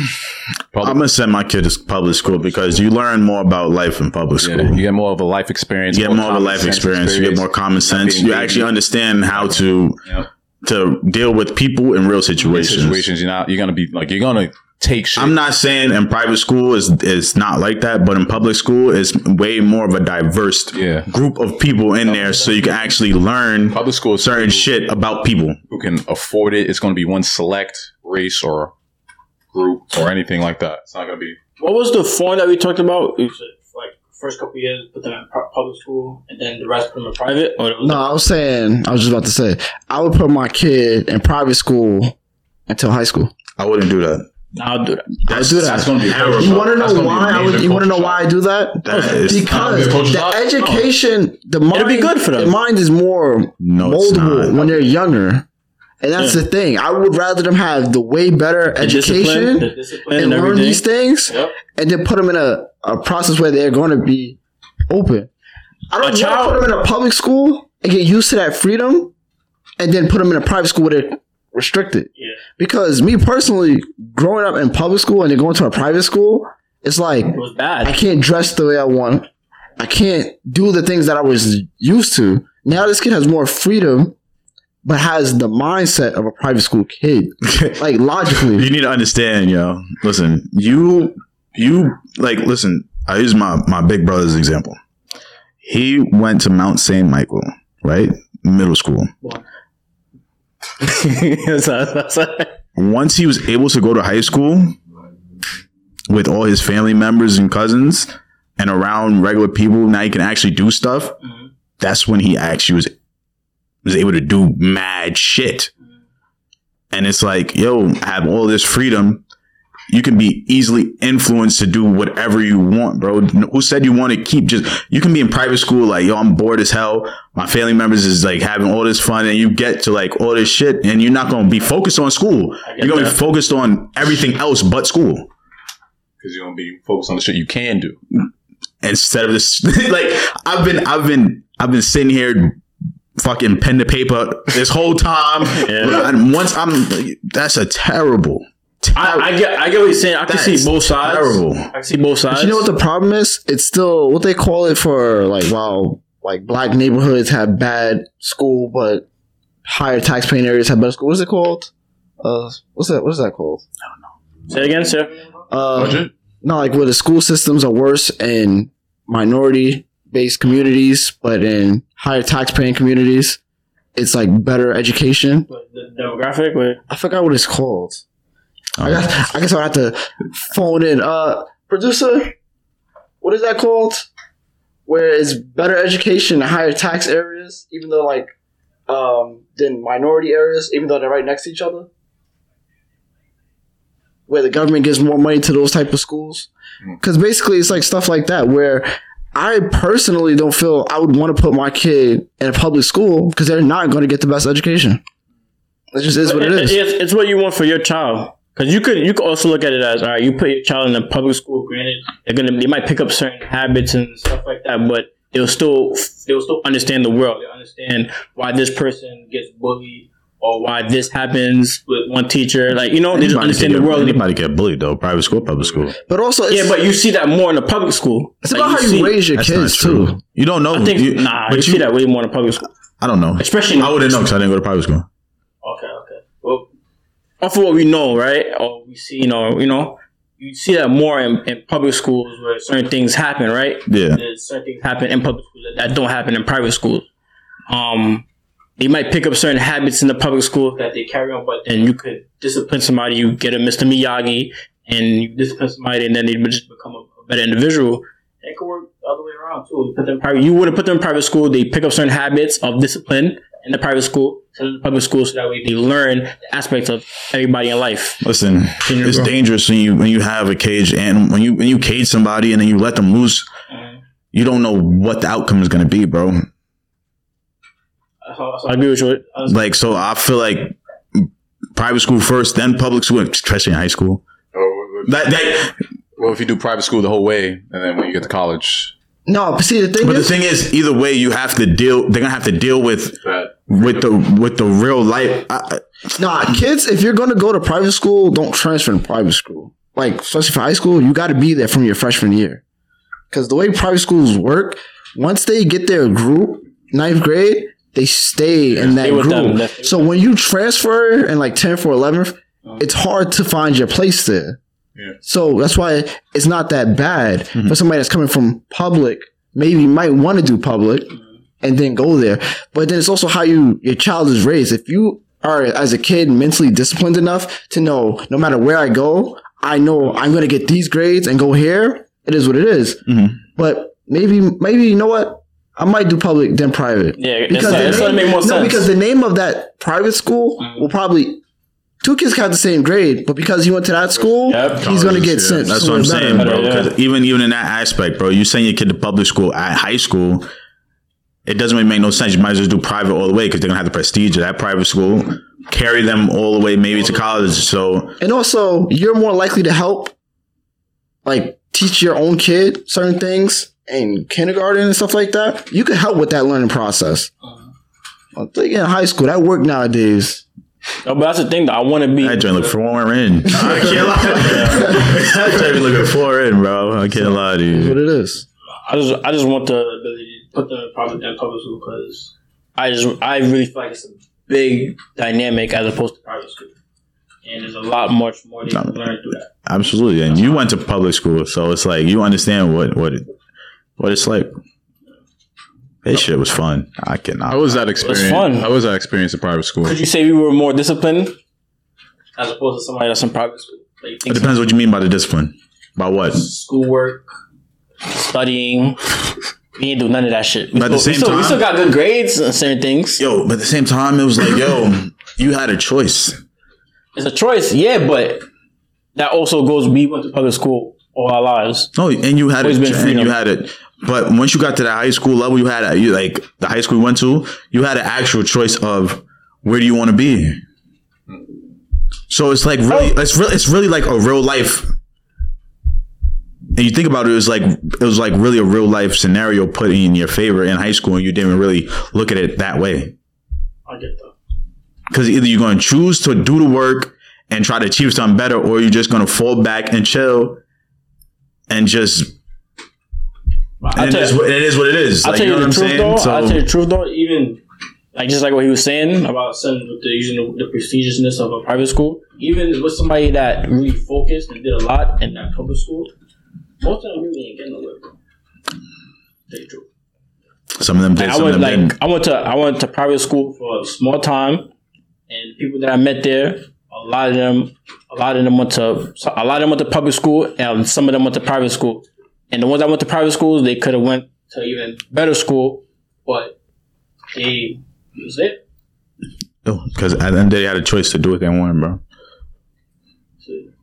[SPEAKER 1] I'm gonna send my kid to public school because you learn more about life in public
[SPEAKER 2] Yeah,
[SPEAKER 1] school.
[SPEAKER 2] you get more of a life experience.
[SPEAKER 1] you get more of a
[SPEAKER 2] common
[SPEAKER 1] life
[SPEAKER 2] sense
[SPEAKER 1] experience. You get more common sense.
[SPEAKER 2] being
[SPEAKER 1] You
[SPEAKER 2] greedy.
[SPEAKER 1] actually understand how to
[SPEAKER 2] Yep.
[SPEAKER 1] to deal with people in real
[SPEAKER 2] These
[SPEAKER 1] situations.
[SPEAKER 2] situations. You're not. You're gonna be like. You're gonna take shit.
[SPEAKER 1] I'm not saying in private school is is not like that, but in public school it's way more of a diverse
[SPEAKER 2] yeah.
[SPEAKER 1] group of people in there, so you can actually learn
[SPEAKER 2] Public school is
[SPEAKER 1] certain shit about people.
[SPEAKER 2] who can afford it. It's going to be one select race or group or anything like that. It's not going to be.
[SPEAKER 4] What was the form that we talked about? It was like first couple years, put them in pu- public school, and then the rest put them in private. Or Oh, it was
[SPEAKER 5] No, I was saying I was just about to say I would put my kid in private school until high school.
[SPEAKER 1] I wouldn't do that.
[SPEAKER 4] I'll do that.
[SPEAKER 1] That's,
[SPEAKER 5] do that.
[SPEAKER 1] That's
[SPEAKER 2] gonna be
[SPEAKER 1] terrible.
[SPEAKER 5] You want to
[SPEAKER 2] That's gonna
[SPEAKER 5] know
[SPEAKER 2] be
[SPEAKER 5] why?
[SPEAKER 2] a
[SPEAKER 5] I
[SPEAKER 2] major
[SPEAKER 5] would, you want to know
[SPEAKER 2] culture
[SPEAKER 5] why I do that?
[SPEAKER 1] That is-
[SPEAKER 5] because
[SPEAKER 2] culture
[SPEAKER 5] the
[SPEAKER 2] shock.
[SPEAKER 5] education, the mind,
[SPEAKER 4] It'll be good for them.
[SPEAKER 5] The mind is more
[SPEAKER 1] no, it's
[SPEAKER 5] moldable
[SPEAKER 1] not.
[SPEAKER 5] when they're younger, and that's the thing. I would rather them have the way better
[SPEAKER 4] The discipline, the
[SPEAKER 5] education
[SPEAKER 4] discipline,
[SPEAKER 5] and
[SPEAKER 4] and,
[SPEAKER 5] learn
[SPEAKER 4] everything.
[SPEAKER 5] these things,
[SPEAKER 4] Yep.
[SPEAKER 5] and then put them in a, a process where they're going to be open. I
[SPEAKER 4] A
[SPEAKER 5] don't want
[SPEAKER 4] child-
[SPEAKER 5] to put them in a public school and get used to that freedom, and then put them in a private school where they're restricted.
[SPEAKER 4] Yeah.
[SPEAKER 5] Because me personally, growing up in public school and then going to a private school, it's like
[SPEAKER 4] It was
[SPEAKER 5] I
[SPEAKER 4] bad.
[SPEAKER 5] can't dress the way I want. I can't do the things that I was used to. Now this kid has more freedom, but has the mindset of a private school kid.
[SPEAKER 1] you
[SPEAKER 5] like logically,
[SPEAKER 1] need to understand, yo. Listen, you you like listen, I use my my big brother's example. He went to Mount St. Michael, right? Middle school.
[SPEAKER 4] That's- that's-
[SPEAKER 1] Once he was able to go to high school with all his family members and cousins and around regular people, now he can actually do stuff. That's when he actually was was able to do mad shit. And it's like, yo, I have all this freedom you can be easily influenced to do whatever you want, bro. Who said you want to keep just you can be in private school like, yo, I'm bored as hell. My family members is like having all this fun and you get to like all this shit and you're not going to be focused on school. You're going to be focused on everything else but school
[SPEAKER 2] because you're gonna be focused on the shit you can do.
[SPEAKER 1] instead of this like I've been I've been I've been sitting here fucking pen to paper this whole time. And once I'm that's a terrible.
[SPEAKER 4] I, I get, I get what you're saying. I can
[SPEAKER 1] That
[SPEAKER 4] see
[SPEAKER 1] is
[SPEAKER 4] both sides.
[SPEAKER 1] terrible.
[SPEAKER 4] I can see both sides.
[SPEAKER 5] But you know what the problem is? It's still what they call it for like wow, like black neighborhoods have bad school, but higher tax paying areas have better school. What's it called? Uh, what's that? What's that called?
[SPEAKER 4] Say it again, sir.
[SPEAKER 5] Uh, no, like where the school systems are worse in minority based communities, but in higher tax paying communities, it's like better education.
[SPEAKER 4] But The demographic, wait.
[SPEAKER 5] I forgot what it's called. I guess I guess I'll have to phone in. Uh, producer, what is that called? Where it's better education in higher tax areas, even though like um than minority areas, even though they're right next to each other. Where the government gives more money to those type of schools, because basically it's like stuff like that. Where I personally don't feel I would want to put my kid in a public school because they're not going to get the best education. It just is what it is.
[SPEAKER 4] It's, it's what you want for your child. Because you could, you could also look at it as, all right, you put your child in a public school. Granted, they're gonna, they might pick up certain habits and stuff like that, but they'll still, they'll still understand the world. They understand why this person gets bullied or why this happens with one teacher. Like you know, they just understand the world.
[SPEAKER 1] Anybody get bullied though? Private school, public school.
[SPEAKER 5] But also, it's,
[SPEAKER 4] Yeah, but you see that more in the public school.
[SPEAKER 5] It's about how you raise your
[SPEAKER 1] That's
[SPEAKER 5] kids
[SPEAKER 1] not true.
[SPEAKER 5] too.
[SPEAKER 1] You don't know.
[SPEAKER 4] I think
[SPEAKER 1] you,
[SPEAKER 4] nah,
[SPEAKER 1] but
[SPEAKER 4] you,
[SPEAKER 1] you,
[SPEAKER 4] see that way more in the public school,
[SPEAKER 1] I don't know.
[SPEAKER 4] especially.
[SPEAKER 1] I wouldn't know because I didn't go to private school.
[SPEAKER 4] Okay, okay. Well, off of what we know, right? Or we see, you know, you know, you see that more in, in public schools where certain things happen, right?
[SPEAKER 1] Yeah.
[SPEAKER 4] There's certain things happen in public schools that, that don't happen in private schools. Um, they might pick up certain habits in the public school that they carry on, but then you could discipline somebody, you get a Mr. Miyagi, and you discipline somebody, and then they would just become a, a better individual. It could work the other way around too. You put them in private. You wouldn't put them in private school. They pick up certain habits of discipline in the private school, send them to public school, so that way they learn the aspects of everybody in life.
[SPEAKER 1] Listen,
[SPEAKER 4] you
[SPEAKER 1] it's
[SPEAKER 4] go?
[SPEAKER 1] dangerous when you when you have a cage and when you when you cage somebody and then you let them loose. You don't know what the outcome is going to be, bro.
[SPEAKER 3] So, so
[SPEAKER 4] I agree with you.
[SPEAKER 1] Like, so I feel like private school first, then public school, especially in high school.
[SPEAKER 2] Oh,
[SPEAKER 1] That, that,
[SPEAKER 2] Well, if you do private school the whole way, and then when you get to college,
[SPEAKER 5] No, but see the thing
[SPEAKER 1] but the
[SPEAKER 5] is,
[SPEAKER 1] thing is, either way, you have to deal. They're gonna have to deal with with the with the real life. I,
[SPEAKER 5] nah, kids, if you're gonna go to private school, don't transfer to private school. Like, especially for high school, you got to be there from your freshman year. Because the way private schools work, once they get their group, ninth grade, they stay in that
[SPEAKER 4] Stay with them,
[SPEAKER 5] group.
[SPEAKER 4] definitely.
[SPEAKER 5] So when you transfer in like 10th or 11th,
[SPEAKER 4] Uh-huh.
[SPEAKER 5] it's hard to find your place there. So that's why it's not that bad
[SPEAKER 1] Mm-hmm.
[SPEAKER 5] for somebody that's coming from public, maybe might want to do public and then go there. But then it's also how you your child is raised. If you are as a kid mentally disciplined enough to know no matter where I go, I know I'm gonna get these grades and go here, it is what it is.
[SPEAKER 1] Mm-hmm.
[SPEAKER 5] But maybe maybe you know what? I might do public then private.
[SPEAKER 4] Yeah,
[SPEAKER 5] Because
[SPEAKER 4] that's
[SPEAKER 5] the
[SPEAKER 4] that's gonna
[SPEAKER 5] name-
[SPEAKER 4] make more
[SPEAKER 5] no,
[SPEAKER 4] sense. Mm-hmm.
[SPEAKER 5] because the name of that private school will probably two kids can have the same grade, but because he went to that school,
[SPEAKER 4] Yep.
[SPEAKER 5] he's going to get
[SPEAKER 1] Yeah,
[SPEAKER 5] sent.
[SPEAKER 1] That's what I'm
[SPEAKER 5] somewhere
[SPEAKER 1] saying,
[SPEAKER 5] better.
[SPEAKER 1] bro.
[SPEAKER 4] Better, yeah.
[SPEAKER 1] 'Cause Even even in that aspect, bro, you send your kid to public school at high school, it doesn't really make no sense. You might as well do private all the way because they're gonna have the prestige of that private school, carry them all the way maybe to college. So
[SPEAKER 5] And also, you're more likely to help, like teach your own kid certain things in kindergarten and stuff like that. You can help with that learning process. I'm thinking in high school that work nowadays.
[SPEAKER 4] No, but that's the thing. That I want to be.
[SPEAKER 1] that joint look foreign. I can't lie. that joint be looking foreign, bro. I can't lie to
[SPEAKER 5] That's
[SPEAKER 1] you.
[SPEAKER 5] what it is.
[SPEAKER 4] I just, I just want the
[SPEAKER 3] ability to put them in private and public school because
[SPEAKER 4] I just I really feel like it's a big dynamic as opposed to private school. And there's a lot much more they can learn through that.
[SPEAKER 1] Absolutely. And you went to public school, so it's like you understand what what it, what it's like. This shit was fun. I
[SPEAKER 2] how
[SPEAKER 1] cannot.
[SPEAKER 2] was that experience?
[SPEAKER 4] fun.
[SPEAKER 2] How was that experience in private school?
[SPEAKER 4] Could you say we were more disciplined
[SPEAKER 3] as opposed to somebody
[SPEAKER 4] like that's in private school? Like you
[SPEAKER 1] It
[SPEAKER 4] think
[SPEAKER 1] depends what you mean by the discipline. By what?
[SPEAKER 3] schoolwork,
[SPEAKER 4] studying. We didn't do none of that shit. We
[SPEAKER 1] But at the
[SPEAKER 4] still, we
[SPEAKER 1] same
[SPEAKER 4] still, we
[SPEAKER 1] time-
[SPEAKER 4] still got good grades on certain things.
[SPEAKER 1] yo, but at the same time, it was like, yo, you had a choice.
[SPEAKER 4] It's a choice, yeah, but that also goes. We went to public school all our lives.
[SPEAKER 1] No, and you had it.
[SPEAKER 4] Always been
[SPEAKER 1] And
[SPEAKER 4] freedom.
[SPEAKER 1] you had it. But once you got to that high school level, you had a, you like the high school you went to. You had an actual choice of where do you want to be. So it's like really,
[SPEAKER 4] Oh.
[SPEAKER 1] it's really, it's really like a real life. And you think about it, it was like it was like really a real life scenario put in your favor in high school, and you didn't really look at it that way.
[SPEAKER 3] I get that.
[SPEAKER 1] Because either you're going to choose to do the work and try to achieve something better, or you're just going to fall back and chill and just
[SPEAKER 4] I
[SPEAKER 1] and it,
[SPEAKER 4] tell
[SPEAKER 1] is,
[SPEAKER 4] you,
[SPEAKER 1] what- it is what it is.
[SPEAKER 4] I'll
[SPEAKER 1] Like,
[SPEAKER 4] tell
[SPEAKER 1] you know
[SPEAKER 4] you
[SPEAKER 1] what
[SPEAKER 4] the
[SPEAKER 1] I'm
[SPEAKER 4] truth
[SPEAKER 1] saying?
[SPEAKER 4] though.
[SPEAKER 1] So,
[SPEAKER 4] I'll tell you the truth though. Even like just like what he was saying about some with the using the, the prestigiousness of a private school. Even with somebody that really focused and did a lot in that public school, most of them really ain't getting nowhere. Bro. Tell you the truth.
[SPEAKER 1] some of them did,
[SPEAKER 4] Like, I
[SPEAKER 1] some of
[SPEAKER 4] went
[SPEAKER 1] them
[SPEAKER 4] like
[SPEAKER 1] didn't.
[SPEAKER 4] I went to I went to private school for a small time, and people that I met there, a lot of them, a lot of them went to so a lot of them went to public school, and some of them went to private school. And the ones that went to private schools, they could have went to even better school, but they was it.
[SPEAKER 1] Because Oh, at the end of the day, they had a choice to do what they wanted, bro.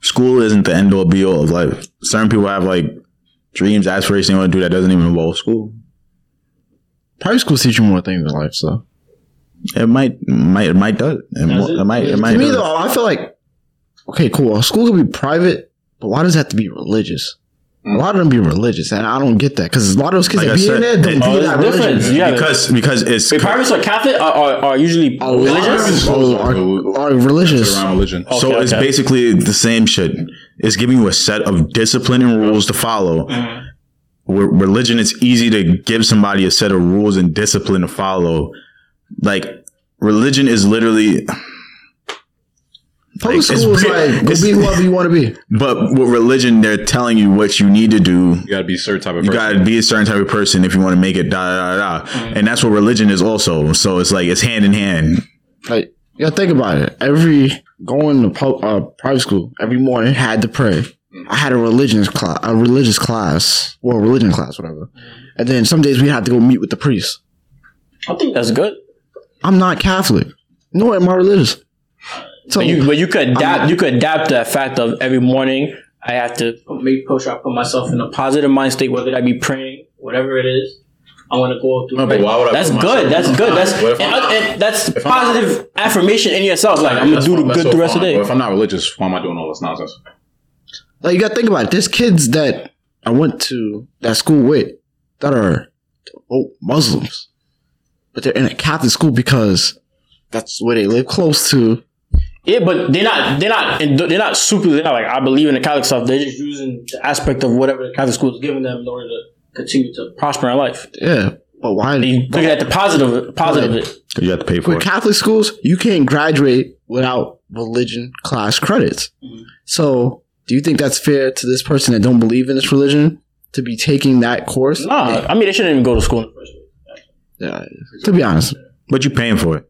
[SPEAKER 1] School isn't the end all be all of life. Certain people have like dreams, aspirations they want to do that doesn't even involve school.
[SPEAKER 5] Private school teach you more things in life, so.
[SPEAKER 1] It might, might, it might does. It, mo-
[SPEAKER 4] it?
[SPEAKER 1] it might, it might.
[SPEAKER 5] To me,
[SPEAKER 1] does.
[SPEAKER 5] though, I feel like, okay, cool. Our school could be private, but why does it have to be religious? A lot of them be religious, and I don't get that because a lot of those kids
[SPEAKER 1] Like
[SPEAKER 5] that
[SPEAKER 1] I
[SPEAKER 5] be in
[SPEAKER 1] said,
[SPEAKER 5] there don't
[SPEAKER 1] it-
[SPEAKER 5] be
[SPEAKER 4] Oh,
[SPEAKER 5] that
[SPEAKER 4] there's difference.
[SPEAKER 5] religious.
[SPEAKER 4] Yeah,
[SPEAKER 1] because because it's
[SPEAKER 4] Wait, privates are Catholic are, are, are usually
[SPEAKER 5] A lot of
[SPEAKER 4] religious.
[SPEAKER 5] them are, are religious.
[SPEAKER 2] around religion.
[SPEAKER 4] Oh.
[SPEAKER 1] so
[SPEAKER 4] Okay,
[SPEAKER 1] it's
[SPEAKER 4] okay.
[SPEAKER 1] basically the same shit. It's giving you a set of discipline and rules to follow. Where religion, it's easy to give somebody a set of rules and discipline to follow. Like religion is literally, Like,
[SPEAKER 5] Public
[SPEAKER 1] it's
[SPEAKER 5] school is
[SPEAKER 1] real-
[SPEAKER 5] like, go
[SPEAKER 1] it's-
[SPEAKER 5] be whoever you want to be.
[SPEAKER 1] but with religion, they're telling you what you need to do.
[SPEAKER 2] You gotta be a certain type of
[SPEAKER 1] You
[SPEAKER 2] person.
[SPEAKER 1] gotta be a certain type of person if you want to make it. Da da da da. And that's what religion is also. So it's like it's hand in hand.
[SPEAKER 5] Like, yeah, think about it. Every going to pub, uh, private school every morning had to pray. I had a religious class, a religious class, well, religion class, whatever. And then some days we had to go meet with the priest.
[SPEAKER 4] I think that's good.
[SPEAKER 5] I'm not Catholic, nor am I religious. So
[SPEAKER 4] But you but you could adapt
[SPEAKER 5] not-
[SPEAKER 4] you could adapt the fact of every morning I have to put- make push I put myself in a positive mind state, whether that be praying, whatever it is. I want to go through.
[SPEAKER 2] but why would I
[SPEAKER 4] that's
[SPEAKER 2] put
[SPEAKER 4] good.
[SPEAKER 2] myself-
[SPEAKER 4] That's good. That's
[SPEAKER 2] What if
[SPEAKER 4] and,
[SPEAKER 2] I'm-
[SPEAKER 4] and that's
[SPEAKER 2] I'm-
[SPEAKER 4] positive affirmation in yourself. Like I'm gonna
[SPEAKER 2] That's
[SPEAKER 4] do the
[SPEAKER 2] fine.
[SPEAKER 4] good
[SPEAKER 2] That's
[SPEAKER 4] the
[SPEAKER 2] so
[SPEAKER 4] rest of the
[SPEAKER 2] fine.
[SPEAKER 4] day.
[SPEAKER 2] But if I'm not religious, why am I doing all this nonsense?
[SPEAKER 5] like you gotta think about it. There's kids that I went to that school with that are oh Muslims, but they're in a Catholic school because that's where they live close to.
[SPEAKER 4] Yeah, but they're not. They're not. and They're not super. They're not like I believe in the Catholic stuff. They're just using the aspect of whatever the Catholic school is giving them in order to continue to prosper in life.
[SPEAKER 5] Yeah, but why?
[SPEAKER 4] You look at the positive, positive. It.
[SPEAKER 1] You have to pay for
[SPEAKER 5] with
[SPEAKER 1] it.
[SPEAKER 5] Catholic schools, you can't graduate without religion class credits.
[SPEAKER 1] Mm-hmm.
[SPEAKER 5] So, do you think that's fair to this person that don't believe in this religion to be taking that course?
[SPEAKER 4] Nah, I mean they shouldn't even go to school in the first place.
[SPEAKER 5] Yeah, to be honest,
[SPEAKER 1] But you're paying for it.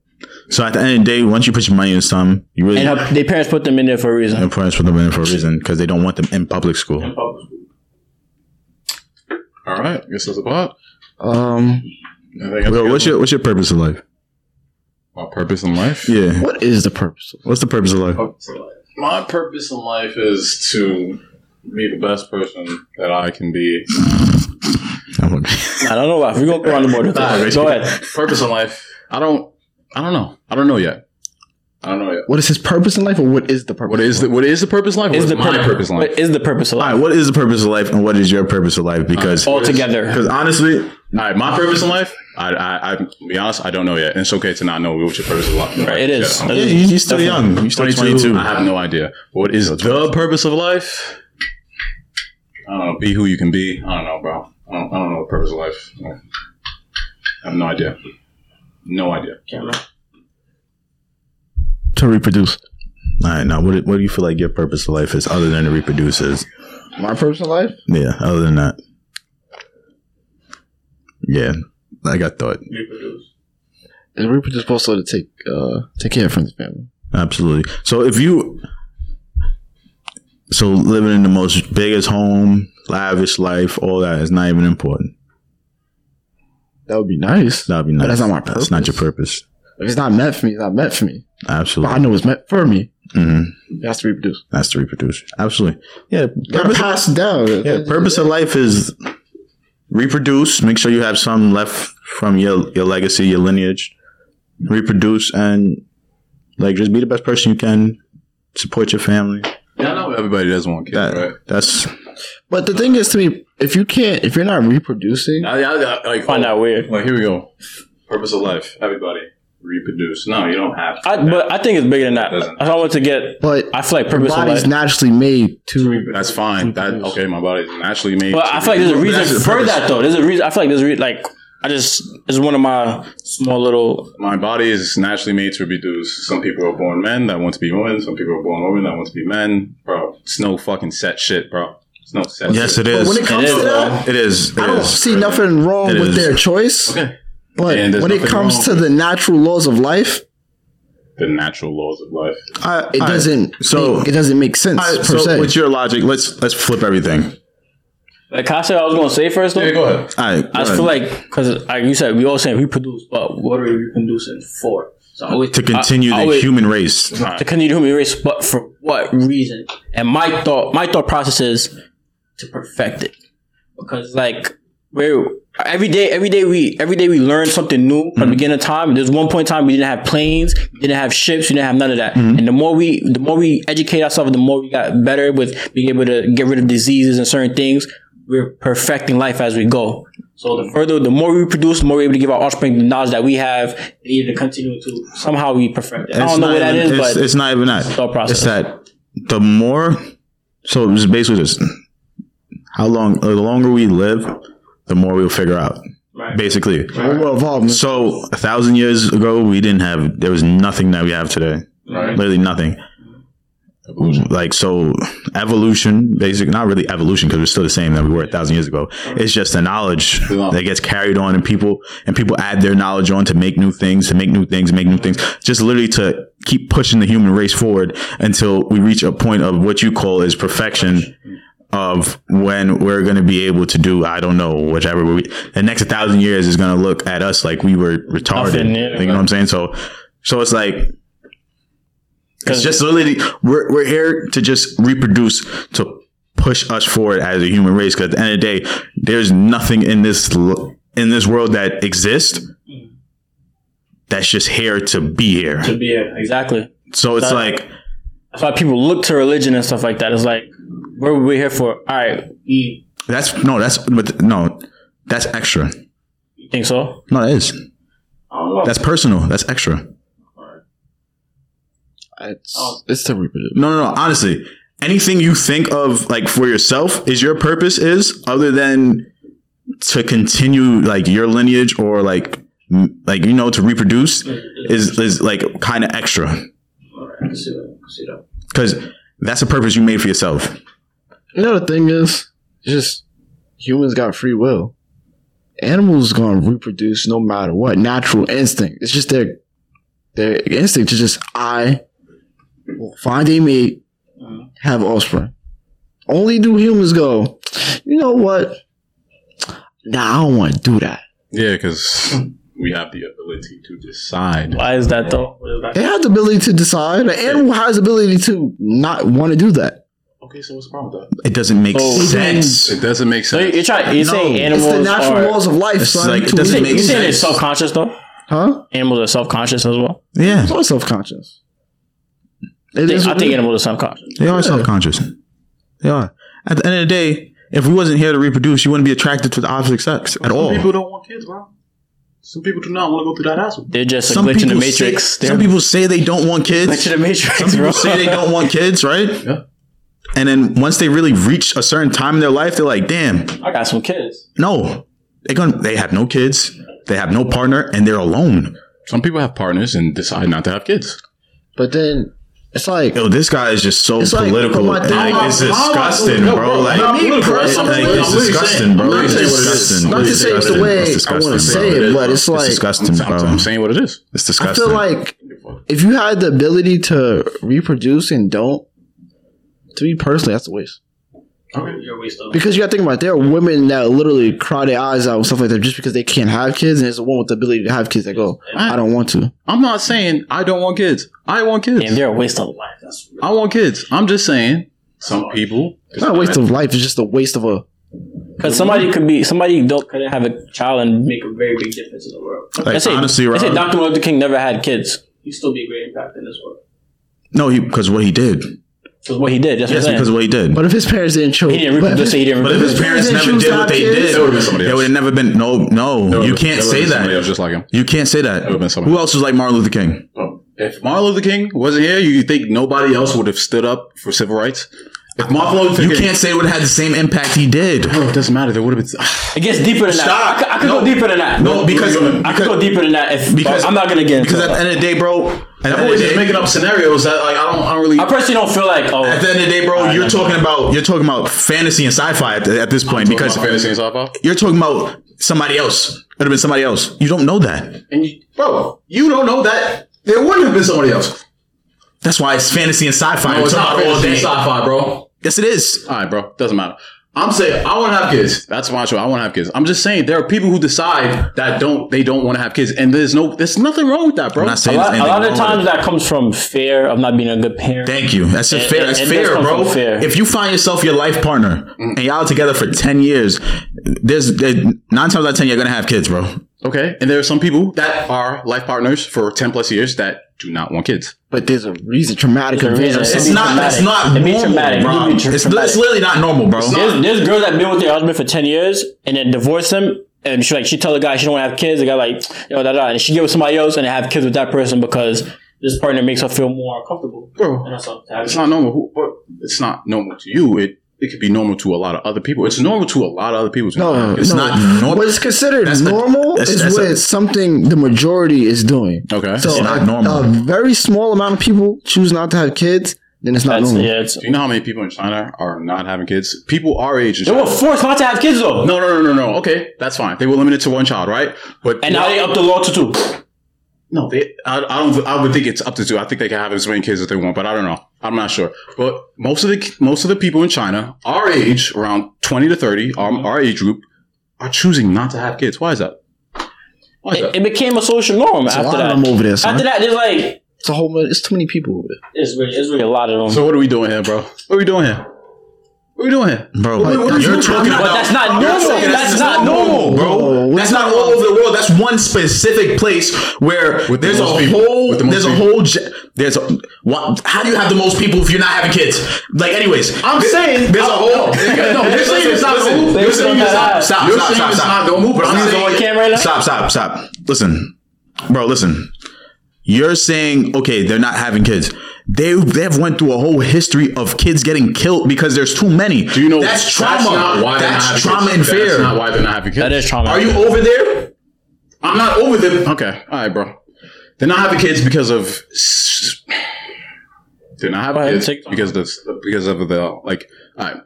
[SPEAKER 1] So at the end of the day, once you put your money in something, you really
[SPEAKER 4] And her, their parents put them in there for a reason.
[SPEAKER 1] Their parents put them in for a reason because they don't want them in public school.
[SPEAKER 2] All right, guess that's about.
[SPEAKER 5] um,
[SPEAKER 1] Yo, what's your what's your purpose of life?
[SPEAKER 2] my purpose in life?
[SPEAKER 1] Yeah,
[SPEAKER 5] what is the purpose?
[SPEAKER 1] what's the purpose of life?
[SPEAKER 2] My purpose in life is to be the best person that I can be.
[SPEAKER 1] I'm like,
[SPEAKER 4] I don't know why. We're gonna go on the board. go ahead.
[SPEAKER 2] Purpose in life. I don't. I don't know. I don't know yet. I don't know yet.
[SPEAKER 5] What is his purpose in life, or what is the purpose?
[SPEAKER 2] What is the what is the purpose in life? What is,
[SPEAKER 4] Is the
[SPEAKER 2] my
[SPEAKER 4] purpose,
[SPEAKER 2] purpose in life?
[SPEAKER 4] But is the purpose of
[SPEAKER 1] all
[SPEAKER 4] life
[SPEAKER 1] right, what is the purpose of life and what is your purpose of life? Because
[SPEAKER 4] altogether?
[SPEAKER 1] because honestly,
[SPEAKER 2] All right, my purpose in life. I, I, I to be honest. I don't know yet. And it's okay to not know what your purpose in life.
[SPEAKER 4] Right, it is.
[SPEAKER 2] Yeah, I'm
[SPEAKER 4] It
[SPEAKER 1] yeah,
[SPEAKER 4] is.
[SPEAKER 1] you, you're still young. You're still 22.
[SPEAKER 2] I have no idea. What is the purpose of life? I don't know. Be who you can be. I don't know, bro. I don't, I don't know the purpose of life. No. I have no idea. No idea.
[SPEAKER 5] to reproduce?
[SPEAKER 1] All right, now what, do- what do you feel like your purpose of life is other than to reproduce? Is
[SPEAKER 5] My purpose in life?
[SPEAKER 1] yeah, other than that, yeah, I got thought.
[SPEAKER 5] is reproduce supposed to take uh take care of friends and family.
[SPEAKER 1] Absolutely. So if you so living in the most biggest home, lavish life, all that is not even important.
[SPEAKER 5] That would be nice.
[SPEAKER 1] That'd be nice.
[SPEAKER 5] that's not my
[SPEAKER 1] That's not your
[SPEAKER 5] purpose.
[SPEAKER 1] purpose.
[SPEAKER 5] If it's not meant for me, it's not meant for me. But I
[SPEAKER 1] Absolutely.
[SPEAKER 5] know it's meant for me.
[SPEAKER 1] Mhm.
[SPEAKER 5] It has to reproduce.
[SPEAKER 1] That's to reproduce. Absolutely. Yeah.
[SPEAKER 5] Gotta
[SPEAKER 1] Purpose,
[SPEAKER 5] pass it down.
[SPEAKER 1] yeah. Purpose of life is reproduce. Make sure you have some left from your your legacy, your lineage. Reproduce and like just be the best person you can. Support your family.
[SPEAKER 2] Yeah, I know everybody does want kids,
[SPEAKER 1] That
[SPEAKER 2] right?
[SPEAKER 1] that's
[SPEAKER 5] But the thing is, to me, if you can't, if you're not reproducing,
[SPEAKER 2] I, I, I, like,
[SPEAKER 4] Find that weird.
[SPEAKER 2] Like, here we go. Purpose of life. Everybody reproduce. No, you don't have to.
[SPEAKER 4] I, but I think it's bigger than that.
[SPEAKER 2] Doesn't-
[SPEAKER 4] I want to get.
[SPEAKER 5] but
[SPEAKER 4] I feel like
[SPEAKER 5] your
[SPEAKER 4] purpose of
[SPEAKER 5] body's
[SPEAKER 4] life.
[SPEAKER 5] naturally made to.
[SPEAKER 2] That's fine. That okay. My body's naturally made.
[SPEAKER 4] But
[SPEAKER 2] to
[SPEAKER 4] I feel like there's a
[SPEAKER 2] reproduce. That's
[SPEAKER 4] reason
[SPEAKER 2] the
[SPEAKER 4] for
[SPEAKER 2] purpose.
[SPEAKER 4] that though. There's a reason. I feel like there's a re- like I just it's one of my small little.
[SPEAKER 2] My body is naturally made to reproduce. Some people are born men that want to be women. Some people are born women that want to be men. Bro, it's no fucking set shit, bro. It's no set.
[SPEAKER 1] yes,
[SPEAKER 2] shit.
[SPEAKER 1] it is.
[SPEAKER 5] But when it comes
[SPEAKER 4] is,
[SPEAKER 5] to that,
[SPEAKER 1] it is. It
[SPEAKER 5] I don't
[SPEAKER 1] is.
[SPEAKER 5] see nothing wrong
[SPEAKER 1] It
[SPEAKER 5] with
[SPEAKER 1] is.
[SPEAKER 5] their choice.
[SPEAKER 2] Okay.
[SPEAKER 5] But
[SPEAKER 2] And there's
[SPEAKER 5] when it
[SPEAKER 2] nothing
[SPEAKER 5] comes
[SPEAKER 2] wrong
[SPEAKER 5] to
[SPEAKER 2] with
[SPEAKER 5] the natural laws of life,
[SPEAKER 2] The natural laws of life.
[SPEAKER 1] I-
[SPEAKER 5] it
[SPEAKER 1] I-
[SPEAKER 5] doesn't.
[SPEAKER 1] So-
[SPEAKER 5] make- it doesn't make sense
[SPEAKER 1] I-
[SPEAKER 5] per
[SPEAKER 1] so
[SPEAKER 5] se.
[SPEAKER 1] with your logic, let's let's flip everything.
[SPEAKER 4] Like I said, I was gonna say first though.
[SPEAKER 2] ahead.
[SPEAKER 1] All right,
[SPEAKER 4] I just feel like because like you said, we all saying reproduce, but what are we reproducing for? So I always,
[SPEAKER 1] to continue
[SPEAKER 4] I- I
[SPEAKER 1] the
[SPEAKER 4] always-
[SPEAKER 1] human race.
[SPEAKER 4] to continue the human race, but for what reason? And my thought, my thought process is to perfect it because like we're every day, every day we, every day we learn something new
[SPEAKER 1] Mm-hmm.
[SPEAKER 4] from the beginning of time. There's one point in time we didn't have planes, we didn't have ships, we didn't have none of that.
[SPEAKER 1] Mm-hmm.
[SPEAKER 4] And the more we, the more we educate ourselves, the more we got better with being able to get rid of diseases and certain things. We're perfecting life as we go. So the further, the more we produce, the more we're able to give our offspring the knowledge that we have, and either continue to somehow we perfect it. I
[SPEAKER 1] It's
[SPEAKER 4] don't know
[SPEAKER 1] not
[SPEAKER 4] what that
[SPEAKER 1] even-
[SPEAKER 4] is,
[SPEAKER 1] it's,
[SPEAKER 4] but
[SPEAKER 1] it's not even that.
[SPEAKER 4] thought process.
[SPEAKER 1] It's that the more, so it was basically just how long, the longer we live, the more we'll figure out.
[SPEAKER 4] Right.
[SPEAKER 1] Basically,
[SPEAKER 5] We're evolving.
[SPEAKER 1] so a thousand years ago, we didn't have there was nothing that we have today.
[SPEAKER 2] Right.
[SPEAKER 1] Literally nothing. Like so, evolution, basic, not really evolution because we're still the same that we were a thousand years ago. It's just the knowledge
[SPEAKER 2] Yeah.
[SPEAKER 1] that gets carried on, and people and people add their knowledge on to make new things, to make new things, make new things, just literally to keep pushing the human race forward until we reach a point of what you call is perfection. Of when we're going to be able to do, I don't know, whichever. We, the next thousand years is going to look at us like we were retarded.
[SPEAKER 4] Nothing, yeah.
[SPEAKER 1] You know what I'm saying? So, so it's like it's just literally we're we're here to just reproduce to push us forward as a human race. Because at the end of the day, there's nothing in this l- in this world that exists that's just here to be here.
[SPEAKER 4] to be here. Exactly.
[SPEAKER 1] So it's
[SPEAKER 4] That-
[SPEAKER 1] like
[SPEAKER 4] That's why people look to religion and stuff like that. It's like, what are we here for? All right, you
[SPEAKER 1] that's no, that's but no, that's extra.
[SPEAKER 4] you think so?
[SPEAKER 1] No, that is
[SPEAKER 3] I don't know.
[SPEAKER 1] that's personal. That's extra.
[SPEAKER 5] It's, it's to reproduce.
[SPEAKER 1] No, no, no. Honestly, anything you think of like for yourself is your purpose is other than to continue like your lineage or like m- like you know to reproduce is is like kind of extra
[SPEAKER 3] Alright, I can see that. I can see that.
[SPEAKER 1] because that's a purpose you made for yourself.
[SPEAKER 5] You know the thing is, just humans got free will. Animals gonna reproduce no matter what. Natural instinct. It's just their their instinct to just I will find a mate,
[SPEAKER 1] Uh-huh.
[SPEAKER 5] have offspring. Only do humans go. You know what? Nah, I don't want to do that.
[SPEAKER 2] Yeah, because we have the ability to decide.
[SPEAKER 4] Why is that though?
[SPEAKER 3] What is that?
[SPEAKER 5] They have the ability to decide. An animal has the ability to not want to do that.
[SPEAKER 2] Okay, so what's the problem with
[SPEAKER 1] It doesn't make
[SPEAKER 4] Oh,
[SPEAKER 1] sense.
[SPEAKER 2] that? It doesn't make
[SPEAKER 4] So
[SPEAKER 2] sense.
[SPEAKER 4] you're trying, you're saying
[SPEAKER 5] Oh, It's
[SPEAKER 4] animals
[SPEAKER 5] the natural
[SPEAKER 4] are,
[SPEAKER 5] laws of life.
[SPEAKER 1] It's
[SPEAKER 5] son.
[SPEAKER 1] like, it
[SPEAKER 5] To
[SPEAKER 1] doesn't
[SPEAKER 5] live-
[SPEAKER 1] make
[SPEAKER 4] You're saying it's
[SPEAKER 1] sense.
[SPEAKER 4] self conscious though.
[SPEAKER 5] Huh?
[SPEAKER 4] Animals are self conscious as well.
[SPEAKER 1] Yeah,
[SPEAKER 5] It's all self conscious.
[SPEAKER 4] I think, I think animals are self conscious.
[SPEAKER 1] they are self conscious. They are. At the end of the day, if we wasn't here to reproduce, you wouldn't be attracted to the opposite sex at all.
[SPEAKER 2] don't want kids, bro. Some people do not want to go through that hassle.
[SPEAKER 4] They're just a glitch in the matrix.
[SPEAKER 1] Say,
[SPEAKER 4] They're
[SPEAKER 1] some people say they don't want
[SPEAKER 4] a
[SPEAKER 1] kids.
[SPEAKER 4] glitch in the matrix, bro.
[SPEAKER 1] people say they don't want kids, right?
[SPEAKER 2] Yeah.
[SPEAKER 1] And then once they really reach a certain time in their life, they're like, "Damn,
[SPEAKER 4] I got some kids.
[SPEAKER 1] no, they're gonna. They have no kids. They have no partner, and they're alone."
[SPEAKER 2] Some people have partners and decide not to have kids.
[SPEAKER 5] But then it's like
[SPEAKER 1] Yo, this guy is just so
[SPEAKER 5] It's like,
[SPEAKER 1] political.
[SPEAKER 5] but my
[SPEAKER 1] and,
[SPEAKER 5] dad-
[SPEAKER 1] like, it's disgusting,
[SPEAKER 2] No,
[SPEAKER 1] bro.
[SPEAKER 2] bro,
[SPEAKER 1] Like,
[SPEAKER 2] not me, bro.
[SPEAKER 1] it's,
[SPEAKER 2] I'm
[SPEAKER 1] like,
[SPEAKER 2] really-
[SPEAKER 1] it's
[SPEAKER 2] I'm really
[SPEAKER 1] disgusting, bro.
[SPEAKER 5] not
[SPEAKER 1] It's
[SPEAKER 5] to say what it is.
[SPEAKER 1] disgusting.
[SPEAKER 5] Not to say it's the
[SPEAKER 1] disgusting.
[SPEAKER 5] way I
[SPEAKER 1] disgusting,
[SPEAKER 5] wanna say
[SPEAKER 1] bro.
[SPEAKER 5] it, but it's like-
[SPEAKER 1] disgusting,
[SPEAKER 2] I'm,
[SPEAKER 1] Mm, bro.
[SPEAKER 2] I'm saying what it is.
[SPEAKER 1] It's
[SPEAKER 5] I
[SPEAKER 1] disgusting.
[SPEAKER 5] feel like if you had the ability to reproduce and don't, to me personally, that's a waste.
[SPEAKER 3] You're a waste of
[SPEAKER 5] Because you gotta think about it, there are women that literally cry their eyes out and stuff like that just because they can't have kids, and there's a woman with the ability to have kids that go, I don't want to.
[SPEAKER 2] I'm not saying I don't want kids. I want
[SPEAKER 4] And
[SPEAKER 2] kids.
[SPEAKER 4] they're a waste of life.
[SPEAKER 3] That's
[SPEAKER 2] I want kids. I'm just saying some people.
[SPEAKER 5] It's not a waste of life, it's just a waste of a.
[SPEAKER 4] Because somebody could be somebody don't couldn't have a child and make.
[SPEAKER 3] make a very big difference in the world.
[SPEAKER 4] They
[SPEAKER 1] Like,
[SPEAKER 4] say,
[SPEAKER 1] honestly,
[SPEAKER 4] they say
[SPEAKER 1] Rob,
[SPEAKER 4] Dr. Martin Luther King never had kids.
[SPEAKER 3] You still be a great impact in this world.
[SPEAKER 1] no, he because what he did.
[SPEAKER 4] Because what he did, that's
[SPEAKER 1] Yes,
[SPEAKER 4] what I'm
[SPEAKER 1] because
[SPEAKER 4] saying.
[SPEAKER 1] of what he did.
[SPEAKER 5] But if his parents didn't choose,
[SPEAKER 4] He didn't reproduce. just say he didn't
[SPEAKER 1] But if
[SPEAKER 4] reproduce.
[SPEAKER 1] his parents
[SPEAKER 5] They
[SPEAKER 1] never
[SPEAKER 5] choose
[SPEAKER 1] did
[SPEAKER 5] to
[SPEAKER 1] what
[SPEAKER 5] have
[SPEAKER 1] they
[SPEAKER 5] kids.
[SPEAKER 1] did,
[SPEAKER 5] It
[SPEAKER 2] would've been somebody
[SPEAKER 1] they
[SPEAKER 2] else.
[SPEAKER 1] would have never been. No, no, you can't say
[SPEAKER 2] Somebody else
[SPEAKER 1] that.
[SPEAKER 2] just like him.
[SPEAKER 1] You can't say that.
[SPEAKER 2] would've been somebody
[SPEAKER 1] Who else was like Martin Luther King?
[SPEAKER 2] Oh, If Martin Luther King wasn't here, you think nobody else would have stood up for civil rights? If Martin Luther
[SPEAKER 1] You
[SPEAKER 2] King,
[SPEAKER 1] can't say it would have had the same impact he did.
[SPEAKER 2] Bro, Oh, it doesn't matter. There would have been.
[SPEAKER 4] It gets deeper than that. I could, I could go deeper than that.
[SPEAKER 1] No, because
[SPEAKER 4] I could go deeper than that. If
[SPEAKER 1] because-
[SPEAKER 4] I'm not gonna get into
[SPEAKER 1] because at the
[SPEAKER 4] it.
[SPEAKER 1] end of the day, bro. At the end of
[SPEAKER 2] Always
[SPEAKER 1] the
[SPEAKER 2] just
[SPEAKER 1] day,
[SPEAKER 2] making up scenarios that like I don't, I don't really.
[SPEAKER 4] I personally don't feel like oh.
[SPEAKER 1] at the end of the day, bro, you're talking about you're talking about fantasy and sci-fi at, at this point because
[SPEAKER 2] and sci-fi.
[SPEAKER 1] you're talking about somebody else. It would have been somebody else. You don't know that.
[SPEAKER 2] And you, bro, you don't know that there would have been somebody else.
[SPEAKER 1] That's why it's fantasy and sci-fi.
[SPEAKER 2] No,
[SPEAKER 1] We're
[SPEAKER 2] Oh, it's
[SPEAKER 1] talking
[SPEAKER 2] not
[SPEAKER 1] about it all
[SPEAKER 2] fantasy and
[SPEAKER 1] day.
[SPEAKER 2] sci-fi, bro.
[SPEAKER 1] Yes, it is.
[SPEAKER 2] All right, bro. Doesn't matter. I'm saying I want to have kids. That's my choice. I want to have kids. I'm just saying there are people who decide that don't they don't want to have kids, and there's no there's nothing wrong with that, bro.
[SPEAKER 1] I'm not
[SPEAKER 4] a
[SPEAKER 1] saying
[SPEAKER 4] lot, a
[SPEAKER 1] there's
[SPEAKER 4] lot
[SPEAKER 1] anything
[SPEAKER 4] of
[SPEAKER 1] wrong with it.
[SPEAKER 4] times that comes from fear of not being a good parent.
[SPEAKER 1] Thank you. That's just
[SPEAKER 4] It-
[SPEAKER 1] fair.
[SPEAKER 4] it-
[SPEAKER 1] That's
[SPEAKER 4] it does
[SPEAKER 1] fair,
[SPEAKER 4] come
[SPEAKER 1] bro.
[SPEAKER 4] from fear.
[SPEAKER 1] If you find yourself your life partner and y'all together for ten years, there's there, nine times out of ten you're gonna have kids, bro.
[SPEAKER 2] Okay, and there are some people that are life partners for ten plus years that do not want kids.
[SPEAKER 5] but there's a reason, traumatic
[SPEAKER 4] There's a
[SPEAKER 5] events. or
[SPEAKER 4] reason.
[SPEAKER 1] It's
[SPEAKER 5] something.
[SPEAKER 1] not.
[SPEAKER 4] traumatic.
[SPEAKER 1] It's not
[SPEAKER 4] It'd be
[SPEAKER 1] normal,
[SPEAKER 4] traumatic. It'd
[SPEAKER 1] bro.
[SPEAKER 4] be
[SPEAKER 1] It's,
[SPEAKER 4] tra-
[SPEAKER 1] it's
[SPEAKER 4] traumatic.
[SPEAKER 1] literally not normal, bro.
[SPEAKER 4] There's, there's girls that been with their husband for ten years and then divorce him, and she like she tell the guy she don't want to have kids. The guy like yo da da, and she get with somebody else and have kids with that person because this partner makes her feel more comfortable.
[SPEAKER 2] Bro.
[SPEAKER 4] and that's all.
[SPEAKER 2] It's not normal. Who- But it's not normal to you. It it could be normal to a lot of other people. It's normal to a lot of other people. to
[SPEAKER 5] No, no,
[SPEAKER 2] It's
[SPEAKER 5] no.
[SPEAKER 2] not.
[SPEAKER 1] not normal.
[SPEAKER 5] What is considered
[SPEAKER 1] That's the-
[SPEAKER 5] normal
[SPEAKER 1] that's-
[SPEAKER 5] is
[SPEAKER 1] that's
[SPEAKER 5] what
[SPEAKER 1] a-
[SPEAKER 5] something the majority is doing.
[SPEAKER 2] Okay.
[SPEAKER 5] So
[SPEAKER 1] It's not
[SPEAKER 5] a,
[SPEAKER 1] normal.
[SPEAKER 5] Uh, a very small amount of people choose not to have kids, then it's not
[SPEAKER 4] That's,
[SPEAKER 5] normal.
[SPEAKER 4] yeah, it's,
[SPEAKER 2] Do you know how many people in China are not having kids? People our age. In
[SPEAKER 4] they
[SPEAKER 2] China-
[SPEAKER 4] were forced not to have kids though,
[SPEAKER 2] no, no, no, no, no. Okay, that's fine. They were limited to one child, right? But
[SPEAKER 4] and now they up the law to two.
[SPEAKER 2] no, they. I, I don't. I would think it's up to two. I think they can have as many kids as they want, but I don't know. I'm not sure. But most of the most of the people in China our age, around twenty to thirty, our,
[SPEAKER 4] Mm-hmm.
[SPEAKER 2] our age group, are choosing not to have kids. Why is that? Why is that?
[SPEAKER 4] It, it became a social norm
[SPEAKER 5] It's a
[SPEAKER 4] after
[SPEAKER 5] lot
[SPEAKER 4] that.
[SPEAKER 5] of them over there, son.
[SPEAKER 4] After that, there's like
[SPEAKER 5] It's a whole. It's too many people over there.
[SPEAKER 4] it's really, it's really a lot of them.
[SPEAKER 2] So what are we doing here, bro? What are we doing here? What are we doing here?
[SPEAKER 1] bro.
[SPEAKER 5] um,
[SPEAKER 1] you're talking
[SPEAKER 4] but
[SPEAKER 1] about.
[SPEAKER 4] that's not
[SPEAKER 1] I'm
[SPEAKER 4] normal.
[SPEAKER 1] saying
[SPEAKER 4] That's not normal.
[SPEAKER 5] Whoa,
[SPEAKER 1] bro.
[SPEAKER 5] what's
[SPEAKER 1] That's not all over the world. That's one specific place where
[SPEAKER 2] With the
[SPEAKER 1] there's a
[SPEAKER 2] most people.
[SPEAKER 1] whole,
[SPEAKER 2] With the most
[SPEAKER 1] there's a
[SPEAKER 2] people.
[SPEAKER 1] whole, ge- there's a. What, how do you have the most people if you're not having kids? Like, anyways, I'm saying there's a whole.
[SPEAKER 2] no, you're saying it's not
[SPEAKER 1] Listen,
[SPEAKER 2] normal.
[SPEAKER 1] listen,
[SPEAKER 2] You're saying it's
[SPEAKER 1] stop,
[SPEAKER 4] not-
[SPEAKER 1] stop,
[SPEAKER 2] you're
[SPEAKER 1] stop,
[SPEAKER 2] saying
[SPEAKER 1] stop,
[SPEAKER 2] it's
[SPEAKER 1] stop.
[SPEAKER 2] not normal, but I'm
[SPEAKER 1] Stop,
[SPEAKER 2] saying-
[SPEAKER 4] on camera right now?
[SPEAKER 1] Stop, stop, stop. Listen, bro. Listen. You're saying okay, they're not having kids. They they've went through a whole history of kids getting killed because there's too many.
[SPEAKER 2] Do you know
[SPEAKER 1] that's trauma? That's,
[SPEAKER 2] not why they're not having
[SPEAKER 1] trauma
[SPEAKER 2] kids.
[SPEAKER 1] and fear.
[SPEAKER 2] That's not why they're not having kids.
[SPEAKER 4] That is trauma.
[SPEAKER 1] Are you over there?
[SPEAKER 2] I'm not over them. Okay, all right, bro. They're not having kids because of. s- They're not having
[SPEAKER 4] Go ahead,
[SPEAKER 2] kids
[SPEAKER 4] take-
[SPEAKER 2] because of this, because of the like. All right.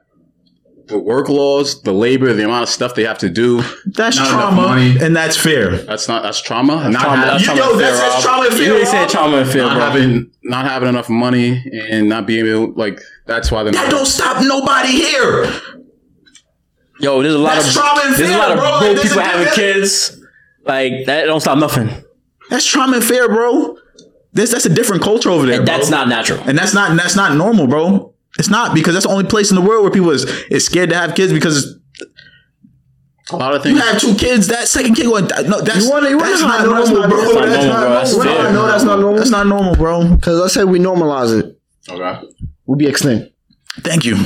[SPEAKER 2] The work laws, the labor, the amount of stuff they have to do.
[SPEAKER 1] That's
[SPEAKER 2] Not enough
[SPEAKER 1] trauma
[SPEAKER 2] money.
[SPEAKER 1] and that's fear.
[SPEAKER 2] That's not that's trauma. not
[SPEAKER 4] trauma.
[SPEAKER 2] having-
[SPEAKER 4] That's
[SPEAKER 1] You
[SPEAKER 4] trauma
[SPEAKER 1] know
[SPEAKER 4] and fear,
[SPEAKER 1] that's,
[SPEAKER 4] Rob.
[SPEAKER 1] that's trauma and
[SPEAKER 4] You
[SPEAKER 1] fear.
[SPEAKER 4] really said trauma and fear,
[SPEAKER 2] not
[SPEAKER 4] bro.
[SPEAKER 2] having not having enough money and not being able like that's why they're
[SPEAKER 1] That
[SPEAKER 2] not.
[SPEAKER 1] don't stop nobody here.
[SPEAKER 4] Yo, there's a lot
[SPEAKER 1] That's
[SPEAKER 4] of
[SPEAKER 1] trauma and
[SPEAKER 4] there's a
[SPEAKER 1] fear,
[SPEAKER 4] lot of
[SPEAKER 1] bro.
[SPEAKER 4] broke
[SPEAKER 1] This is
[SPEAKER 4] people having
[SPEAKER 1] nothing.
[SPEAKER 4] kids. Like that don't stop nothing.
[SPEAKER 1] That's trauma and fear, bro. This that's a different culture over there.
[SPEAKER 4] That's
[SPEAKER 1] bro.
[SPEAKER 4] not natural.
[SPEAKER 1] and that's not that's not normal, bro. It's not because that's the only place in the world where people is, is scared to have kids because
[SPEAKER 2] a lot of
[SPEAKER 1] you
[SPEAKER 2] things.
[SPEAKER 1] have two kids. That second kid going die. no, that's
[SPEAKER 5] You wanna- you wanna
[SPEAKER 1] that's
[SPEAKER 5] know
[SPEAKER 1] not
[SPEAKER 5] how
[SPEAKER 1] normal,
[SPEAKER 5] normal
[SPEAKER 1] bro.
[SPEAKER 5] that's
[SPEAKER 1] That's
[SPEAKER 5] not
[SPEAKER 4] normal,
[SPEAKER 1] not
[SPEAKER 4] bro. That's
[SPEAKER 1] normal.
[SPEAKER 4] fair.
[SPEAKER 1] No, no, that's not normal. That's not normal, bro.
[SPEAKER 5] Because let's say we normalize it,
[SPEAKER 2] Okay.
[SPEAKER 5] we'll be extinct.
[SPEAKER 1] Thank you.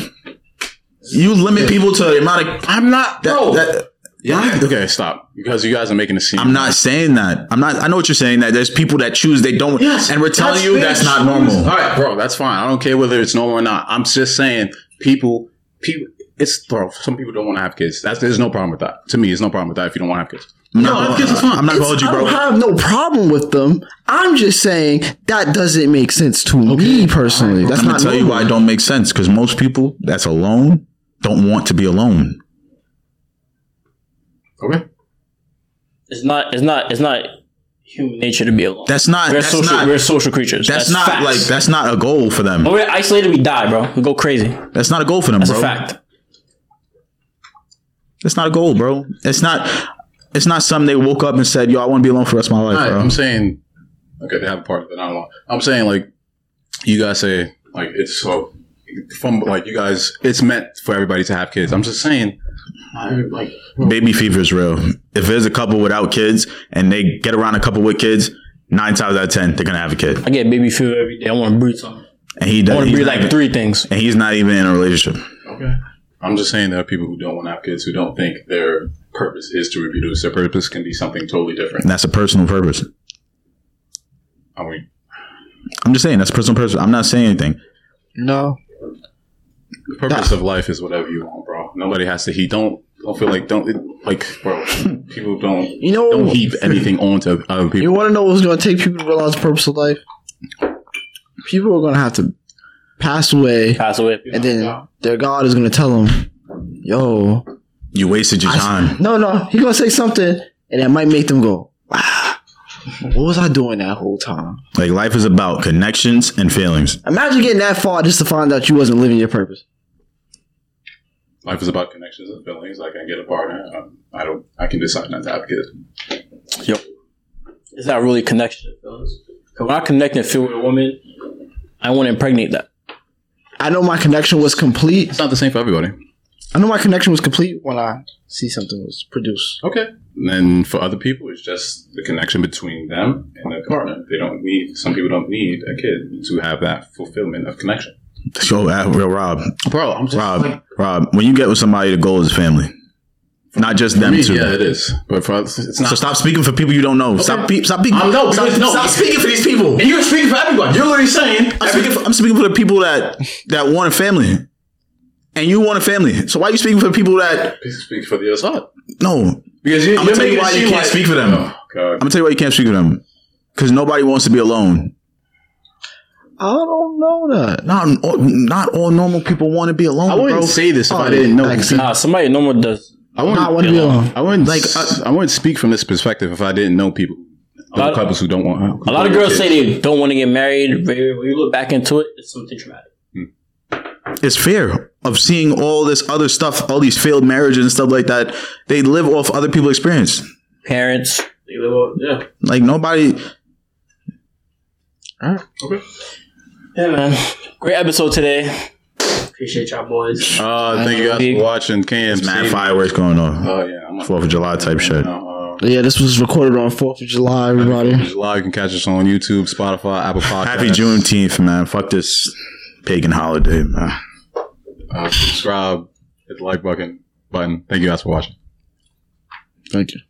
[SPEAKER 1] You limit people to the amount of
[SPEAKER 2] I'm not,
[SPEAKER 1] that,
[SPEAKER 2] bro.
[SPEAKER 1] that
[SPEAKER 2] yeah. Okay, stop. Because you guys are making a scene.
[SPEAKER 1] I'm not saying that. I'm not. I know what you're saying. That there's people that choose they don't,
[SPEAKER 2] Yes,
[SPEAKER 1] and we're telling you
[SPEAKER 2] fair.
[SPEAKER 1] that's not
[SPEAKER 2] All
[SPEAKER 1] normal.
[SPEAKER 2] right, bro, that's fine. I don't care whether it's normal or not. I'm just saying people, people. It's bro. Some people don't want to have kids. That's there's no problem with that. To me, it's no problem with that if you don't want to have kids.
[SPEAKER 1] I'm
[SPEAKER 2] No,
[SPEAKER 1] not,
[SPEAKER 2] I think it's fine.
[SPEAKER 1] I'm not gonna hold you,
[SPEAKER 5] I
[SPEAKER 1] bro.
[SPEAKER 5] don't have no problem with them. I'm just saying that doesn't make sense to me personally. That's
[SPEAKER 1] I'm gonna
[SPEAKER 5] not
[SPEAKER 1] tell you
[SPEAKER 5] normal.
[SPEAKER 1] why it don't make sense because most people that's alone don't want to be alone.
[SPEAKER 2] Okay.
[SPEAKER 4] It's not. It's not. It's not human nature to be alone.
[SPEAKER 1] That's not.
[SPEAKER 4] we're
[SPEAKER 1] That's
[SPEAKER 4] social.
[SPEAKER 1] not.
[SPEAKER 4] we're social creatures.
[SPEAKER 1] that's, not
[SPEAKER 4] facts.
[SPEAKER 1] like. That's not a goal for them.
[SPEAKER 4] When we're isolated, we die, bro. We go crazy.
[SPEAKER 1] That's not a goal for them,
[SPEAKER 4] That's
[SPEAKER 1] bro.
[SPEAKER 4] a fact.
[SPEAKER 1] It's not a goal, bro. It's not. It's not something they woke up and said, "Yo, I want to be alone for the rest of my life."
[SPEAKER 2] All right,
[SPEAKER 1] bro.
[SPEAKER 2] I'm saying, okay, they have a part of it. I don't know. I'm saying, like, you guys say, like, it's so, from, like, you guys, it's meant for everybody to have kids. I'm just saying, I, like,
[SPEAKER 1] Baby fever is real. If there's a couple without kids and they get around a couple with kids, nine times out of ten they're gonna have a kid.
[SPEAKER 4] I get baby fever every day. I want to breathe something.
[SPEAKER 1] And he
[SPEAKER 4] I
[SPEAKER 1] does.
[SPEAKER 4] want to
[SPEAKER 1] He's
[SPEAKER 4] breathe
[SPEAKER 1] not
[SPEAKER 4] like
[SPEAKER 1] even,
[SPEAKER 4] three things.
[SPEAKER 1] and he's not even in a relationship.
[SPEAKER 2] okay. I'm just saying there are people who don't want to have kids who don't think their purpose is to reproduce. Their purpose can be something totally different.
[SPEAKER 1] And that's a personal purpose.
[SPEAKER 2] I mean,
[SPEAKER 1] I'm just saying that's personal purpose. I'm not saying anything.
[SPEAKER 5] No.
[SPEAKER 2] the purpose of life is whatever you want, bro. Nobody has to. He don't. Don't feel like don't it- like, bro. People don't
[SPEAKER 5] You know,
[SPEAKER 2] don't heap anything onto other
[SPEAKER 5] you
[SPEAKER 2] people.
[SPEAKER 5] want to know what's going to take people to realize the purpose of life? People are going to have to pass away,
[SPEAKER 4] Pass away.
[SPEAKER 5] and then their God is going to tell them, yo,
[SPEAKER 1] You wasted your
[SPEAKER 5] I-
[SPEAKER 1] time.
[SPEAKER 5] No, no, he gonna say something, and it might make them go, "Wow, what was I doing that whole time?"
[SPEAKER 1] Like life is about connections and feelings.
[SPEAKER 5] Imagine getting that far just to find out you wasn't living your purpose.
[SPEAKER 2] Life is about connections and feelings. Like I get a partner. Um, I don't. I can decide not to have kids.
[SPEAKER 4] It's not really connection, fellas. 'Cause When I connect and feel with a woman, I want to impregnate that.
[SPEAKER 5] I know my connection was complete.
[SPEAKER 2] It's not the same for everybody.
[SPEAKER 5] I know my connection was complete when I see something was produced.
[SPEAKER 2] Okay. And then for other people, it's just the connection between them and their partner. They don't need. Some people don't need a kid to have that fulfillment of connection.
[SPEAKER 1] So, uh, real Rob,
[SPEAKER 2] Bro, I'm just
[SPEAKER 1] Rob, Rob. When you get with somebody, the goal is family, not just
[SPEAKER 2] I
[SPEAKER 1] them
[SPEAKER 2] mean,
[SPEAKER 1] two.
[SPEAKER 2] yeah, it is. But for us, it's not.
[SPEAKER 1] So stop speaking for people you don't know. Stop, pe- stop speaking.
[SPEAKER 2] Um, no,
[SPEAKER 1] stop,
[SPEAKER 2] because- no.
[SPEAKER 1] stop speaking for these people.
[SPEAKER 2] and you're speaking for everyone. You're literally saying.
[SPEAKER 1] I'm speaking, for, I'm speaking for the people that that want a family, and you want a family. So why are you speaking for the people that
[SPEAKER 2] Speak for the other side.
[SPEAKER 1] no?
[SPEAKER 2] Because you,
[SPEAKER 1] I'm gonna tell you why you can't speak for them. I'm
[SPEAKER 2] Oh, God.
[SPEAKER 1] gonna tell you why you can't speak for them. Because nobody wants to be alone.
[SPEAKER 5] I don't know that.
[SPEAKER 1] Not all- not all normal people want to be alone,
[SPEAKER 2] I
[SPEAKER 1] bro.
[SPEAKER 2] wouldn't say this if I didn't know.
[SPEAKER 5] Like,
[SPEAKER 4] Nah, somebody normal does.
[SPEAKER 2] I wouldn't.
[SPEAKER 5] Nah, I wouldn't be alone.
[SPEAKER 2] I wouldn't like.
[SPEAKER 1] Like,
[SPEAKER 2] I, wouldn't speak from this perspective if I didn't know people.
[SPEAKER 4] lot-
[SPEAKER 2] Other couples who don't want.
[SPEAKER 4] A lot of girls say they don't want to get married. But when you look back into it, it's something traumatic.
[SPEAKER 1] it's fear of seeing all this other stuff, all these failed marriages and stuff like that. They live off other people's experience.
[SPEAKER 4] Parents,
[SPEAKER 3] They live off- yeah.
[SPEAKER 1] Like nobody.
[SPEAKER 4] yeah, man. Great episode today.
[SPEAKER 3] Appreciate y'all boys.
[SPEAKER 2] Uh, thank you guys for watching. Cam,
[SPEAKER 1] Mad
[SPEAKER 2] Steve.
[SPEAKER 1] fireworks going on.
[SPEAKER 2] Oh yeah, I'm
[SPEAKER 1] Fourth of July type shit.
[SPEAKER 2] Uh,
[SPEAKER 5] Yeah, this was recorded on Fourth of July, everybody.
[SPEAKER 2] July, you can catch us on YouTube, Spotify, Apple Podcasts.
[SPEAKER 1] Happy Juneteenth, man. Fuck this pagan holiday, man.
[SPEAKER 2] Uh, subscribe, hit the like button. Button. Thank you guys for watching.
[SPEAKER 5] Thank you.